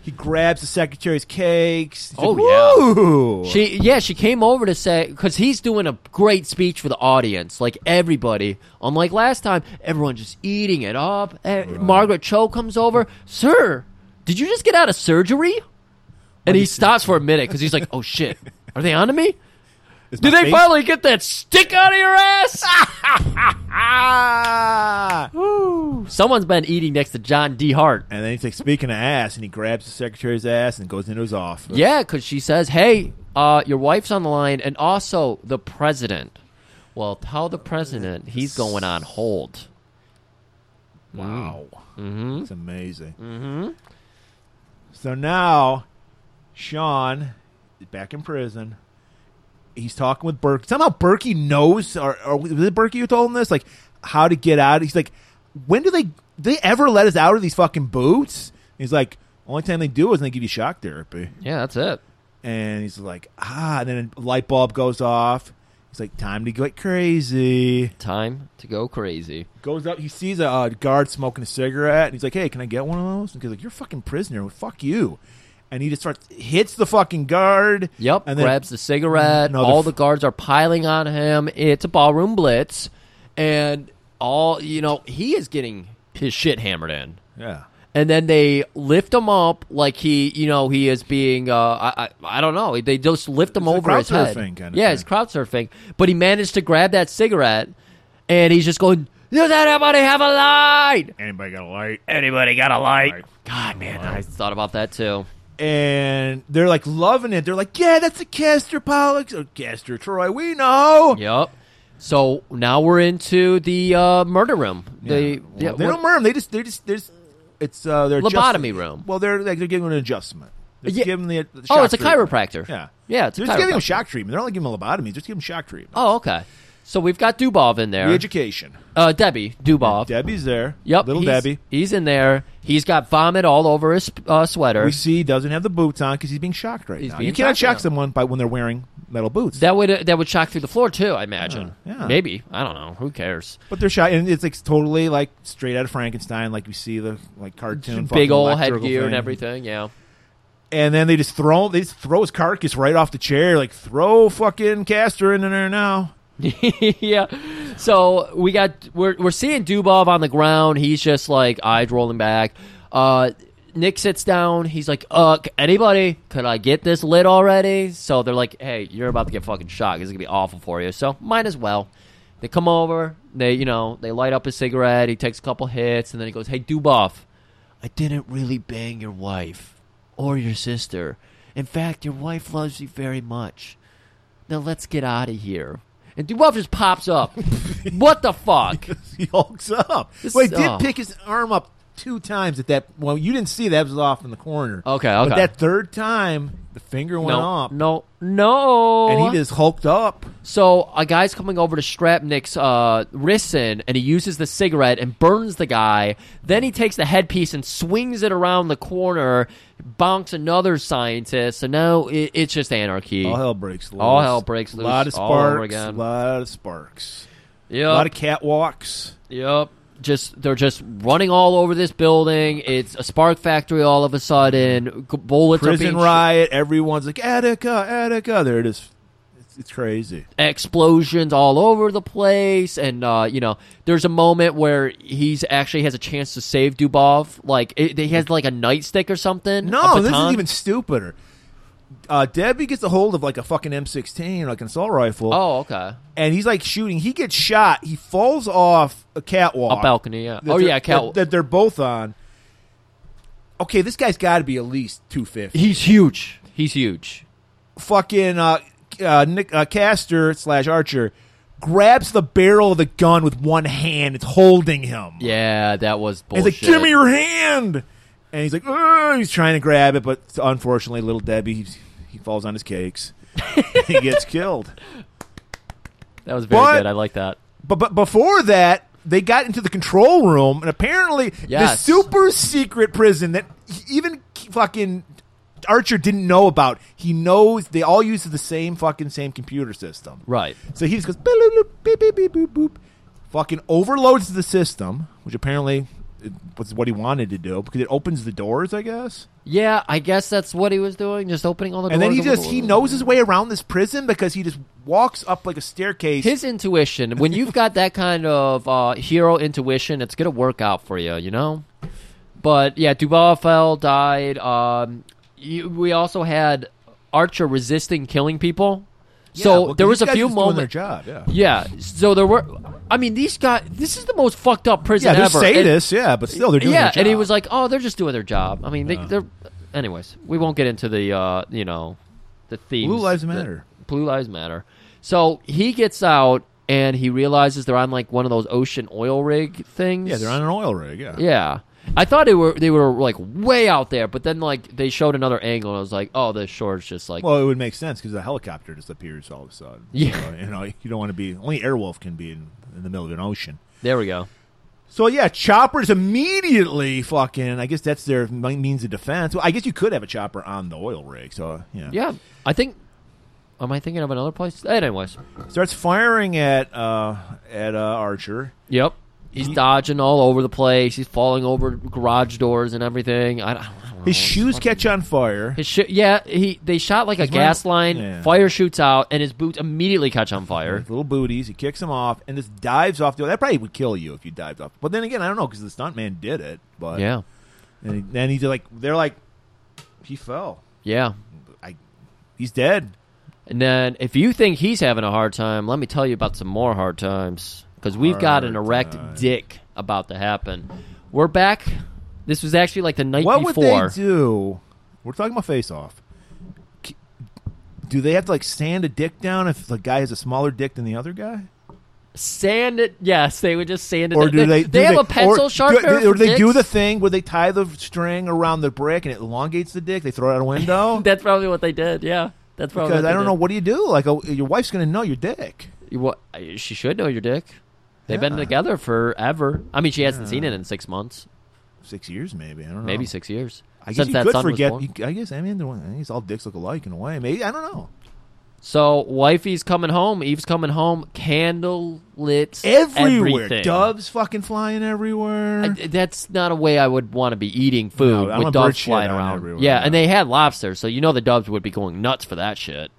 Speaker 1: He grabs the secretary's cakes. He's
Speaker 2: Oh,
Speaker 1: like,
Speaker 2: yeah.
Speaker 1: Woo!
Speaker 2: She yeah, she came over to say because he's doing a great speech for the audience, like everybody. Unlike last time, everyone just eating it up. Eh, Margaret Cho comes over, sir. Did you just get out of surgery? And he stops for a minute because he's like, "Oh shit, are they onto me?
Speaker 1: Is
Speaker 2: Did
Speaker 1: my
Speaker 2: they
Speaker 1: face-
Speaker 2: finally get that stick out of your ass?"
Speaker 1: Ah!
Speaker 2: Someone's been eating next to John D. Hart.
Speaker 1: And then he's like, speaking of ass, and he grabs the secretary's ass and goes into his office.
Speaker 2: Yeah, because she says, "Hey, uh, your wife's on the line, and also the president." Well, tell the president he's going on hold.
Speaker 1: Wow. Mm-hmm. It's amazing. Mm-hmm. So now, Sean is back in prison. He's talking with Burke. Somehow Berkey knows, or, or was it Berkey who told him this? Like, how to get out? He's like, when do they do they ever let us out of these fucking boots? He's like, only time they do is when they give you shock therapy.
Speaker 2: Yeah, that's it.
Speaker 1: and he's like, ah, and then a light bulb goes off. He's like, time to get crazy.
Speaker 2: Time to go crazy.
Speaker 1: Goes up, he sees a uh, guard smoking a cigarette, and he's like, hey, can I get one of those? And he's like, you're a fucking prisoner. Well, fuck you. And he just starts hits the fucking guard.
Speaker 2: Yep.
Speaker 1: and then
Speaker 2: grabs the cigarette.
Speaker 1: No, the
Speaker 2: all
Speaker 1: f-
Speaker 2: the guards are piling on him. It's a ballroom blitz, and all you know, he is getting his shit hammered in.
Speaker 1: Yeah.
Speaker 2: and then they lift him up like he, you know, he is being, uh, I, I, I don't know. They just lift him
Speaker 1: It's a
Speaker 2: over
Speaker 1: crowd
Speaker 2: his head.
Speaker 1: surfing kind of
Speaker 2: yeah,
Speaker 1: thing.
Speaker 2: it's crowd surfing. But he managed to grab that cigarette, and he's just going, "Does anybody have a light?
Speaker 1: Anybody got a light?
Speaker 2: Anybody got a light?"
Speaker 1: Light.
Speaker 2: God, man, I thought about that too.
Speaker 1: And they're like loving it. They're like, yeah, that's a Castor Pollux or Castor Troy. We know.
Speaker 2: Yep. So now we're into the uh, murder room. They,
Speaker 1: Yeah.
Speaker 2: yeah,
Speaker 1: they
Speaker 2: what-
Speaker 1: don't murder him. They just they just there's it's uh their
Speaker 2: Lobotomy room.
Speaker 1: Well, they're like they're giving him an adjustment. They're
Speaker 2: Yeah.
Speaker 1: giving the, the
Speaker 2: oh,
Speaker 1: shock
Speaker 2: it's a
Speaker 1: treatment.
Speaker 2: chiropractor.
Speaker 1: Yeah,
Speaker 2: yeah, it's a
Speaker 1: they're just giving him
Speaker 2: chiropractor.
Speaker 1: shock treatment. They're not giving him lobotomy. They're just giving him shock treatment.
Speaker 2: Oh, okay. So we've got Dubov in there.
Speaker 1: The education.
Speaker 2: uh, Debbie Dubov.
Speaker 1: Debbie's there.
Speaker 2: Yep,
Speaker 1: little
Speaker 2: he's-
Speaker 1: Debbie.
Speaker 2: He's in there. He's got vomit all over his uh, sweater.
Speaker 1: We see he doesn't have the boots on because he's being shocked right
Speaker 2: He's
Speaker 1: now.
Speaker 2: being
Speaker 1: You cannot
Speaker 2: shocked
Speaker 1: shock
Speaker 2: right now.
Speaker 1: someone by when they're wearing metal boots.
Speaker 2: that would uh, that would shock through the floor too. I imagine.
Speaker 1: Uh, Yeah, yeah.
Speaker 2: Maybe I don't know. Who cares?
Speaker 1: but they're shot, and it's like totally like straight out of Frankenstein, like we see the like cartoon, fucking
Speaker 2: Big old
Speaker 1: electrical
Speaker 2: headgear and
Speaker 1: thing.
Speaker 2: everything. Yeah.
Speaker 1: And then they just throw they just throw his carcass right off the chair, like throw fucking Castor in there now.
Speaker 2: yeah. So we got we're we're seeing Dubov on the ground. He's just like eyes rolling back. Uh, Nick sits down. He's like, "Uh, c- anybody? Could I get this lit already?" So they're like, "Hey, you're about to get fucking shot. This is gonna be awful for you. So might as well." They come over. They you know they light up a cigarette. He takes a couple hits, and then he goes, "Hey, Dubov, I didn't really bang your wife or your sister. In fact, your wife loves you very much." now let's get out of here. And Dubov just pops up. what the fuck?
Speaker 1: he hulks up.
Speaker 2: This
Speaker 1: well, he
Speaker 2: is-
Speaker 1: did
Speaker 2: oh.
Speaker 1: pick his arm up two times at that. Well, you didn't see that it was off in the corner.
Speaker 2: Okay,
Speaker 1: But
Speaker 2: Oh, okay.
Speaker 1: that third time, the finger went
Speaker 2: No,
Speaker 1: up,
Speaker 2: no, no.
Speaker 1: and he just hulked up.
Speaker 2: So a guy's coming over to strap Nick's uh, wrists in, and he uses the cigarette and burns the guy. Then he takes the headpiece and swings it around the corner, bonks another scientist. So now it, it's just anarchy.
Speaker 1: All Oh, hell breaks loose.
Speaker 2: All hell breaks loose
Speaker 1: A lot of
Speaker 2: all over
Speaker 1: sparks. A
Speaker 2: again.
Speaker 1: lot of sparks.
Speaker 2: yep,
Speaker 1: A lot of catwalks.
Speaker 2: yep. Just they're just running all over this building. It's a spark factory all of a sudden. G- Bullets are
Speaker 1: Prison
Speaker 2: being
Speaker 1: riot. Everyone's like Attica, Attica. There it is. It's, it's crazy.
Speaker 2: explosions all over the place and uh, you know there's a moment where he's actually has a chance to save Dubov like it, he has like a nightstick or something
Speaker 1: No,
Speaker 2: a
Speaker 1: this is
Speaker 2: baton.
Speaker 1: even stupider. Uh, Debbie gets a hold of like a fucking M16, like an assault rifle.
Speaker 2: oh okay
Speaker 1: and he's like shooting. He gets shot. He falls off a catwalk,
Speaker 2: a balcony yeah
Speaker 1: that
Speaker 2: oh
Speaker 1: they're-
Speaker 2: yeah
Speaker 1: that,
Speaker 2: Cal
Speaker 1: that they're both on. Okay, this guy's got to be at least two fifty.
Speaker 2: he's huge he's huge
Speaker 1: Fucking uh, uh, Nick uh, Caster slash Archer grabs the barrel of the gun with one hand. It's holding him.
Speaker 2: yeah that was
Speaker 1: And
Speaker 2: bullshit
Speaker 1: he's like, "Give me your hand!" And he's like, "Ugh," he's trying to grab it, but unfortunately, little Debbie he, he falls on his cakes. he gets killed.
Speaker 2: that was very
Speaker 1: But-
Speaker 2: good I like that
Speaker 1: But but before that, they got into the control room, and apparently
Speaker 2: Yes.
Speaker 1: the super secret prison that even fucking Archer didn't know about. He knows they all use the same fucking same computer system.
Speaker 2: right
Speaker 1: So he just goes "Boop, boop, boop, beep beep boop boop, fucking overloads the system, which apparently it was what he wanted to do because it opens the doors, I guess.
Speaker 2: yeah I guess that's what he was doing just opening all the
Speaker 1: And then he
Speaker 2: doors
Speaker 1: just he knows his way around this prison because he just walks up like a staircase.
Speaker 2: his intuition when you've got that kind of uh, hero intuition it's gonna work out for you you know but yeah Duval fell died um, you, we also had archer resisting killing people
Speaker 1: Yeah,
Speaker 2: so
Speaker 1: well, 'cause
Speaker 2: there was
Speaker 1: these
Speaker 2: a
Speaker 1: guys
Speaker 2: few
Speaker 1: just doing their
Speaker 2: moments
Speaker 1: job, yeah.
Speaker 2: yeah so there were i mean these guys this is the most fucked up prison
Speaker 1: Yeah, they're
Speaker 2: ever And-
Speaker 1: sadists, yeah, but still they're doing
Speaker 2: yeah
Speaker 1: their job.
Speaker 2: and he was like oh they're just doing their job i mean they, they're anyways we won't get into the uh, you know the themes
Speaker 1: Blue Lives
Speaker 2: that-
Speaker 1: Matter.
Speaker 2: Blue Lives Matter. So he gets out and he realizes they're on like one of those ocean oil rig things.
Speaker 1: Yeah, they're on an oil rig. Yeah.
Speaker 2: Yeah, I thought they were they were like way out there, but then like they showed another angle and I was like, oh, the shore's just like
Speaker 1: Well, it would make sense because the helicopter just appears all of a sudden.
Speaker 2: Yeah.
Speaker 1: So, you know, you don't want to be only Airwolf can be in, in the middle of an ocean.
Speaker 2: there we go.
Speaker 1: So yeah, choppers immediately fucking. I guess that's their m- means of defense. Well, I guess you could have a chopper on the oil rig. So yeah,
Speaker 2: Yeah, I think. Am I thinking of another place? Anyways,
Speaker 1: Starts firing at uh, at uh, Archer.
Speaker 2: yep. He's dodging all over the place. He's falling over garage doors and everything. I, I don't, I don't know.
Speaker 1: His shoes catch on fire.
Speaker 2: Oh, His shi- yeah, he they shot like a
Speaker 1: wearing-
Speaker 2: gas line.
Speaker 1: Yeah.
Speaker 2: Fire shoots out, and his boots immediately catch on fire.
Speaker 1: His little booties. He kicks him off and just dives off. The, that probably would kill you if you dived off. But then again, I don't know because the stuntman did it. But
Speaker 2: Yeah,
Speaker 1: and then he's like, they're like, he fell.
Speaker 2: yeah.
Speaker 1: I, he's dead.
Speaker 2: And then if you think he's having a hard time, let me tell you about some more hard times because we've got an
Speaker 1: Hard
Speaker 2: erect
Speaker 1: times.
Speaker 2: dick about to happen. We're back. This was actually like the night
Speaker 1: What
Speaker 2: before.
Speaker 1: would they do? We're talking about face off. Do they have to like sand a dick down if the guy has a smaller dick than the other guy,
Speaker 2: Sand it. Yes, they would just sand it.
Speaker 1: or do they?
Speaker 2: They,
Speaker 1: do
Speaker 2: have a pencil
Speaker 1: or,
Speaker 2: sharpener.
Speaker 1: Do, or
Speaker 2: for
Speaker 1: do they do
Speaker 2: dicks?
Speaker 1: the thing where they tie the string around the brick and it elongates the dick? They throw it out a window.
Speaker 2: That's probably what they did. Yeah, that's probably.
Speaker 1: because
Speaker 2: what
Speaker 1: I
Speaker 2: they
Speaker 1: don't
Speaker 2: did.
Speaker 1: know what do you do. Like oh, your wife's gonna know your dick.
Speaker 2: You What she should know your dick. They've been
Speaker 1: Yeah.
Speaker 2: together forever. I mean, she hasn't seen it in six months,
Speaker 1: Six years, maybe. I don't know.
Speaker 2: maybe six years.
Speaker 1: I guess
Speaker 2: since
Speaker 1: you
Speaker 2: that
Speaker 1: could
Speaker 2: son was
Speaker 1: forget.
Speaker 2: born.
Speaker 1: you- I guess I mean, the one- I guess all dicks look alike in a way. Maybe I don't know.
Speaker 2: So wifey's coming home. Eve's coming home. Candle lit
Speaker 1: Everywhere,
Speaker 2: everything.
Speaker 1: doves fucking flying everywhere.
Speaker 2: I- that's not a way I would want to be eating food
Speaker 1: No, I'm a
Speaker 2: with doves
Speaker 1: bird shit
Speaker 2: flying
Speaker 1: on
Speaker 2: around.
Speaker 1: everywhere,
Speaker 2: yeah,
Speaker 1: yeah.
Speaker 2: and they had lobster, so you know the doves would be going nuts for that shit.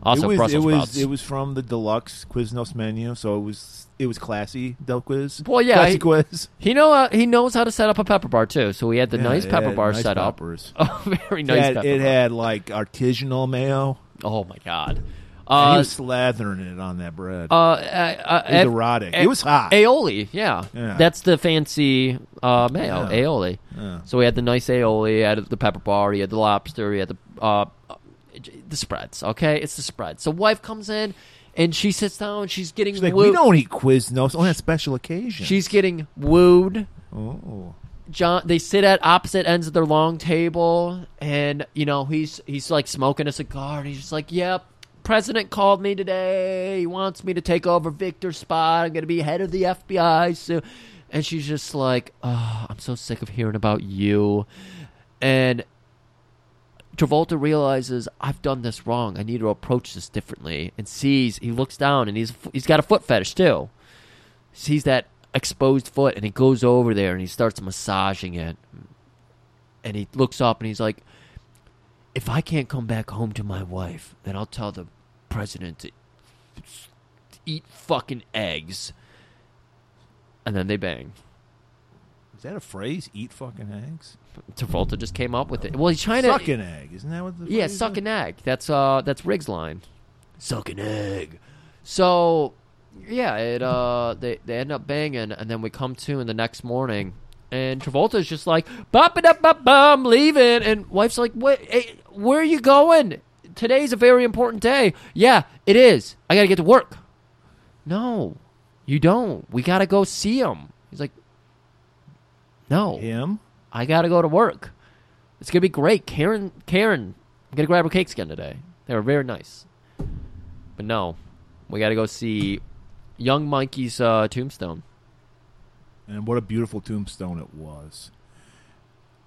Speaker 2: Also,
Speaker 1: it was
Speaker 2: Brussels
Speaker 1: it was
Speaker 2: sprouts.
Speaker 1: it was from the deluxe Quiznos menu, so it was it was classy del quiz.
Speaker 2: Well, yeah,
Speaker 1: classy
Speaker 2: I-
Speaker 1: quiz.
Speaker 2: he know uh, he knows how to set up a pepper bar too. So we had the
Speaker 1: Yeah,
Speaker 2: nice
Speaker 1: it
Speaker 2: pepper
Speaker 1: had
Speaker 2: bar
Speaker 1: nice
Speaker 2: set
Speaker 1: peppers.
Speaker 2: up. Oh, very
Speaker 1: It
Speaker 2: nice.
Speaker 1: had,
Speaker 2: pepper
Speaker 1: it
Speaker 2: bar.
Speaker 1: had like artisanal mayo.
Speaker 2: Oh my god.
Speaker 1: and he
Speaker 2: Uh,
Speaker 1: was slathering it on that bread.
Speaker 2: uh, uh,
Speaker 1: it was erotic. it was hot.
Speaker 2: Aioli, yeah.
Speaker 1: Yeah.
Speaker 2: That's the fancy uh, mayo,
Speaker 1: Yeah.
Speaker 2: aioli.
Speaker 1: Yeah.
Speaker 2: So we had the nice aioli, he had the pepper bar, he had the lobster, he had the uh, the spreads, okay? It's the spread. So wife comes in and she sits down, she's getting
Speaker 1: She's like,
Speaker 2: wooed.
Speaker 1: we don't eat Quiznos only on special occasion.
Speaker 2: she's getting wooed.
Speaker 1: oh.
Speaker 2: John, they sit at opposite ends of their long table, and you know he's he's like smoking a cigar, and he's just like, "Yep, president called me today. He wants me to take over Victor's spot. I'm gonna be head of the FBI soon." And she's just like, oh, "I'm so sick of hearing about you." And Travolta realizes I've done this wrong. I need to approach this differently. And sees he looks down, and he's he's got a foot fetish too sees that exposed foot and he goes over there and he starts massaging it. And he looks up and he's like, If I can't come back home to my wife, then I'll tell the president to eat fucking eggs. And then they bang.
Speaker 1: Is that a phrase? Eat fucking eggs.
Speaker 2: Travolta just came up with it. Well, he's trying to.
Speaker 1: Suck an egg, isn't that what the
Speaker 2: Yeah,
Speaker 1: phrase is?
Speaker 2: suck an egg. That's uh, that's Riggs' line. Suck an egg. So, yeah, it uh, they they end up banging, and then we come to in the next morning, and Travolta's just like, bop it up, bop, bum, leaving, and wife's like, what? Hey, where are you going? Today's a very important day. Yeah, it is. I gotta get to work. No, you don't. We gotta go see him. He's like, no.
Speaker 1: Him?
Speaker 2: I gotta go to work. It's gonna be great. Karen, Karen, I'm gonna grab her cakes again today. They were very nice. But no, we gotta go see Young Mikey's uh, tombstone.
Speaker 1: And what a beautiful tombstone it was.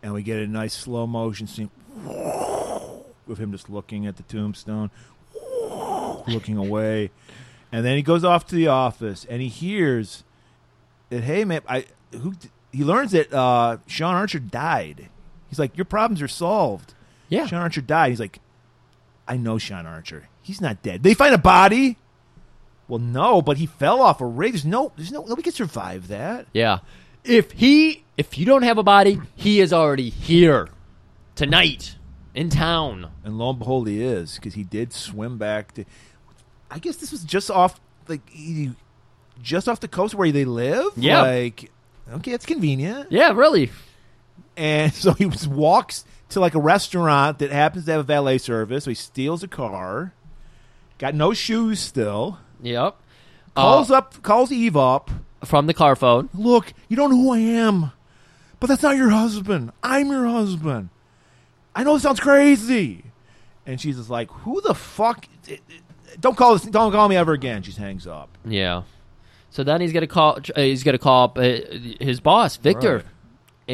Speaker 1: And we get a nice slow motion scene with him just looking at the tombstone, looking away. And then he goes off to the office and he hears that, hey, man, I, who, d- he learns that uh, Sean Archer died. He's like, your problems are solved.
Speaker 2: Yeah.
Speaker 1: Sean Archer died. He's like, I know Sean Archer. He's not dead. They find a body. Well, no, but he fell off a rig. There's no, there's no, nobody can survive that.
Speaker 2: Yeah. If he, if you don't have a body, he is already here tonight in town.
Speaker 1: and lo and behold, he is because he did swim back to. I guess this was just off, like he, just off the coast where they live.
Speaker 2: Yeah.
Speaker 1: Like, okay, that's convenient.
Speaker 2: Yeah, really.
Speaker 1: And so he was, walks to like a restaurant that happens to have a valet service. So he steals a car. Got no shoes still.
Speaker 2: Yep. Uh.
Speaker 1: Calls up, calls Eve up.
Speaker 2: From the car phone.
Speaker 1: Look, you don't know who I am, but that's not your husband. I'm your husband. I know it sounds crazy. And she's just like, who the fuck? Don't call this. Don't call me ever again. She hangs up.
Speaker 2: Yeah. So then he's gonna call. uh, He's gonna call up uh, his boss, Victor,
Speaker 1: Right.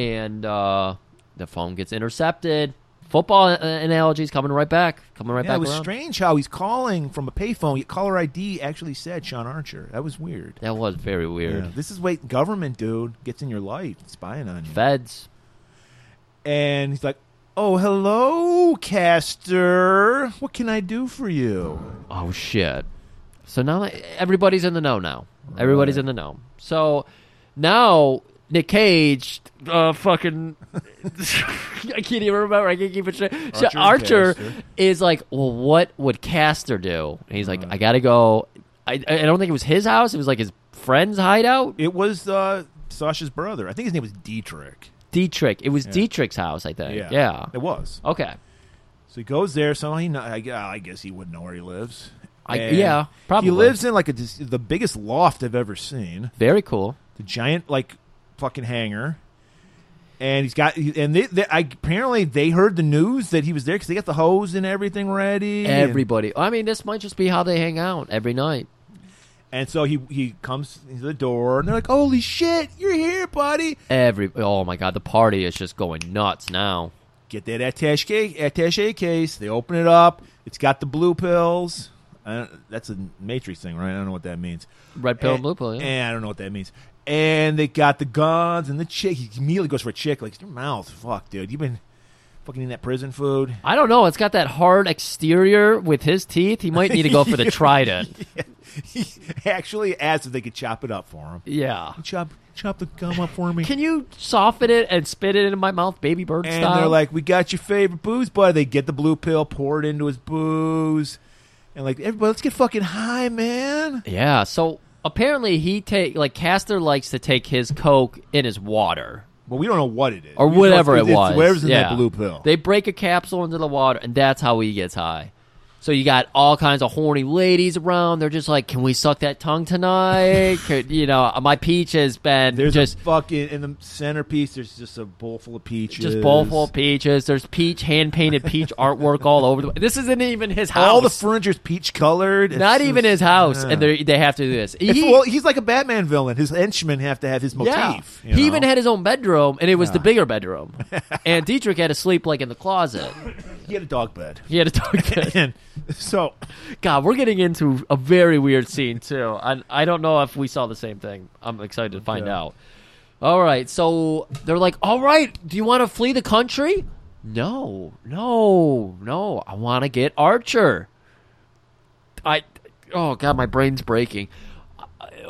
Speaker 2: and uh, the phone gets intercepted. Football uh, analogies coming right back. Coming right
Speaker 1: Yeah,
Speaker 2: back
Speaker 1: it was
Speaker 2: around.
Speaker 1: strange how he's calling from a payphone. Yet caller ID actually said Sean Archer. That was weird.
Speaker 2: That was very weird.
Speaker 1: Yeah, this is what government dude gets in your life, spying on you.
Speaker 2: Feds.
Speaker 1: And he's like, "Oh, hello, Caster. What can I do for you?"
Speaker 2: Oh shit. So now everybody's in the know now. Everybody's in the know. So now Nick Cage, uh, fucking, I can't even remember. I can't keep it straight. So
Speaker 1: Archer and
Speaker 2: Archer
Speaker 1: Caster.
Speaker 2: is like, well, what would Caster do? And he's like,
Speaker 1: Uh-huh.
Speaker 2: I gotta go. I I don't think it was his house. It was like his friend's hideout.
Speaker 1: It was uh, Sasha's brother. I think his name was Dietrich.
Speaker 2: Dietrich. It was Dietrich's house. I think. Yeah.
Speaker 1: it was.
Speaker 2: Okay.
Speaker 1: So he goes there. Somehow he, kno- I gu- I guess he wouldn't know where he lives.
Speaker 2: I-
Speaker 1: And
Speaker 2: yeah, probably.
Speaker 1: He lives in like a dis- the biggest loft I've ever seen.
Speaker 2: Very cool.
Speaker 1: The giant like fucking hangar. And he's got, and they, they, I, apparently they heard the news that he was there because they got the hose and everything ready. and-
Speaker 2: Everybody. I mean, this might just be how they hang out every night.
Speaker 1: and so he he comes to the door, and they're like, "Holy shit, you're here, buddy!
Speaker 2: Every oh my god, the party is just going nuts now.
Speaker 1: Get that attaché attaché case." They open it up. It's got the blue pills. I don't, that's a Matrix thing, right? I don't know what that means.
Speaker 2: Red pill and blue pill. Yeah.
Speaker 1: And I don't know what that means. And they got the guns and the chick. He immediately goes for a chick. Like your mouth, fuck, dude. You've been fucking eating that prison food.
Speaker 2: I don't know. It's got that hard exterior with his teeth. He might need to go for the trident.
Speaker 1: he actually asked if they could chop it up for him.
Speaker 2: Yeah.
Speaker 1: Chop, chop the gum up for me.
Speaker 2: Can you soften it and spit it into my mouth, baby bird
Speaker 1: and
Speaker 2: style?
Speaker 1: they're like, "We got your favorite booze, buddy." They get the blue pill, pour it into his booze, and like, everybody, let's get fucking high, man.
Speaker 2: yeah. So apparently he take like Castor likes to take his coke in his water.
Speaker 1: Well, we don't know what it is,
Speaker 2: or
Speaker 1: We just know
Speaker 2: whatever it
Speaker 1: it's- it's
Speaker 2: was.
Speaker 1: Whatever's in
Speaker 2: Yeah.
Speaker 1: that blue pill.
Speaker 2: They break a capsule into the water, and that's how he gets high. So you got all kinds of horny ladies around. They're just like, "Can we suck that tongue tonight?" Could, you know, my peach has been
Speaker 1: there's
Speaker 2: just
Speaker 1: a fucking in the centerpiece. There's just a bowl full of peaches.
Speaker 2: just bowl full of peaches. There's peach hand painted peach artwork all over the. This isn't even his house.
Speaker 1: All the furniture's peach colored.
Speaker 2: not even his house, and they they have to do this. He,
Speaker 1: well, he's like a Batman villain. His henchmen have to have his motif.
Speaker 2: Yeah.
Speaker 1: you
Speaker 2: He
Speaker 1: know?
Speaker 2: even had his own bedroom, and it was the bigger bedroom. and Dietrich had to sleep like in the closet.
Speaker 1: he had a dog bed.
Speaker 2: He had a dog bed.
Speaker 1: and so
Speaker 2: God, we're getting into a very weird scene too. I I don't know if we saw the same thing. I'm excited to find out. All right, so they're like, "All right, do you want to flee the country?" No, no, no. I want to get Archer. I oh god, my brain's breaking.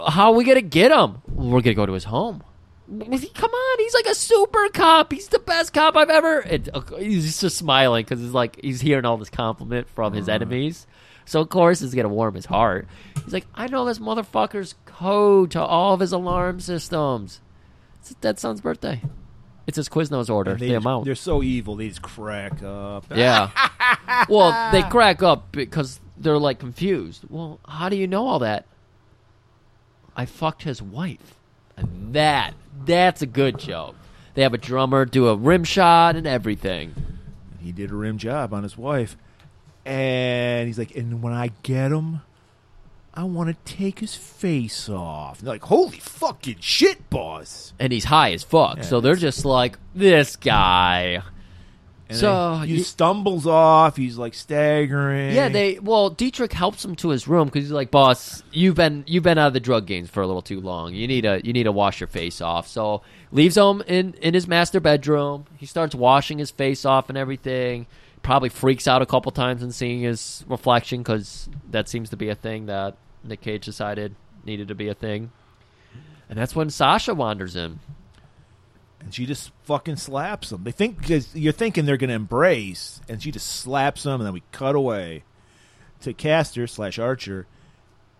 Speaker 2: How are we gonna get him? We're gonna go to his home. Come on, he's like a super cop. He's the best cop I've ever. And, uh, he's just smiling because it's like he's hearing all this compliment from his enemies. So of course it's gonna warm his heart. He's like, I know this motherfucker's code to all of his alarm systems. It's his dead son's birthday. It's his Quiznos order.
Speaker 1: they,
Speaker 2: the amount.
Speaker 1: are so evil. They just crack up.
Speaker 2: Yeah. well, they crack up because they're like confused. Well, how do you know all that? I fucked his wife. And that that's a good joke. They have a drummer do a rim shot and everything.
Speaker 1: he did a rim job on his wife. And he's like, and when I get him, I want to take his face off. And they're like, holy fucking shit, boss.
Speaker 2: And he's high as fuck. so they're just like, this guy.
Speaker 1: And
Speaker 2: So,
Speaker 1: then
Speaker 2: y-
Speaker 1: he stumbles off. He's like staggering.
Speaker 2: Yeah, they well, Dietrich helps him to his room because he's like, "Boss, you've been you've been out of the drug games for a little too long. You need to you need to wash your face off." So leaves him in in his master bedroom. He starts washing his face off and everything. Probably freaks out a couple times in seeing his reflection because that seems to be a thing that Nick Cage decided needed to be a thing. And that's when Sasha wanders in.
Speaker 1: And she just fucking slaps him. They think, because you're thinking they're going to embrace. And she just slaps him. And then we cut away to Caster slash Archer.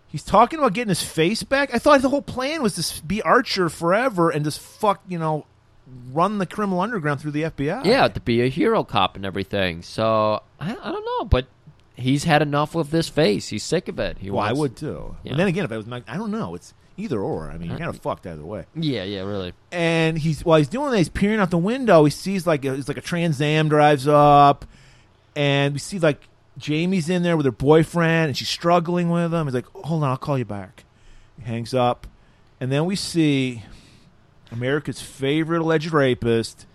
Speaker 1: He's talking about getting his face back. I thought the whole plan was to s- be Archer forever and just fuck, you know, run the criminal underground through the FBI.
Speaker 2: Yeah, to be a hero cop and everything. So I, I don't know, but he's had enough of this face. He's sick of it. He
Speaker 1: Well, I
Speaker 2: wants-
Speaker 1: would too.
Speaker 2: Yeah.
Speaker 1: And then again, if I was, Mac- I don't know. It's either or. I mean, you're kind of fucked either way.
Speaker 2: Yeah, yeah, really.
Speaker 1: And he's while he's doing that, he's peering out the window. He sees like a, it's like a Trans Am drives up, and we see like Jamie's in there with her boyfriend, and she's struggling with him. He's like, "Hold on, I'll call you back." He hangs up, and then we see America's favorite alleged rapist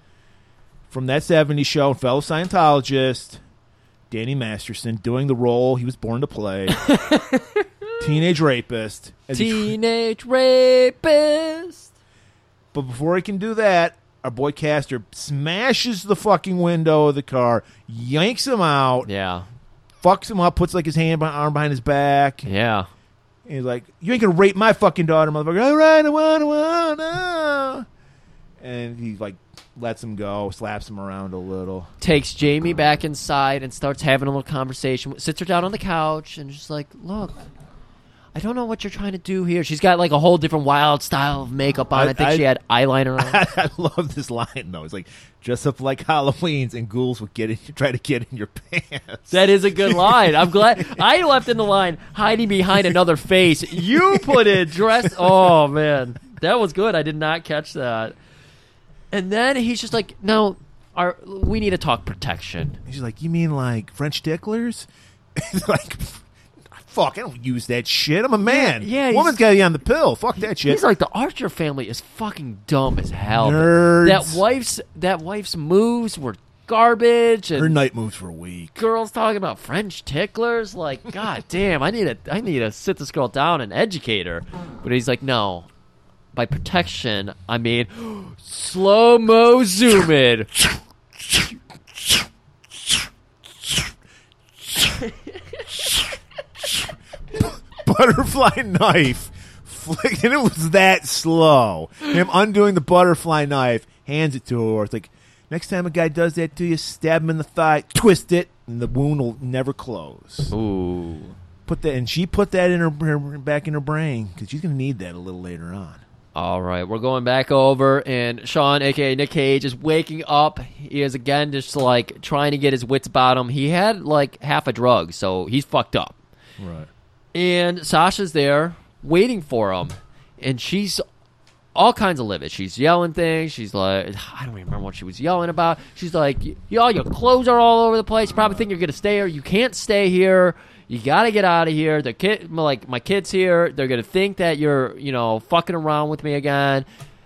Speaker 1: from that 70s show and fellow Scientologist, Danny Masterson, doing the role he was born to play teenage rapist. As he tr-
Speaker 2: Teenage rapist.
Speaker 1: but before he can do that, our boy Caster smashes the fucking window of the car, yanks him out,
Speaker 2: Yeah.
Speaker 1: fucks him up, puts like his hand behind, arm behind his back.
Speaker 2: Yeah.
Speaker 1: And he's like, "You ain't gonna rape my fucking daughter, motherfucker!" All right, I wanna, wanna. And he like lets him go, slaps him around a little.
Speaker 2: Takes Jamie back inside and starts having a little conversation. Sits her down on the couch and just like, look, I don't know what you're trying to do here. She's got like a whole different wild style of makeup on.
Speaker 1: I-
Speaker 2: I, think
Speaker 1: I-
Speaker 2: she had eyeliner on.
Speaker 1: I love this line though. It's like, "Dress up like Halloween's, and ghouls will get in, try to get in your pants."
Speaker 2: That is a good line. I'm glad I left in the line hiding behind another face. You put it dress. Oh man, that was good. I did not catch that. And then he's just like, "No, our we need to talk protection."
Speaker 1: And she's like, "You mean like French ticklers?" It's like, "Fuck, I don't use that shit. I'm a man.
Speaker 2: yeah, he's-
Speaker 1: woman's got to be on the pill. Fuck that shit."
Speaker 2: He's like, "The Archer family is fucking dumb as hell.
Speaker 1: Nerds.
Speaker 2: That wife's that wife's moves were garbage." And
Speaker 1: her night moves for a week.
Speaker 2: girls talking about French ticklers. Like, god damn, I need to I need to sit this girl down and educate her. But he's like, no. By protection, I mean slow mo zoom in.
Speaker 1: butterfly knife flick and it was that slow him undoing the butterfly knife hands it to her it's like next time a guy does that to you stab him in the thigh twist it and the wound will never close
Speaker 2: Ooh.
Speaker 1: put that and she put that in her, her back in her brain because she's gonna need that a little later on
Speaker 2: All right, we're going back over, and Sean, aka Nick Cage, is waking up. He is again just like trying to get his wits about him. He had like half a drug, so he's fucked up.
Speaker 1: right
Speaker 2: and Sasha's there waiting for him, and she's all kinds of livid. She's yelling things. She's like, I don't even remember what she was yelling about. She's like, y'all, your clothes are all over the place. You probably think you're gonna stay here. You can't stay here. You gotta get out of here. The kid, my- like my kids here, they're gonna think that you're, you know, fucking around with me again.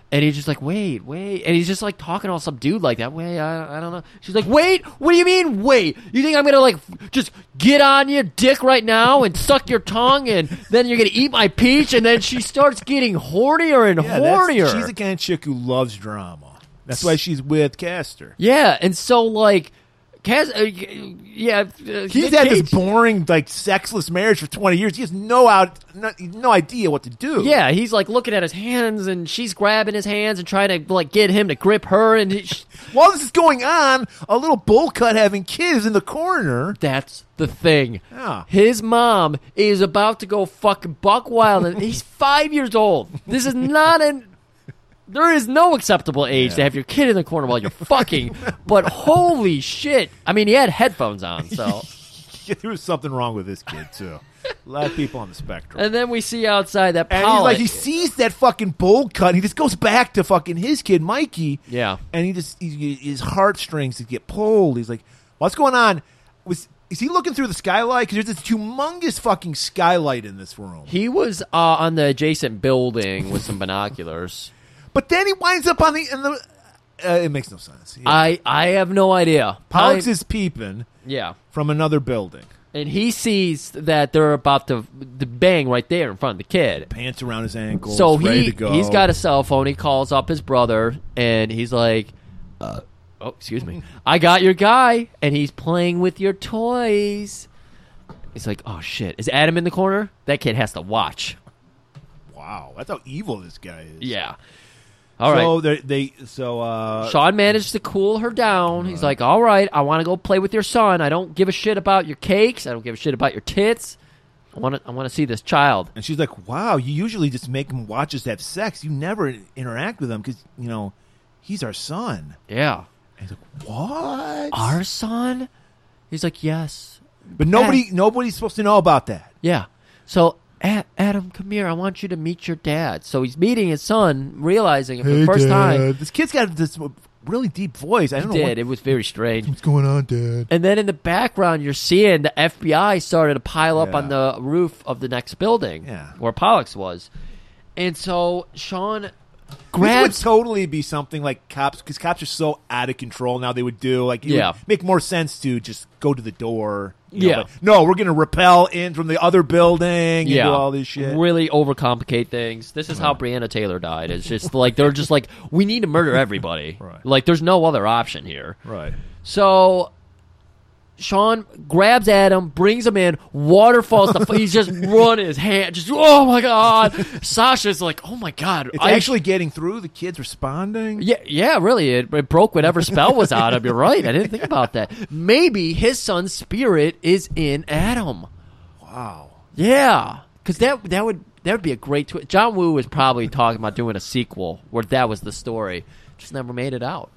Speaker 2: And he's just like, wait, wait, and he's just like talking all subdued like that. Wait, I, I don't know. She's like, wait, what do you mean, wait? You think I'm gonna like f- just get on your dick right now and suck your tongue, and then you're gonna eat my peach? And then she starts getting hornier and
Speaker 1: yeah, that's-
Speaker 2: hornier.
Speaker 1: she's the kind of chick who loves drama that's why she's with Caster
Speaker 2: Yeah, and so like, Cas, uh, yeah, uh,
Speaker 1: He's
Speaker 2: Nick
Speaker 1: had this
Speaker 2: Cage-
Speaker 1: boring, like, sexless marriage for twenty years. He has no out, no, no idea what to do.
Speaker 2: Yeah, he's like looking at his hands, and she's grabbing his hands and trying to like get him to grip her, and he, sh-
Speaker 1: While this is going on, a little bowl cut having kids in the corner.
Speaker 2: that's the thing.
Speaker 1: Yeah.
Speaker 2: His mom is about to go fucking buck wild, and he's five years old. This is not an. There is no acceptable age to have your kid in the corner while you're fucking. but holy shit! I mean, he had headphones on, so.
Speaker 1: there was something wrong with this kid too. a lot of people on the spectrum.
Speaker 2: And then we see outside that
Speaker 1: And he's
Speaker 2: Pollock-
Speaker 1: like, he sees that fucking bowl cut. He just goes back to fucking his kid, Mikey.
Speaker 2: Yeah.
Speaker 1: and he just he, his heartstrings get pulled. He's like, what's going on? Was is he looking through the skylight? Because there's this humongous fucking skylight in this room.
Speaker 2: He was uh, on the adjacent building with some binoculars.
Speaker 1: But then he winds up on the. In the uh, it makes no sense. Yeah.
Speaker 2: I I have no idea.
Speaker 1: Pollux
Speaker 2: I-
Speaker 1: is peeping
Speaker 2: yeah,
Speaker 1: from another building.
Speaker 2: and he sees that they're about to the bang right there in front of the kid.
Speaker 1: Pants around his ankles.
Speaker 2: So
Speaker 1: ready
Speaker 2: he
Speaker 1: to go.
Speaker 2: he's got a cell phone. He calls up his brother, and he's like, uh, "Oh, excuse me, I got your guy, and he's playing with your toys." He's like, "Oh shit, is Adam in the corner? That kid has to watch."
Speaker 1: Wow, that's how evil this guy is.
Speaker 2: Yeah. All right.
Speaker 1: so they they so uh
Speaker 2: Sean managed to cool her down. He's like, "All right, I want to go play with your son. I don't give a shit about your cakes. I don't give a shit about your tits. I want to. I want to see this child."
Speaker 1: and she's like, "Wow, you usually just make him watch us have sex. You never interact with him because you know he's our son."
Speaker 2: Yeah,
Speaker 1: And he's like, "What?"
Speaker 2: our son. He's like, "Yes,
Speaker 1: but nobody nobody's supposed to know about that.
Speaker 2: yeah." So. A- Adam, come here. I want you to meet your dad. So he's meeting his son, realizing for the first time
Speaker 1: this kid's got this really deep voice. I don't know
Speaker 2: did.
Speaker 1: what,
Speaker 2: It was very strange.
Speaker 1: what's going on, Dad.
Speaker 2: And then in the background, you're seeing the FBI started to pile up
Speaker 1: Yeah.
Speaker 2: on the roof of the next building
Speaker 1: Yeah.
Speaker 2: where Pollux was. And so Sean
Speaker 1: This
Speaker 2: grabs
Speaker 1: would totally be something like cops because cops are so out of control now. They would do like it would
Speaker 2: Yeah.
Speaker 1: make more sense to just go to the door. you know,
Speaker 2: Yeah.
Speaker 1: but, no, we're gonna repel in from the other building. And do all this shit.
Speaker 2: Really overcomplicate things. This is how Breonna Taylor died. It's just like they're just like we need to murder everybody.
Speaker 1: Right.
Speaker 2: Like there's no other option here.
Speaker 1: right.
Speaker 2: So Sean grabs Adam, brings him in, waterfalls the he's just run his hand just oh my god. Sasha's like, "Oh my god."
Speaker 1: It's
Speaker 2: I-
Speaker 1: actually getting through. The kids responding.
Speaker 2: yeah, yeah, really. It, it broke whatever spell was on him. You're right. I didn't think about that. Maybe his son's spirit is in Adam.
Speaker 1: Wow.
Speaker 2: Yeah, because that that would that would be a great twist. John Woo was probably talking about doing a sequel where that was the story, just never made it out.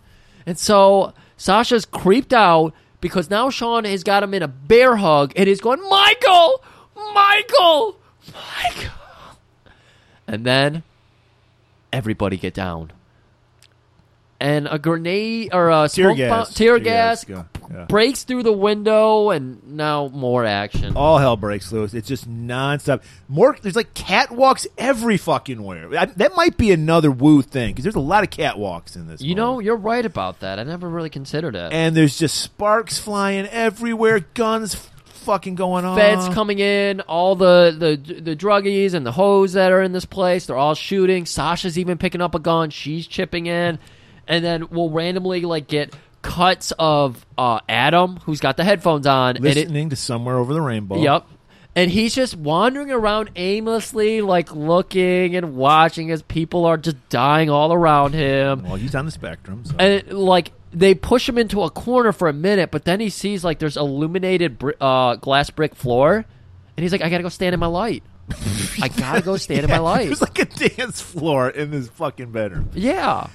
Speaker 2: And so Sasha's creeped out because now Sean has got him in a bear hug and he's going, Michael, Michael, Michael. And then everybody get down. And a grenade or a
Speaker 1: Tear
Speaker 2: smoke
Speaker 1: gas.
Speaker 2: bomb- tear
Speaker 1: Tear
Speaker 2: gas,
Speaker 1: gas, yeah, yeah.
Speaker 2: breaks through the window, and now more action.
Speaker 1: All hell breaks loose. It's just nonstop. More, there's like catwalks every fucking where. I, that might be another woo thing because there's a lot of catwalks in this.
Speaker 2: You
Speaker 1: movie.
Speaker 2: know, you're right about that. I never really considered it.
Speaker 1: and there's just sparks flying everywhere, guns f- fucking going on.
Speaker 2: Feds coming in, all the, the the druggies and the hoes that are in this place, they're all shooting. Sasha's even picking up a gun. She's chipping in, and then we'll randomly like get cuts of uh, Adam, who's got the headphones on, and it,
Speaker 1: listening to somewhere over the rainbow.
Speaker 2: yep, and he's just wandering around aimlessly, like looking and watching as people are just dying all around him.
Speaker 1: Well, he's on the spectrum. So.
Speaker 2: and it, like they push him into a corner for a minute, but then he sees like there's illuminated br- uh, glass brick floor, and he's like, I gotta go stand in my light. I gotta go stand in my light.
Speaker 1: There's like a dance floor in this fucking bedroom,
Speaker 2: yeah,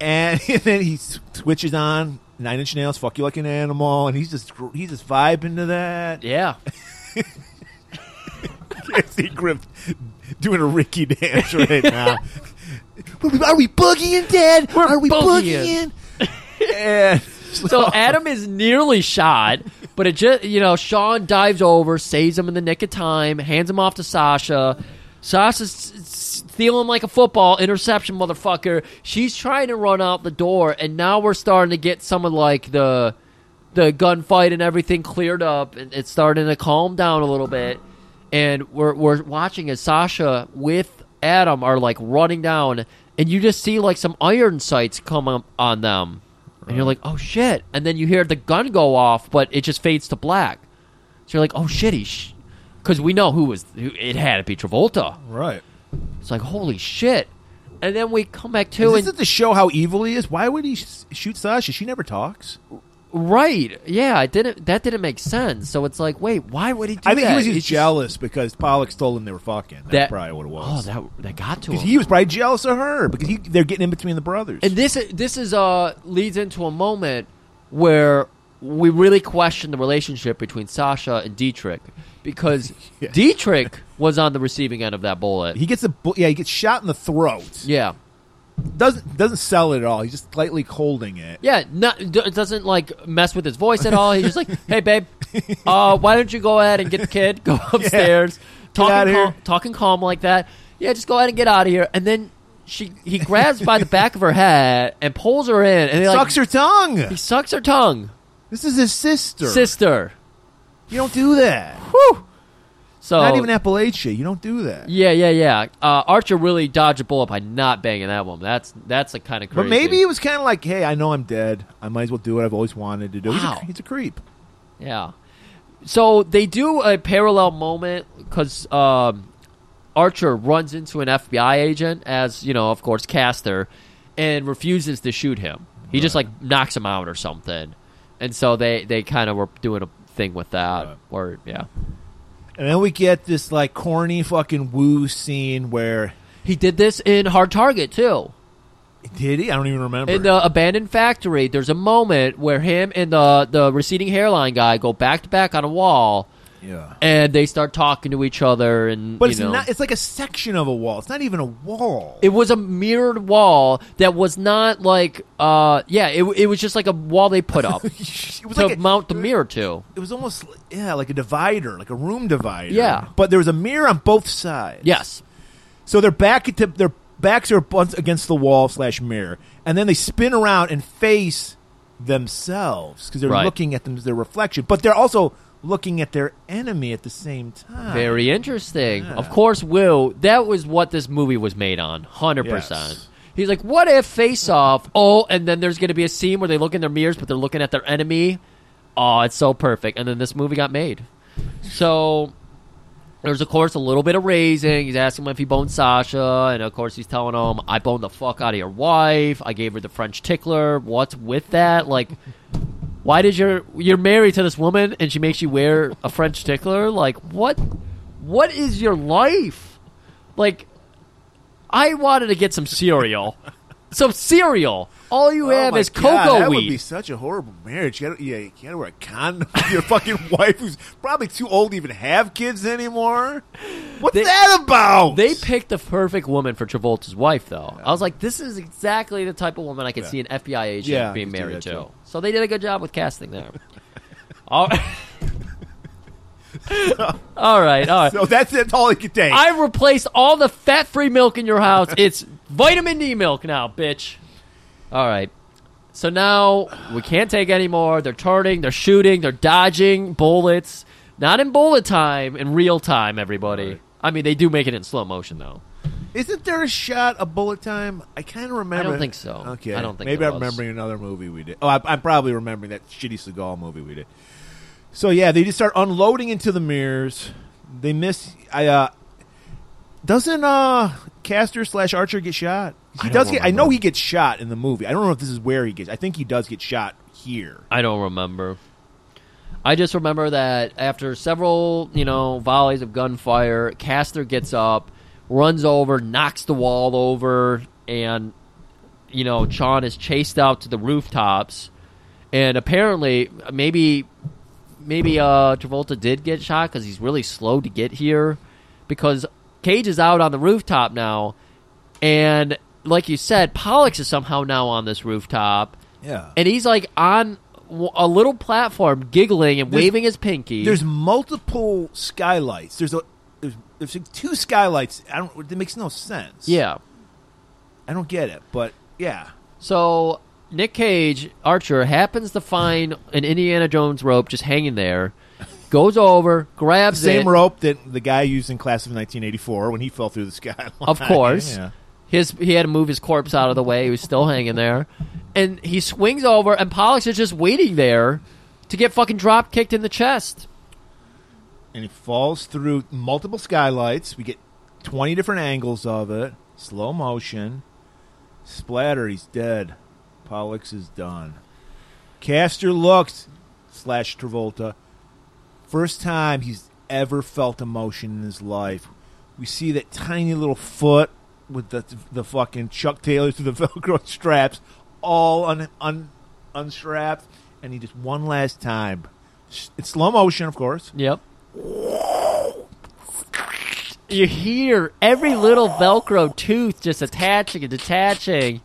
Speaker 1: and, then he s- switches on Nine Inch Nails, "Fuck You Like an Animal," and he's just gr- he's just vibing to that.
Speaker 2: yeah,
Speaker 1: Casey Griff doing a Ricky dance right now. Are we boogieing, Dad?
Speaker 2: We're
Speaker 1: Are we
Speaker 2: boogieing.
Speaker 1: boogieing? and
Speaker 2: So Adam is nearly shot, but it just you know Sean dives over, saves him in the nick of time, hands him off to Sasha. Sasha's stealing like a football interception, motherfucker. She's trying to run out the door, and now we're starting to get some of like the the gunfight and everything cleared up, and it's starting to calm down a little bit. And we're we're watching as Sasha with Adam are like running down, and you just see like some iron sights come up on them. And you're like, oh shit. And then you hear the gun go off, but it just fades to black. So you're like, oh shit, he's. Because we know who was. Who, it had to be Travolta.
Speaker 1: right.
Speaker 2: It's like, holy shit. And then we come back to
Speaker 1: Isn't
Speaker 2: and.
Speaker 1: it to show how evil he is? Why would he sh- shoot Sasha? She never talks.
Speaker 2: right. Yeah, it didn't, that didn't make sense. So it's like, wait, why would he do
Speaker 1: I think
Speaker 2: that?
Speaker 1: he was
Speaker 2: It's
Speaker 1: just
Speaker 2: just-
Speaker 1: jealous because Pollock told him they were fucking. That's
Speaker 2: that,
Speaker 1: probably what it was.
Speaker 2: Oh, that, that got to him.
Speaker 1: 'Cause he was probably jealous of her because he, they're getting in between the brothers.
Speaker 2: And this this is uh leads into a moment where we really question the relationship between Sasha and Dietrich because Dietrich was on the receiving end of that bullet.
Speaker 1: he gets a bu- yeah, he gets shot in the throat.
Speaker 2: yeah.
Speaker 1: Doesn't doesn't sell it at all. He's just lightly holding it.
Speaker 2: Yeah, not, d- it doesn't like mess with his voice at all. He's just like, "Hey, babe, uh, why don't you go ahead and get the kid, go upstairs,
Speaker 1: outta
Speaker 2: talking
Speaker 1: here.
Speaker 2: calm, talking calm like that. Yeah, just go ahead and get out of here." And then she he grabs by the back of her head and pulls her in, and he like,
Speaker 1: Sucks her tongue.
Speaker 2: he sucks her tongue,
Speaker 1: This is his sister.
Speaker 2: sister.
Speaker 1: you don't do that.
Speaker 2: So
Speaker 1: Not even Appalachia. You don't do that.
Speaker 2: Yeah, yeah, yeah. Uh, Archer really dodged a bullet by not banging that woman. That's that's a kind of crazy.
Speaker 1: But maybe it was kind of like, hey, I know I'm dead. I might as well do what I've always wanted to do. He's,
Speaker 2: Wow.
Speaker 1: a, he's a creep.
Speaker 2: yeah. So they do a parallel moment because um, Archer runs into an FBI agent as you know, of course, Caster, and refuses to shoot him. He just like knocks him out or something, and so they they kind of were doing a thing with that.
Speaker 1: Right.
Speaker 2: Or yeah,
Speaker 1: And then we get this like corny fucking woo scene where
Speaker 2: he did this in Hard Target too.
Speaker 1: did he? I don't even remember.
Speaker 2: In the abandoned factory, there's a moment where him and the the receding hairline guy go back to back on a wall,
Speaker 1: yeah.
Speaker 2: and they start talking to each other, and
Speaker 1: But
Speaker 2: you
Speaker 1: it's
Speaker 2: know,
Speaker 1: not. It's like a section of a wall. It's not even a wall.
Speaker 2: it was a mirrored wall that was not like, uh, yeah, it, it was just like a wall they put up to
Speaker 1: It was like a-
Speaker 2: mount the mirror to.
Speaker 1: It was almost li- yeah, like a divider, like a room divider.
Speaker 2: Yeah.
Speaker 1: But there was a mirror on both sides.
Speaker 2: Yes,
Speaker 1: So they're back at the, they're backs are buns- against the wall slash mirror, and then they spin around and face themselves because they're
Speaker 2: Right.
Speaker 1: looking at them their reflection, but they're also looking at their enemy at the same time.
Speaker 2: Very interesting. Of course, Will, that was what this movie was made on, 100%.
Speaker 1: Yes.
Speaker 2: He's like, what if face off? Oh, and then there's going to be a scene where they look in their mirrors, but they're looking at their enemy. Oh, it's so perfect. And then this movie got made. So there's, of course, a little bit of raising. He's asking him if he boned Sasha. And, of course, he's telling him, I boned the fuck out of your wife. I gave her the French tickler. What's with that? Like, why did your you're married to this woman and she makes you wear a French tickler? Like what? What is your life? Like, I wanted to get some cereal, some cereal. All you
Speaker 1: Oh
Speaker 2: have
Speaker 1: my
Speaker 2: is cocoa
Speaker 1: God, that would
Speaker 2: wheat.
Speaker 1: be such a horrible marriage. You gotta, yeah, you gotta wear a condom with your fucking wife, who's probably too old to even have kids anymore. What's
Speaker 2: They-
Speaker 1: that about?
Speaker 2: They picked the perfect woman for Travolta's wife, though. I was like, this is exactly the type of woman I could see an FBI agent
Speaker 1: Yeah, I
Speaker 2: being
Speaker 1: could see
Speaker 2: married
Speaker 1: that,
Speaker 2: to.
Speaker 1: too.
Speaker 2: So they did a good job with casting there. all, all right, all right.
Speaker 1: so that's it. All it could take.
Speaker 2: I replaced all the fat-free milk in your house. It's vitamin D milk now, bitch. All right. So now we can't take anymore. They're turning, they're shooting, they're dodging bullets. Not in bullet time, in real time, everybody. I mean, they do make it in slow motion though.
Speaker 1: Isn't there a shot of bullet time? I kind of remember.
Speaker 2: think so.
Speaker 1: Okay,
Speaker 2: I don't think
Speaker 1: Maybe
Speaker 2: there
Speaker 1: I'm
Speaker 2: was.
Speaker 1: remembering another movie we did. Oh, I, I'm probably remembering that shitty Seagal movie we did. So yeah, they just start unloading into the mirrors. They miss. I uh, doesn't uh Caster slash Archer get shot? He
Speaker 2: don't
Speaker 1: does get. I
Speaker 2: remember.
Speaker 1: know he gets shot in the movie. I don't know if this is where he gets. I think he does get shot here.
Speaker 2: I don't remember. I just remember that after several, you know, volleys of gunfire, Caster gets up, runs over, knocks the wall over, and you know, Chon is chased out to the rooftops. And apparently, maybe, maybe uh, Travolta did get shot because he's really slow to get here, because Cage is out on the rooftop now, and like you said, Pollux is somehow now on this rooftop.
Speaker 1: Yeah.
Speaker 2: And he's like on w- a little platform, giggling and
Speaker 1: There's-
Speaker 2: waving his pinky.
Speaker 1: There's multiple skylights. There's a there's, there's like two skylights. I don't. It makes no sense.
Speaker 2: yeah.
Speaker 1: I don't get it. But yeah.
Speaker 2: So Nick Cage Archer happens to find an Indiana Jones rope just hanging there, goes over, grabs
Speaker 1: same
Speaker 2: it.
Speaker 1: rope that the guy used in Class of 1984 when he fell through the skyline.
Speaker 2: Of course.
Speaker 1: Yeah.
Speaker 2: His he had to move his corpse out of the way. He was still hanging there, and he swings over, and Pollux is just waiting there to get fucking drop kicked in the chest.
Speaker 1: And he falls through multiple skylights. We get 20 different angles of it. Slow motion. Splatter, he's dead. Pollux is done. Caster looks slash Travolta. First time he's ever felt emotion in his life. We see that tiny little foot with the the fucking Chuck Taylors through the Velcro straps, all un, un, unstrapped, and he just one last time. It's slow motion, of course.
Speaker 2: Yep. You hear every little Velcro tooth just attaching and detaching.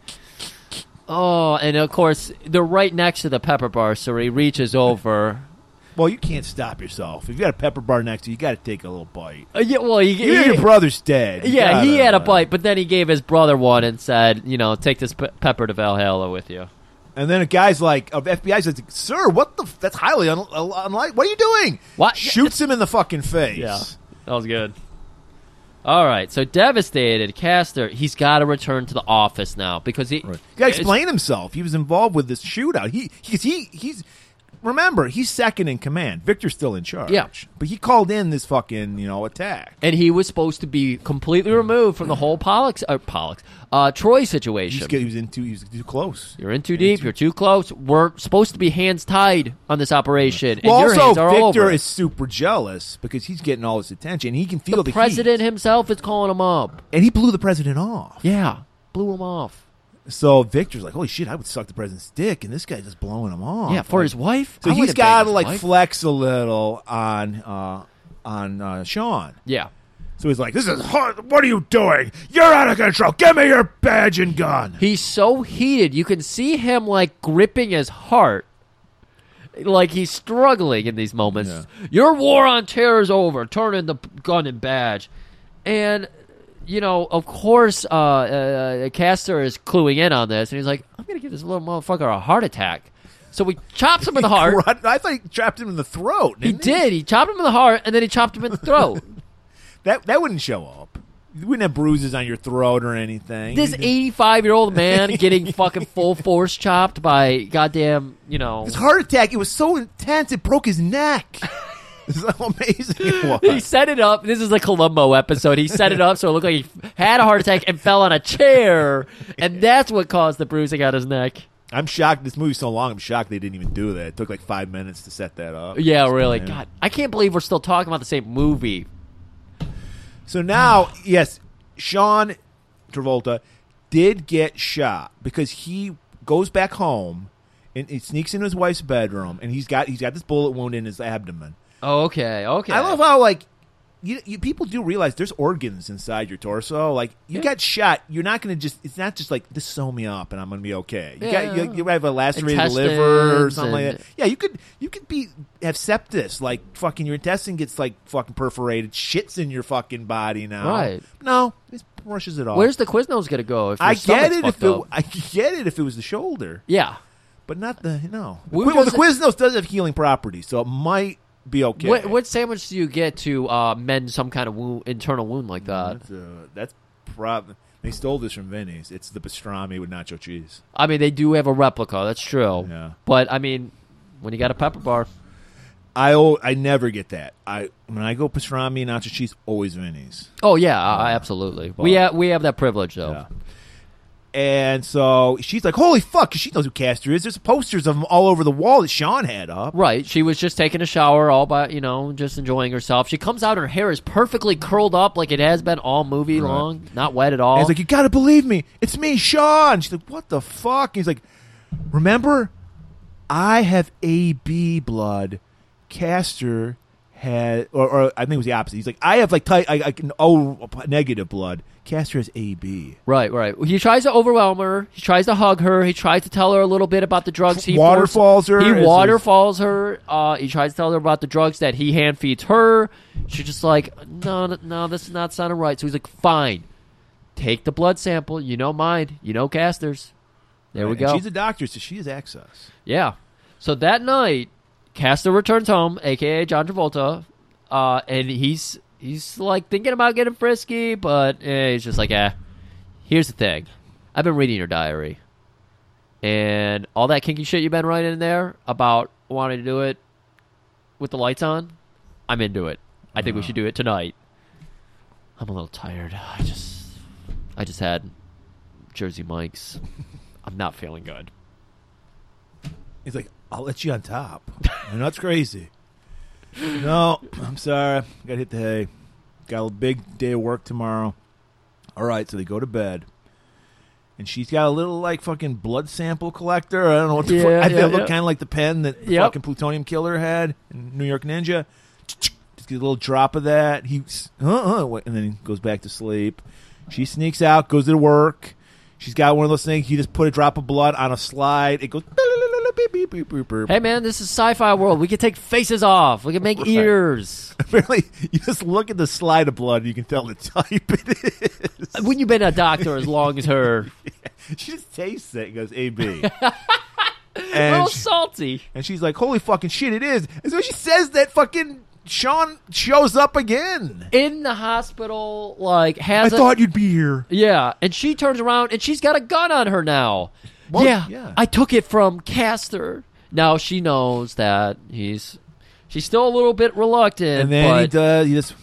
Speaker 2: Oh, and of course, they're right next to the pepper bar, so he reaches over.
Speaker 1: Well, you can't stop yourself. If you got a pepper bar next to you, you got to take a little bite.
Speaker 2: Uh, yeah, well, he,
Speaker 1: You know
Speaker 2: he-
Speaker 1: your brother's dead. You
Speaker 2: yeah, he
Speaker 1: gotta-
Speaker 2: had a bite, but then he gave his brother one and said, you know, take this pe- pepper to Valhalla with you.
Speaker 1: And then a guy's like, of FBI says, "Sir, what the? F- that's highly un- uh, unlike. What are you doing?
Speaker 2: What?
Speaker 1: Shoots him in the fucking face.
Speaker 2: Yeah, that was good. All right, so devastated, Caster, he's got to return to the office now because he.
Speaker 1: Right. You got to
Speaker 2: it's-
Speaker 1: explain himself. He was involved with this shootout. He because he he's remember he's second in command. Victor's still in charge.
Speaker 2: Yeah.
Speaker 1: but he called in this fucking you know attack.
Speaker 2: and he was supposed to be completely removed from the whole Pollux, uh, Pollux, uh, Troy
Speaker 1: He
Speaker 2: situation.
Speaker 1: was, he was in too. He was too close.
Speaker 2: You're in too deep. You're too close. We're supposed to be hands tied on this operation, and
Speaker 1: Well,
Speaker 2: your
Speaker 1: also
Speaker 2: hands are all
Speaker 1: Victor
Speaker 2: over.
Speaker 1: is super jealous because he's getting all this attention. He can feel
Speaker 2: the
Speaker 1: the,
Speaker 2: president
Speaker 1: heat.
Speaker 2: himself is calling him up.
Speaker 1: and he blew the president off.
Speaker 2: Yeah, blew him off.
Speaker 1: So Victor's like, "Holy shit, I would suck the president's dick," and this guy's just blowing him off.
Speaker 2: yeah, for
Speaker 1: Like,
Speaker 2: his wife.
Speaker 1: Oh, So
Speaker 2: I
Speaker 1: he's
Speaker 2: would've
Speaker 1: got
Speaker 2: banged
Speaker 1: to
Speaker 2: his
Speaker 1: like
Speaker 2: wife.
Speaker 1: flex a little on uh, on uh, Sean.
Speaker 2: yeah.
Speaker 1: So he's like, "This is hard. What are you doing? You're out of control. Give me your badge and gun."
Speaker 2: He's so heated. You can see him like gripping his heart. Like he's struggling in these moments. Your war on terror is over. Turn in the p- gun and badge. And you know, of course, uh, uh, Castor is cluing in on this, and he's like, "I'm gonna give this little motherfucker a heart attack." So we chops him in the heart.
Speaker 1: I thought he trapped him in the throat.
Speaker 2: He
Speaker 1: didn't
Speaker 2: did. He chopped him in the heart, and then he chopped him in the throat.
Speaker 1: That that wouldn't show up. You wouldn't have bruises on your throat or anything.
Speaker 2: this
Speaker 1: You just-
Speaker 2: eighty-five-year-old man getting fucking full force chopped by goddamn, you know,
Speaker 1: his heart attack. It was so intense it broke his neck. this is how amazing it was.
Speaker 2: He set it up. This is a Columbo episode. He set it up so it looked like he had a heart attack and fell on a chair, and that's what caused the bruising on his neck.
Speaker 1: I'm shocked. This movie's so long. I'm shocked they didn't even do that. It took like five minutes to set that up.
Speaker 2: Yeah, really.
Speaker 1: Yeah.
Speaker 2: God, I can't believe we're still talking about the same movie.
Speaker 1: So now, yes, Sean Travolta did get shot because he goes back home and he sneaks into his wife's bedroom and he's got he's got this bullet wound in his abdomen.
Speaker 2: Oh, Okay, okay.
Speaker 1: I love how like you, you people do realize there's organs inside your torso. Like you
Speaker 2: Yeah.
Speaker 1: got shot, you're not gonna just. It's not just like this sew me up and I'm gonna be okay. You got
Speaker 2: Yeah.
Speaker 1: you, you have a lacerated liver or
Speaker 2: Intestines
Speaker 1: something like
Speaker 2: and-
Speaker 1: that. Yeah, you could you could be have septus. Like fucking your intestine gets like fucking perforated. Shits in your fucking body now.
Speaker 2: Right.
Speaker 1: No, it brushes it off.
Speaker 2: Where's the Quiznos gonna go? If your
Speaker 1: I get
Speaker 2: stomach's
Speaker 1: it if
Speaker 2: fucked
Speaker 1: it,
Speaker 2: up?
Speaker 1: I get it if it was the shoulder,
Speaker 2: yeah.
Speaker 1: but not the no. The,
Speaker 2: We
Speaker 1: Qui-
Speaker 2: were
Speaker 1: well, the
Speaker 2: just-
Speaker 1: Quiznos does have healing properties, so it might be okay.
Speaker 2: What, what sandwich do you get to uh, mend some kind of wound, internal wound like that?
Speaker 1: That's, uh, that's prob- They stole this from Vinny's. It's the pastrami with nacho cheese.
Speaker 2: I mean, they do have a replica. That's true.
Speaker 1: Yeah.
Speaker 2: But I mean, when you got a pepper bar,
Speaker 1: I al- I never get that. I when I go pastrami and nacho cheese, always Vinny's.
Speaker 2: oh yeah, uh, absolutely. we
Speaker 1: Well-
Speaker 2: have we have that privilege though.
Speaker 1: Yeah. And so she's like, "Holy fuck!" 'cause she knows who Castor is. There's posters of him all over the wall that Sean had up.
Speaker 2: Right. She was just taking a shower, all by you know, just enjoying herself. She comes out, her hair is perfectly curled up, like it has been all movie long, not wet at all.
Speaker 1: And he's like, "You gotta believe me. It's me, Sean." She's like, "What the fuck?" And he's like, "Remember, I have AB blood. Castor had, or, or I think it was the opposite. He's like, I have like type, I, I can O negative blood. Castor has AB.
Speaker 2: right, right. He tries to overwhelm her. He tries to hug her. He tries to tell her a little bit about the drugs. He
Speaker 1: Waterfalls
Speaker 2: forced-
Speaker 1: her. It's-
Speaker 2: He waterfalls her. Uh, he tries to tell her about the drugs that he hand feeds her. She's just like, no, no, no, this is not sounding right. So he's like, fine, take the blood sample. You know mine. You know Caster's. There we
Speaker 1: And
Speaker 2: go.
Speaker 1: She's a doctor, so she has access.
Speaker 2: Yeah. So that night, Castor returns home, aka John Travolta, uh, and he's he's like thinking about getting frisky, but eh, he's just like, eh. Here's the thing, I've been reading your diary, and all that kinky shit you've been writing in there about wanting to do it with the lights on. I'm into it. I think we should do it tonight. I'm a little tired. I just I just had Jersey Mike's. I'm not feeling good.
Speaker 1: He's like, I'll let you on top. And that's crazy. No, I'm sorry. I got hit the hay. Got a big day of work tomorrow. All right, so they go to bed. And she's got a little like fucking blood sample collector. I don't know what the
Speaker 2: Yeah,
Speaker 1: fuck. I
Speaker 2: yeah,
Speaker 1: look
Speaker 2: yeah.
Speaker 1: kind of like the pen that the
Speaker 2: Yep.
Speaker 1: fucking plutonium killer had in New York Ninja. Just get a little drop of that. He uh, uh, and then he goes back to sleep. She sneaks out, goes to work. She's got one of those things. You just put a drop of blood on a slide. It goes. beep, beep, beep, beep, beep.
Speaker 2: Hey man, this is sci-fi world. We can take faces off. We can make
Speaker 1: Right.
Speaker 2: ears.
Speaker 1: Apparently, you just look at the slide of blood. You can tell the type it is.
Speaker 2: When you've been a doctor as long as her,
Speaker 1: She just tastes it. And goes A B.
Speaker 2: a
Speaker 1: and
Speaker 2: little
Speaker 1: she-
Speaker 2: salty.
Speaker 1: And she's like, "Holy fucking shit, it is!" And so she says that fucking Sean shows up again.
Speaker 2: In the hospital, like
Speaker 1: I
Speaker 2: has a
Speaker 1: thought you'd be here.
Speaker 2: yeah, and she turns around and she's got a gun on her now.
Speaker 1: Well,
Speaker 2: yeah,
Speaker 1: yeah.
Speaker 2: I took it from Castor. Now she knows that he's. She's still a little bit reluctant,
Speaker 1: And then he
Speaker 2: but
Speaker 1: does. He just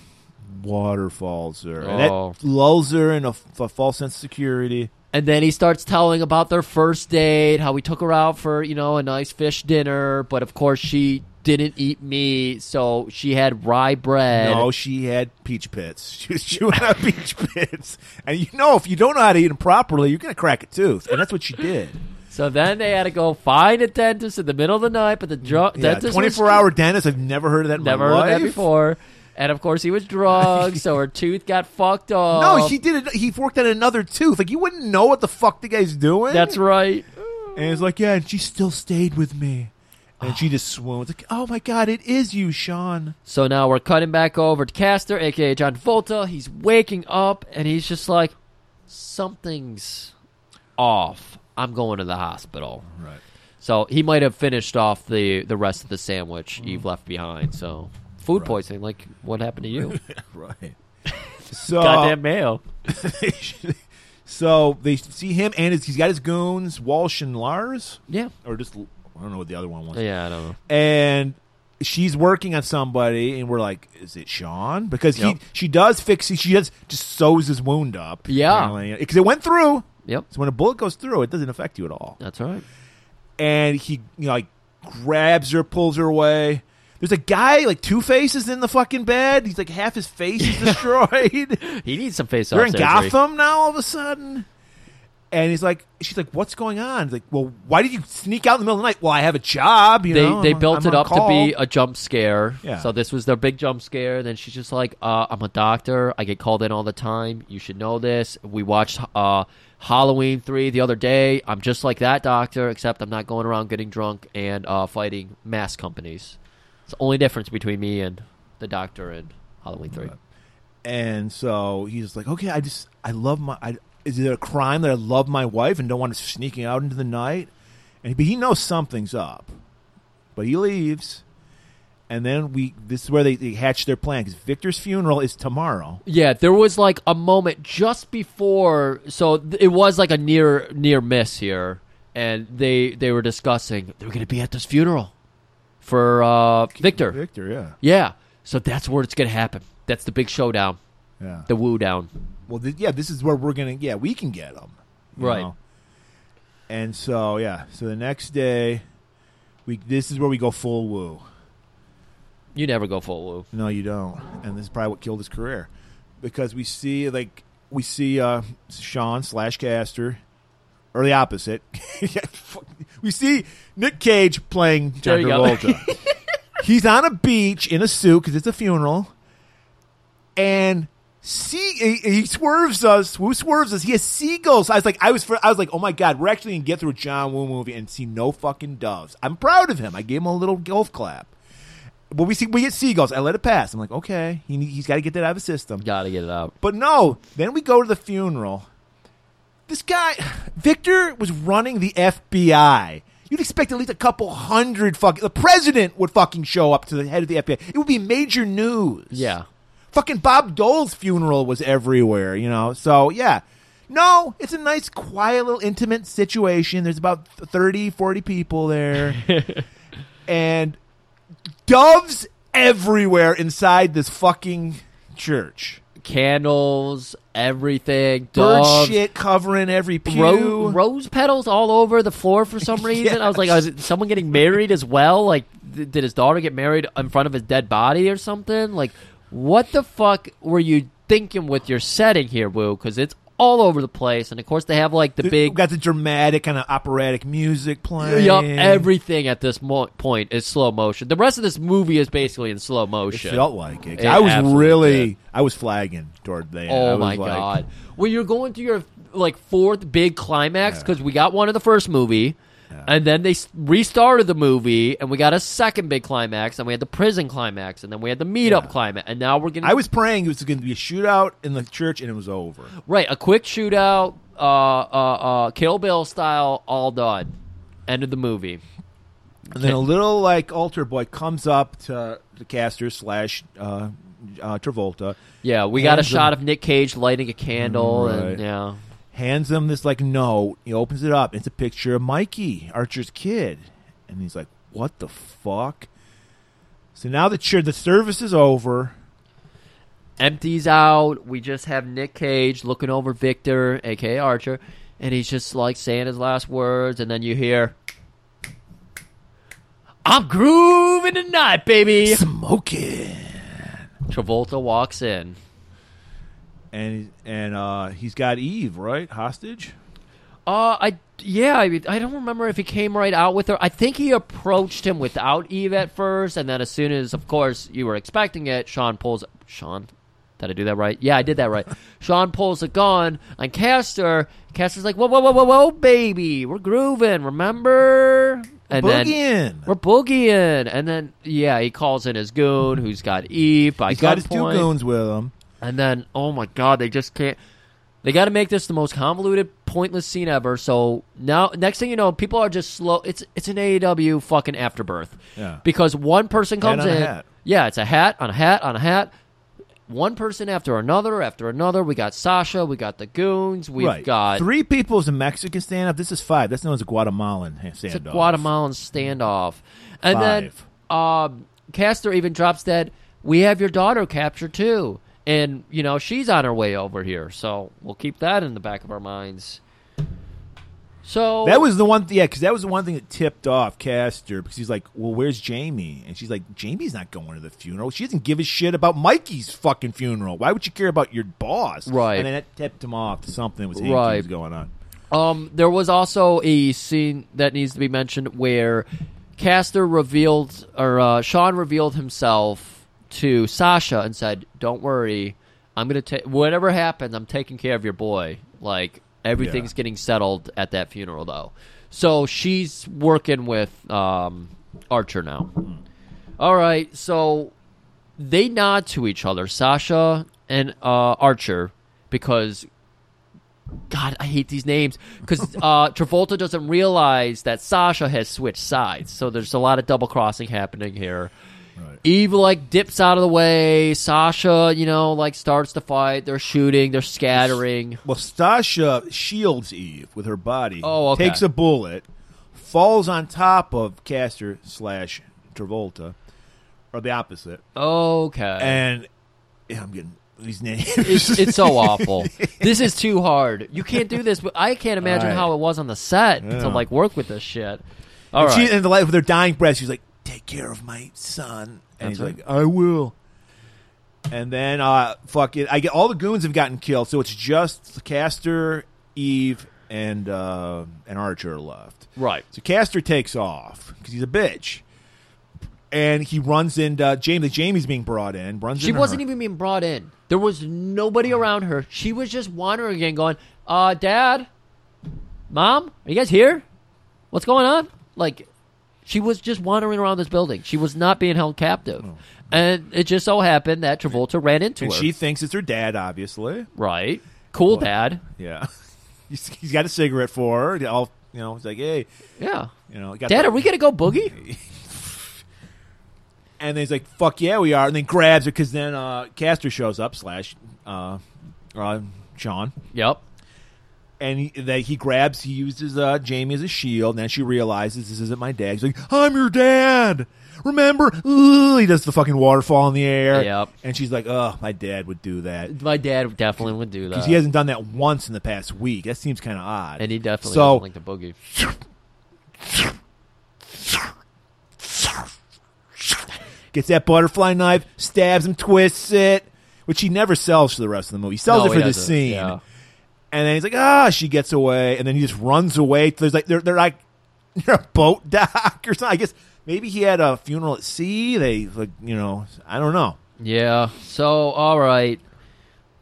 Speaker 1: waterfalls her, and
Speaker 2: Oh.
Speaker 1: that lulls her in a, f- a false sense of security.
Speaker 2: And then he starts telling about their first date, how he took her out for, you know, a nice fish dinner, but of course she didn't eat meat, so she had rye bread.
Speaker 1: no, she had peach pits. She was chewing on peach pits, and you know if you don't know how to eat them properly, you're gonna crack a tooth, and that's what she did.
Speaker 2: So then they had to go find a dentist in the middle of the night, but the drug
Speaker 1: Yeah,
Speaker 2: dentist was
Speaker 1: 24 hour dentist. I've never heard of that. In
Speaker 2: never
Speaker 1: my
Speaker 2: heard that
Speaker 1: life.
Speaker 2: before. And of course he was drugged, so her tooth got fucked up.
Speaker 1: No, he did it. He forked out another tooth. Like you wouldn't know what the fuck the guy's doing.
Speaker 2: That's right.
Speaker 1: And it's like, yeah, and she still stayed with me. And she just swoons. Like, oh my God, it is you, Sean.
Speaker 2: So now we're cutting back over to Caster, aka John Volta. He's waking up and he's just like, something's off. I'm going to the hospital.
Speaker 1: Right.
Speaker 2: So he might have finished off the, the rest of the sandwich Eve left behind. So food poisoning, like what happened to you?
Speaker 1: Right. So
Speaker 2: Goddamn mayo.
Speaker 1: so they see him and his, he's got his goons, Walsh and Lars,
Speaker 2: Yeah.
Speaker 1: or just I don't know what the other one was.
Speaker 2: Yeah, I don't know.
Speaker 1: And she's working on somebody, and we're like, is it Sean? Because
Speaker 2: Yep.
Speaker 1: he she does fix she just just sews his wound up.
Speaker 2: Yeah.
Speaker 1: because it went through.
Speaker 2: Yep.
Speaker 1: So when a bullet goes through, it doesn't affect you at all.
Speaker 2: That's all right.
Speaker 1: And he you know, like grabs her, pulls her away. There's a guy like two faces in the fucking bed. He's like half his face is destroyed.
Speaker 2: He needs some face off.
Speaker 1: They're in Gotham now all of a sudden. And he's like, she's like, what's going on? He's like, well, why did you sneak out in the middle of the night? Well, I have a job. You
Speaker 2: They,
Speaker 1: know,
Speaker 2: they
Speaker 1: I'm-
Speaker 2: built
Speaker 1: I'm
Speaker 2: it
Speaker 1: on
Speaker 2: up
Speaker 1: call."
Speaker 2: to be a jump scare.
Speaker 1: Yeah.
Speaker 2: So this was their big jump scare. Then she's just like, uh, I'm a doctor. I get called in all the time. You should know this. We watched uh, Halloween 3 the other day. I'm just like that doctor, except I'm not going around getting drunk and uh, fighting mass companies. It's the only difference between me and the doctor in Halloween 3.
Speaker 1: And so he's like, okay, I just, I love my, I, is it a crime that I love my wife and don't want her sneaking out into the night? And but he knows something's up, but he leaves. And then we, this is where they, they hatch their plan because Victor's funeral is tomorrow.
Speaker 2: Yeah, there was like a moment just before, so th- it was like a near near miss here, and they they were discussing they were going to be at this funeral for uh, Victor.
Speaker 1: Victor, yeah,
Speaker 2: Yeah, so that's where it's going to happen. That's the big showdown,
Speaker 1: yeah.
Speaker 2: the woo down.
Speaker 1: well, th- yeah, this is where we're gonna. Yeah, we can get them, you
Speaker 2: Right.
Speaker 1: know? And so yeah, so the next day, we this is where we go full woo.
Speaker 2: You never go full woo.
Speaker 1: No, you don't. And this is probably what killed his career, because we see like we see uh, Sean slash Caster, or the opposite. Yeah, fuck. we see Nick Cage playing John
Speaker 2: There you go.
Speaker 1: Travolta. He's on a beach in a suit because it's a funeral, and see he, he swerves us. Who swerves us? He has seagulls. I was like, I was, fr- I was like, oh my god, we're actually gonna get through a John Woo movie and see no fucking doves. I'm proud of him. I gave him a little golf clap. But we see we get seagulls. I let it pass. I'm like, okay, he, he's got to get that out of his system.
Speaker 2: Got to get it out.
Speaker 1: But no, then we go to the funeral. This guy, Victor, was running the FBI. You'd expect at least a couple hundred fucking. The president would fucking show up to the head of the FBI. It would be major news.
Speaker 2: Yeah,
Speaker 1: Fucking Bob Dole's funeral was everywhere, you know? So, yeah. No, it's a nice, quiet, little intimate situation. There's about 30, 40 people there. and doves everywhere inside this fucking church.
Speaker 2: candles, everything,
Speaker 1: Bird
Speaker 2: doves,
Speaker 1: shit covering every pew.
Speaker 2: ro- rose petals all over the floor for some reason. I was like, is it someone getting married as well? Like, th- did his daughter get married in front of his dead body or something? Like, what the fuck were you thinking with your setting here, Woo? Because it's all over the place, and of course they have like the
Speaker 1: Th-
Speaker 2: big.
Speaker 1: got the dramatic kind of operatic music playing.
Speaker 2: Yup, everything at this mo- point is slow motion. The rest of this movie is basically in slow
Speaker 1: It
Speaker 2: motion.
Speaker 1: felt like it.
Speaker 2: It
Speaker 1: I was
Speaker 2: absolutely
Speaker 1: really,
Speaker 2: did.
Speaker 1: I was flagging toward the end. I
Speaker 2: Oh
Speaker 1: was
Speaker 2: my
Speaker 1: like,
Speaker 2: god! When you're going through your like fourth big climax, because we got one of the first movie, and then they s- restarted the movie, and we got a second big climax, and we had the prison climax, and then we had the meetup climax, and now we're getting
Speaker 1: I was praying it was going to be a shootout in the church, and it was over.
Speaker 2: right a quick shootout, uh, uh, uh, Kill Bill style, all done. End of the movie.
Speaker 1: And then a little like altar boy comes up to the caster slash uh, uh, Travolta,
Speaker 2: Yeah, we got a
Speaker 1: Hands of-
Speaker 2: shot of Nick Cage lighting a candle,
Speaker 1: Right.
Speaker 2: and yeah,
Speaker 1: hands him this like note. He opens it up. It's a picture of Mikey, Archer's kid, and he's like, "What the fuck?" So now the church, the service is over.
Speaker 2: empties out. We just have Nick Cage looking over Victor, aka Archer, and he's just like saying his last words, and then you hear, "I'm grooving tonight, baby."
Speaker 1: Smoking.
Speaker 2: Travolta walks in.
Speaker 1: and and uh, he's got Eve right hostage.
Speaker 2: Uh, I yeah, I, I don't remember if he came right out with her. I think he approached him without Eve at first, and then as soon as, of course, you were expecting it, Sean pulls Sean Did I do that right? Yeah, I did that right. Sean pulls the gun on Caster. Caster's like, whoa, whoa, whoa, whoa, whoa, baby. We're grooving, remember? And
Speaker 1: Boogieing.
Speaker 2: Then, we're boogieing. And then, yeah, he calls in his goon who's got Eve by
Speaker 1: He's got his two
Speaker 2: gunpoint.
Speaker 1: goons with him.
Speaker 2: And then, oh my god, they just can't. They got to make this the most convoluted, pointless scene ever. So now, next thing you know, people are just slow. It's it's an AEW fucking afterbirth.
Speaker 1: Yeah.
Speaker 2: Because one person comes
Speaker 1: on a
Speaker 2: in.
Speaker 1: hat.
Speaker 2: Yeah, it's a hat on a hat on a hat. One person after another after another. We got Sasha. We got the goons. We've
Speaker 1: right.
Speaker 2: got
Speaker 1: Three people is a Mexican stand up. This is five. That's known as a Guatemalan stand
Speaker 2: it's a Guatemalan standoff. And
Speaker 1: Five.
Speaker 2: then um, Castor even drops that we have your daughter captured too, and you know she's on her way over here, so we'll keep that in the back of our minds. So
Speaker 1: That was the one, yeah, because that was the one thing that tipped off Caster because he's like, "Well, where's Jamie?" And she's like, "Jamie's not going to the funeral. She doesn't give a shit about Mikey's fucking funeral. Why would you care about your boss?"
Speaker 2: Right.
Speaker 1: And then that tipped him off to something that was hinky
Speaker 2: Right.
Speaker 1: was going on.
Speaker 2: Um, there was also a scene that needs to be mentioned where Caster revealed, or uh, Sean revealed himself to Sasha and said, "Don't worry, I'm gonna take whatever happens. I'm taking care of your boy. Like everything's
Speaker 1: Yeah.
Speaker 2: getting settled at that funeral, though." So she's working with um, Archer now. All right, so they nod to each other, Sasha and uh, Archer, because God, I hate these names because uh, Travolta doesn't realize that Sasha has switched sides. So there's a lot of double crossing happening here. Eve like dips out of the way. Sasha, you know, like starts the fight. They're shooting. They're scattering.
Speaker 1: Well, Stasha shields Eve with her body.
Speaker 2: Oh, okay.
Speaker 1: Takes a bullet, falls on top of Caster slash Travolta, or the opposite,
Speaker 2: Okay,
Speaker 1: and yeah, I'm getting these names.
Speaker 2: it's, it's so awful. This is too hard. You can't do this. But I can't imagine
Speaker 1: Right.
Speaker 2: how it was on the set
Speaker 1: Yeah.
Speaker 2: to like work with this shit. All
Speaker 1: And
Speaker 2: right.
Speaker 1: she, and the light with her dying breath, she's like, "Take care of my son," and
Speaker 2: That's
Speaker 1: he's
Speaker 2: right.
Speaker 1: like, "I will." And then, uh, fuck it, I get all the goons have gotten killed, so it's just Caster, Eve, and uh, and Archer are left.
Speaker 2: Right.
Speaker 1: So Caster takes off because he's a bitch, and he runs into Jamie. Jamie's being brought in. Runs.
Speaker 2: She
Speaker 1: into
Speaker 2: wasn't
Speaker 1: her.
Speaker 2: even being brought in. There was nobody around her. She was just wandering again, going, uh, Dad, Mom, are you guys here? What's going on? Like, she was just wandering around this building. She was not being held captive. And it just so happened that Travolta ran
Speaker 1: Oh.
Speaker 2: into
Speaker 1: And
Speaker 2: her.
Speaker 1: she thinks it's her dad, obviously.
Speaker 2: right. Cool, Dad.
Speaker 1: Yeah. he's, he's got a cigarette for her. All you know, he's like, "Hey,
Speaker 2: Yeah.
Speaker 1: you know, got
Speaker 2: Dad,
Speaker 1: the-
Speaker 2: are we going to go boogie?
Speaker 1: And then he's like, "Fuck yeah, we are!" And then grabs her because then uh, Caster shows up slash uh, uh, Sean,
Speaker 2: Yep.
Speaker 1: and he, that he grabs, he uses uh, Jamie as a shield. And then she realizes this isn't my dad. He's like, "I'm your dad." Remember? Ooh, he does the fucking waterfall in the air.
Speaker 2: Yep.
Speaker 1: And she's like, "Oh, my dad would do that."
Speaker 2: My dad definitely would do that.
Speaker 1: Because he hasn't done that once in the past week. That seems kind of odd.
Speaker 2: and he definitely
Speaker 1: so
Speaker 2: doesn't like the boogie.
Speaker 1: gets that butterfly knife, stabs him, twists it, which he never sells for the rest of the movie. He sells
Speaker 2: No,
Speaker 1: it for
Speaker 2: he
Speaker 1: the
Speaker 2: doesn't.
Speaker 1: scene.
Speaker 2: Yeah.
Speaker 1: And then he's like, ah, she gets away, and then he just runs away. There's like they're they're like they're a boat dock or something. I guess maybe he had a funeral at sea. They like you know I don't know.
Speaker 2: Yeah. So, all right.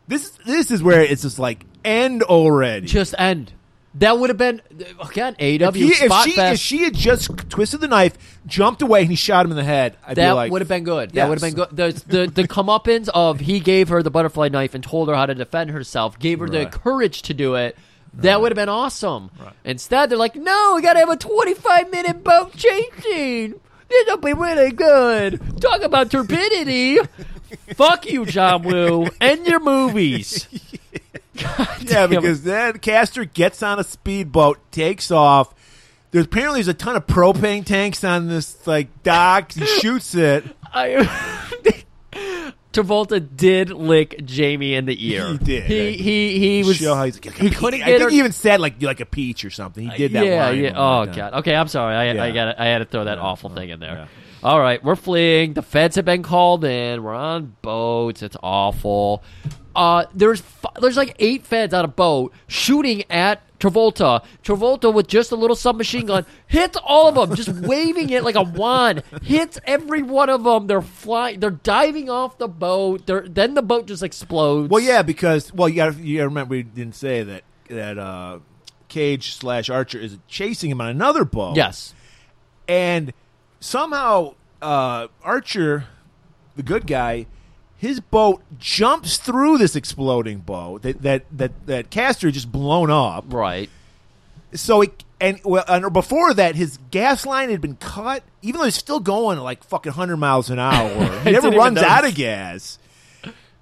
Speaker 1: This this is where it's just like end already.
Speaker 2: just end. That would have been again AW
Speaker 1: if, he, if
Speaker 2: spot
Speaker 1: she
Speaker 2: fest.
Speaker 1: if she had just twisted the knife, jumped away, and he shot him in the head, I'd be
Speaker 2: that
Speaker 1: like,
Speaker 2: would have been good.
Speaker 1: Yes.
Speaker 2: That would have been good. The, the the comeuppance of he gave her the butterfly knife and told her how to defend herself, gave her
Speaker 1: Right.
Speaker 2: the courage to do it. That would have been awesome. Instead, they're like, "No, we gotta have a twenty-five minute boat chase scene. This'll be really good. Talk about turbidity. Fuck you, John Woo. End your movies.
Speaker 1: Yeah,
Speaker 2: Damn.
Speaker 1: because then Caster gets on a speedboat, takes off. There's apparently there's a ton of propane tanks on this like dock. He shoots it.
Speaker 2: I Travolta did lick Jamie in the ear.
Speaker 1: He did.
Speaker 2: He he he was.
Speaker 1: Show how he's like,
Speaker 2: he couldn't
Speaker 1: I
Speaker 2: get
Speaker 1: think
Speaker 2: her-
Speaker 1: he even said like you like a peach or something. He did that.
Speaker 2: yeah
Speaker 1: line
Speaker 2: yeah.
Speaker 1: when we
Speaker 2: Oh
Speaker 1: went down.
Speaker 2: god. Okay, I'm sorry. I I
Speaker 1: Yeah.
Speaker 2: got I had to throw that awful thing in there.
Speaker 1: yeah.
Speaker 2: All right, we're fleeing. The feds have been called in. We're on boats. It's awful. Uh, there's f- there's like eight feds on a boat shooting at Travolta, Travolta with just a little submachine gun hits all of them, just waving it like a wand. Hits every one of them. They're flying. They're diving off the boat. They're, then the boat just explodes.
Speaker 1: Well, yeah, because well, you got to you gotta remember we didn't say that that uh, Cage slash Archer is chasing him on another boat.
Speaker 2: Yes.
Speaker 1: and somehow uh, Archer, the good guy, his boat jumps through this exploding boat that that that that Castor just blown up.
Speaker 2: Right.
Speaker 1: So it and well, and before that, his gas line had been cut, even though he's still going like fucking hundred miles an hour. he never
Speaker 2: didn't even
Speaker 1: runs
Speaker 2: notice.
Speaker 1: out of gas.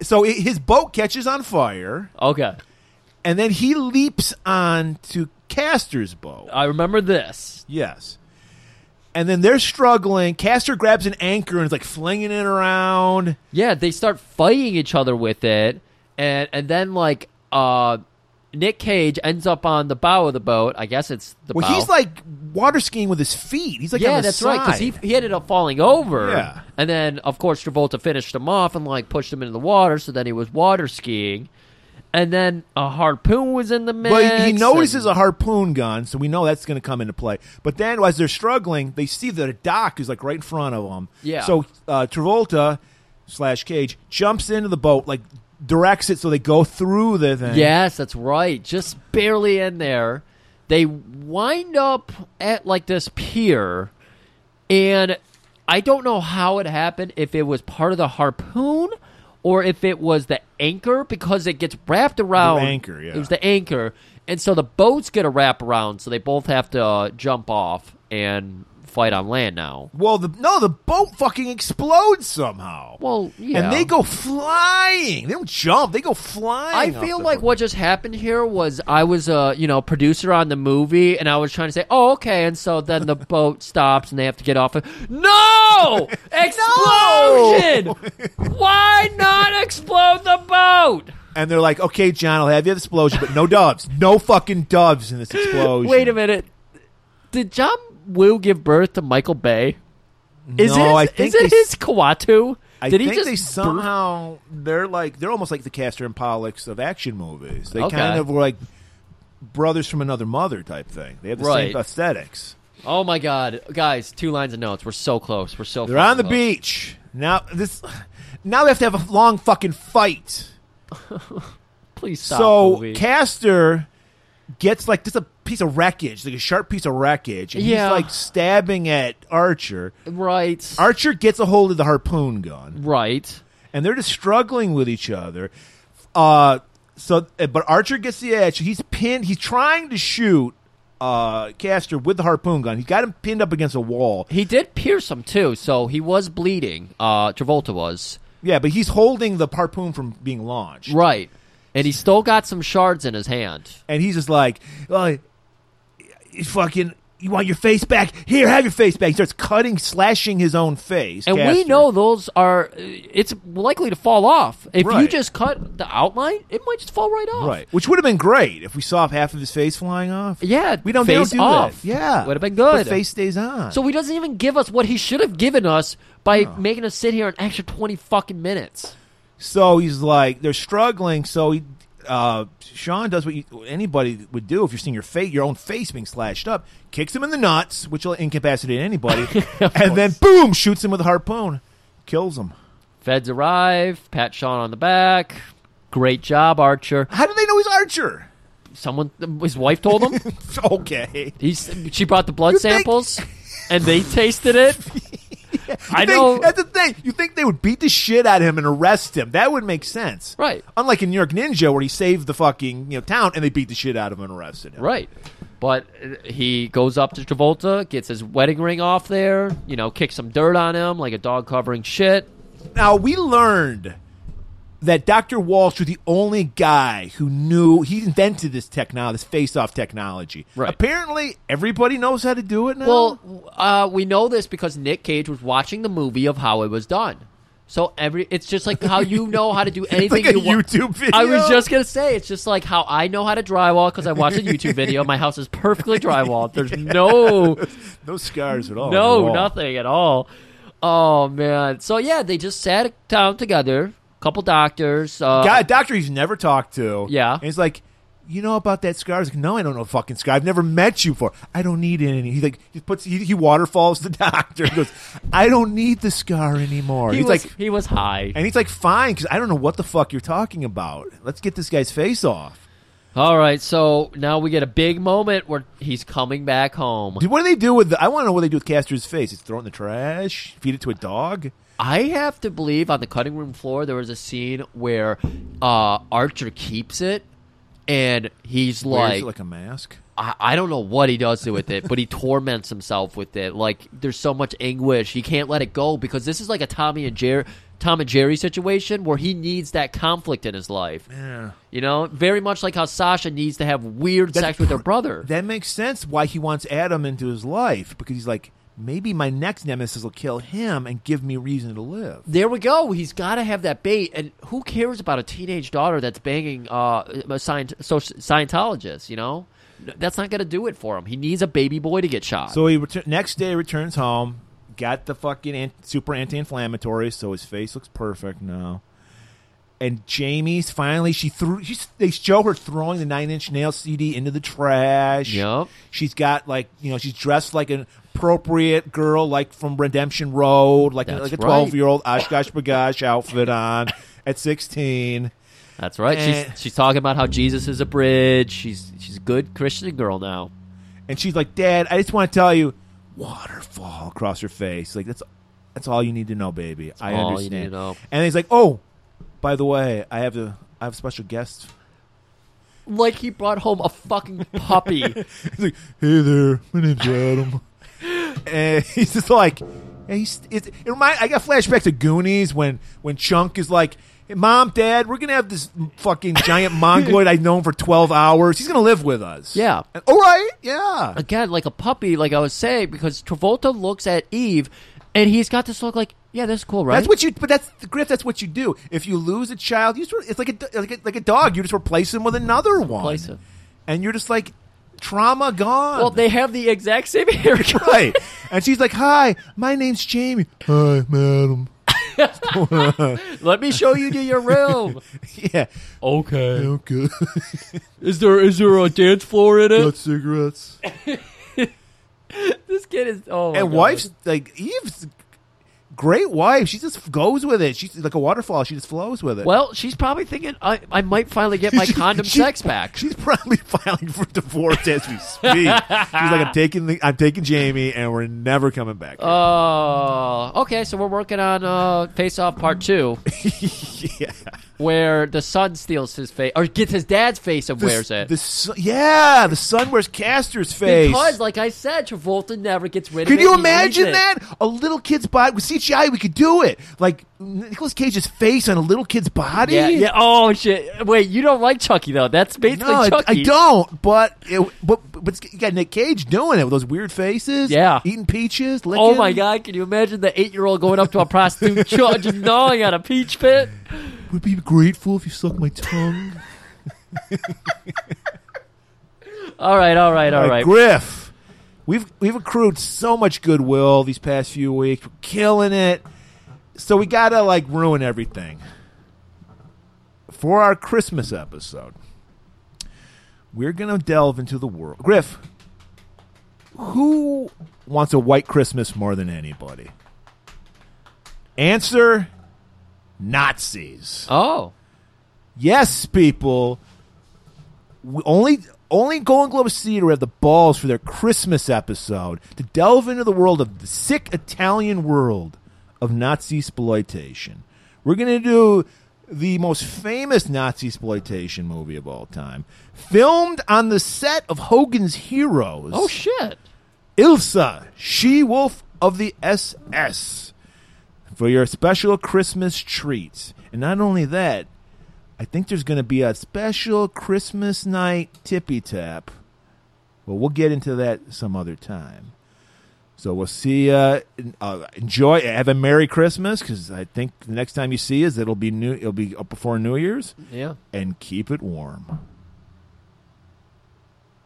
Speaker 1: So i his boat catches on fire,
Speaker 2: Okay.
Speaker 1: and then he leaps on to Castor's boat.
Speaker 2: I remember this.
Speaker 1: Yes. And then they're struggling. Castor grabs an anchor and is like flinging it around.
Speaker 2: Yeah, they start fighting each other with it, and and then like uh, Nick Cage ends up on the bow of the boat. I guess it's the
Speaker 1: Well,
Speaker 2: bow.
Speaker 1: he's like water skiing with his feet. He's like on
Speaker 2: yeah,
Speaker 1: the
Speaker 2: that's right
Speaker 1: side.
Speaker 2: because he he ended up falling over.
Speaker 1: Yeah.
Speaker 2: and then of course Travolta finished him off and like pushed him into the water. So then he was water skiing, and then a harpoon was in the mix.
Speaker 1: Well, he notices
Speaker 2: and-
Speaker 1: a harpoon gun, so we know that's going to come into play. But then, as they're struggling, they see that a dock is like right in front of them.
Speaker 2: Yeah.
Speaker 1: So uh, Travolta slash Cage jumps into the boat, like directs it so they go through the thing.
Speaker 2: Yes, that's right. Just barely in there. They wind up at like this pier, and I don't know how it happened. If it was part of the harpoon, or if it was the anchor, because it gets wrapped around
Speaker 1: anchor, yeah.
Speaker 2: It was the anchor, and so the boats get a wrap around, so they both have to uh, jump off and fight on land now.
Speaker 1: Well, the no, the boat fucking explodes somehow.
Speaker 2: Well, yeah.
Speaker 1: And they go flying. They don't jump. They go
Speaker 2: I
Speaker 1: flying. off
Speaker 2: feel
Speaker 1: the
Speaker 2: like
Speaker 1: boat.
Speaker 2: what just happened here was I was a you know producer on the movie, and I was trying to say, oh okay, and so then the boat stops and they have to get off. Of- no explosion! Why not explode the boat?
Speaker 1: And they're like, okay, John, I'll have you have this explosion, but no doves. No fucking doves in this explosion.
Speaker 2: Wait a minute, did John Woo give birth to Michael Bay? Is
Speaker 1: No, I
Speaker 2: it,
Speaker 1: think
Speaker 2: is it
Speaker 1: they-
Speaker 2: his Kawatu?
Speaker 1: I
Speaker 2: Did
Speaker 1: think
Speaker 2: he just
Speaker 1: they
Speaker 2: birth-
Speaker 1: somehow they're like they're almost like the Castor and Pollux of action movies. They
Speaker 2: Okay.
Speaker 1: kind of were like brothers from another mother type thing. They have the
Speaker 2: Right.
Speaker 1: same aesthetics.
Speaker 2: Oh my god, guys! Two lines of notes. We're so close. We're so.
Speaker 1: They're on the
Speaker 2: fucking close.
Speaker 1: beach now. This now they have to have a long fucking fight.
Speaker 2: Please stop.
Speaker 1: so
Speaker 2: movie.
Speaker 1: Castor gets like just a piece of wreckage, like a sharp piece of wreckage, and
Speaker 2: Yeah.
Speaker 1: he's like stabbing at Archer.
Speaker 2: right.
Speaker 1: Archer gets a hold of the harpoon gun.
Speaker 2: Right.
Speaker 1: and they're just struggling with each other. Uh, so, uh, but Archer gets the edge. He's pinned. He's trying to shoot uh, Castor with the harpoon gun. He got him pinned up against a wall.
Speaker 2: He did pierce him too, so he was bleeding. Uh, Travolta was
Speaker 1: Yeah, but he's holding the harpoon from being launched,
Speaker 2: right, and he still got some shards in his hand.
Speaker 1: and he's just like, "Oh, you fucking." You want your face back? Here, have your face back. He starts cutting, slashing his own face.
Speaker 2: And we
Speaker 1: Castor.
Speaker 2: know those are. uh, It's likely to fall off if you
Speaker 1: Right.
Speaker 2: just cut the outline. It might just fall right off.
Speaker 1: Right. Which would have been great if we saw half of his face flying off.
Speaker 2: Yeah,
Speaker 1: We don't, they
Speaker 2: face
Speaker 1: don't do
Speaker 2: off.
Speaker 1: that. Yeah.
Speaker 2: Would've been good.
Speaker 1: But face stays on.
Speaker 2: So he doesn't even give us what he should have given us by making us sit here an extra twenty fucking minutes.
Speaker 1: So he's like, they're struggling. So he, uh, Sean does what, you, what anybody would do if you're seeing your face, your own face being slashed up. Kicks him in the nuts, which will incapacitate anybody, and then boom, shoots him with a harpoon, kills him.
Speaker 2: Feds arrive. Pat Sean on the back. Great job, Archer.
Speaker 1: How do they know he's Archer?
Speaker 2: Someone, his wife told him.
Speaker 1: okay,
Speaker 2: He's, she brought the blood
Speaker 1: You think-
Speaker 2: samples, and they tasted it. I
Speaker 1: Think-
Speaker 2: know,
Speaker 1: that's the thing. You think they would beat the shit out of him and arrest him? That would make sense,
Speaker 2: Right.
Speaker 1: Unlike in New York Ninja, where he saved the fucking you know town and they beat the shit out of him and arrested him,
Speaker 2: right? But uh, he goes up to Travolta, gets his wedding ring off there. You know, kicks some dirt on him like a dog covering shit.
Speaker 1: Now we learned that Dr. Walsh was the only guy who knew he invented this technology, this face-off technology.
Speaker 2: Right.
Speaker 1: Apparently, everybody knows how to do it now.
Speaker 2: Well, uh, we know this because Nick Cage was watching the movie of how it was done. So every it's just like how you know how to do anything.
Speaker 1: like a
Speaker 2: you want.
Speaker 1: YouTube video.
Speaker 2: I was just gonna say it's just like how I know how to drywall because I watched a YouTube video. My house is perfectly drywalled. There's no
Speaker 1: no scars at all. on the
Speaker 2: no,
Speaker 1: wall.
Speaker 2: nothing at all. Oh man. So yeah, they just sat down together. Couple doctors. Uh,
Speaker 1: Guy, a doctor he's never talked to.
Speaker 2: Yeah.
Speaker 1: and he's like, you know about that scar? I was like, no, I don't know fucking scar. I've never met you before. I don't need it any. He like he puts he, he waterfalls the doctor. He goes, I don't need the scar anymore.
Speaker 2: He
Speaker 1: he's
Speaker 2: was
Speaker 1: like,
Speaker 2: he was high.
Speaker 1: and he's like, fine, because I don't know what the fuck you're talking about. Let's get this guy's face off.
Speaker 2: All right, so now we get a big moment where he's coming back home.
Speaker 1: Dude, what do they do with? The, I want to know what they do with Castor's face. It's thrown in the trash. Feed it to a dog.
Speaker 2: I have to believe on the cutting room floor there was a scene where uh, Archer keeps it, and he's
Speaker 1: Wears
Speaker 2: like,
Speaker 1: it like a mask.
Speaker 2: I, I don't know what he does with it, but he torments himself with it. Like there's so much anguish, he can't let it go because this is like a Tommy and Jerry, Tom and Jerry situation where he needs that conflict in his life.
Speaker 1: Yeah.
Speaker 2: You know, very much like how Sasha needs to have weird
Speaker 1: That's
Speaker 2: sex with her
Speaker 1: pr-
Speaker 2: brother.
Speaker 1: That makes sense why he wants Adam into his life because he's like, maybe my next nemesis will kill him and give me reason to live.
Speaker 2: there we go. He's got to have that bait. And who cares about a teenage daughter that's banging uh, a scient- so- Scientologist? You know, that's not going to do it for him. He needs a baby boy to get shot.
Speaker 1: So he retur- next day returns home, got the fucking an- super anti-inflammatory, so his face looks perfect now. And Jamie's finally she threw. She's, they show her throwing the Nine Inch Nail CD into the trash.
Speaker 2: Yep.
Speaker 1: She's got like you know she's dressed like an appropriate girl like from Redemption Road, like
Speaker 2: That's
Speaker 1: like a
Speaker 2: right.
Speaker 1: twelve year old Oshkosh Bagosh outfit on at sixteen.
Speaker 2: that's right.
Speaker 1: Eh.
Speaker 2: She's, she's talking about how Jesus is a bridge. She's she's a good Christian girl now.
Speaker 1: and she's like, "Dad, I just want to tell you, waterfall across her face. Like that's that's all you need to know, baby. I
Speaker 2: all you
Speaker 1: understand."
Speaker 2: need to know.
Speaker 1: And he's like, "Oh, by the way, I have a I have a special guest."
Speaker 2: Like he brought home a fucking puppy.
Speaker 1: He's like, "Hey there, my name's Adam," and he's just like, and he's it, it remind I got flashbacks to Goonies when when Chunk is like. "Hey, Mom, Dad, we're gonna have this fucking giant mongoloid I've known for twelve hours. He's gonna live with us.
Speaker 2: Yeah.
Speaker 1: And- all right. Yeah.
Speaker 2: again like a puppy, like I was saying, because Travolta looks at Eve, and he's got this look like, yeah, that's cool, right?
Speaker 1: That's what you. But that's Griff. That's what you do. If you lose a child, you sort of, it's like a like a, like a dog. You just replace him with another one.
Speaker 2: Replace him.
Speaker 1: and you're just like trauma gone.
Speaker 2: well, they have the exact same haircut.
Speaker 1: right. and she's like, "Hi, my name's Jamie. Hi, madam.
Speaker 2: Let me show you to your room.
Speaker 1: Yeah,
Speaker 2: okay.
Speaker 1: okay.
Speaker 2: Is there is there a dance floor in
Speaker 1: Got cigarettes.
Speaker 2: this kid is oh my
Speaker 1: And
Speaker 2: God.
Speaker 1: wife's like Eve's great wife. She just goes with it. She's like a waterfall. She just flows with it.
Speaker 2: Well, she's probably thinking I, I might finally get my
Speaker 1: She-
Speaker 2: condom
Speaker 1: she-
Speaker 2: sex back.
Speaker 1: She's probably filing for divorce as we speak. She's like, I'm taking the, I'm taking Jamie, and we're never coming back.
Speaker 2: Oh,
Speaker 1: here."
Speaker 2: Uh, okay, so we're working on uh, Face Off Part Two,
Speaker 1: yeah.
Speaker 2: where the son steals his face or gets his dad's face and
Speaker 1: The-
Speaker 2: wears it.
Speaker 1: The su- yeah, the sun wears Castor's face.
Speaker 2: because, like I said, Travolta never gets rid
Speaker 1: Can
Speaker 2: of it.
Speaker 1: you
Speaker 2: He leaves
Speaker 1: imagine
Speaker 2: it.
Speaker 1: that? A little kid's body with CGI, we could do it. Like Nicolas Cage's face on a little kid's body.
Speaker 2: Yeah, yeah. Oh shit! Wait, you don't like Chucky though. That's basically
Speaker 1: No, I,
Speaker 2: Chucky.
Speaker 1: I don't. But it, but but it's- you got Nick Cage doing it with those weird faces.
Speaker 2: Yeah.
Speaker 1: eating peaches. Licking.
Speaker 2: Oh my god! Can you imagine the eight-year-old going up to a prostitute, chug- just gnawing on a peach pit?
Speaker 1: Would be grateful if you sucked my tongue.
Speaker 2: All right, all right, all
Speaker 1: Uh,
Speaker 2: right.
Speaker 1: Griff. We've we've accrued so much goodwill these past few weeks. We're killing it. So we gotta like ruin everything. For our Christmas episode, we're gonna delve into the world. Griff, who wants a white Christmas more than anybody? Answer Nazis.
Speaker 2: Oh,
Speaker 1: Yes, people. We only only Golden Globes Theater have the balls for their Christmas episode to delve into the world of the sick Italian world of Nazi exploitation. We're gonna do the most famous Nazi exploitation movie of all time, filmed on the set of Hogan's Heroes.
Speaker 2: oh shit!
Speaker 1: Ilsa, she wolf of the SS, for your special Christmas treat. And not only that, I think there's going to be a special Christmas night tippy tap. Well, we'll get into that some other time. So we'll see. Uh, en- uh, enjoy. Have a Merry Christmas, because I think the next time you see us, it'll be new. It'll be up before New Year's,
Speaker 2: Yeah.
Speaker 1: and keep it warm.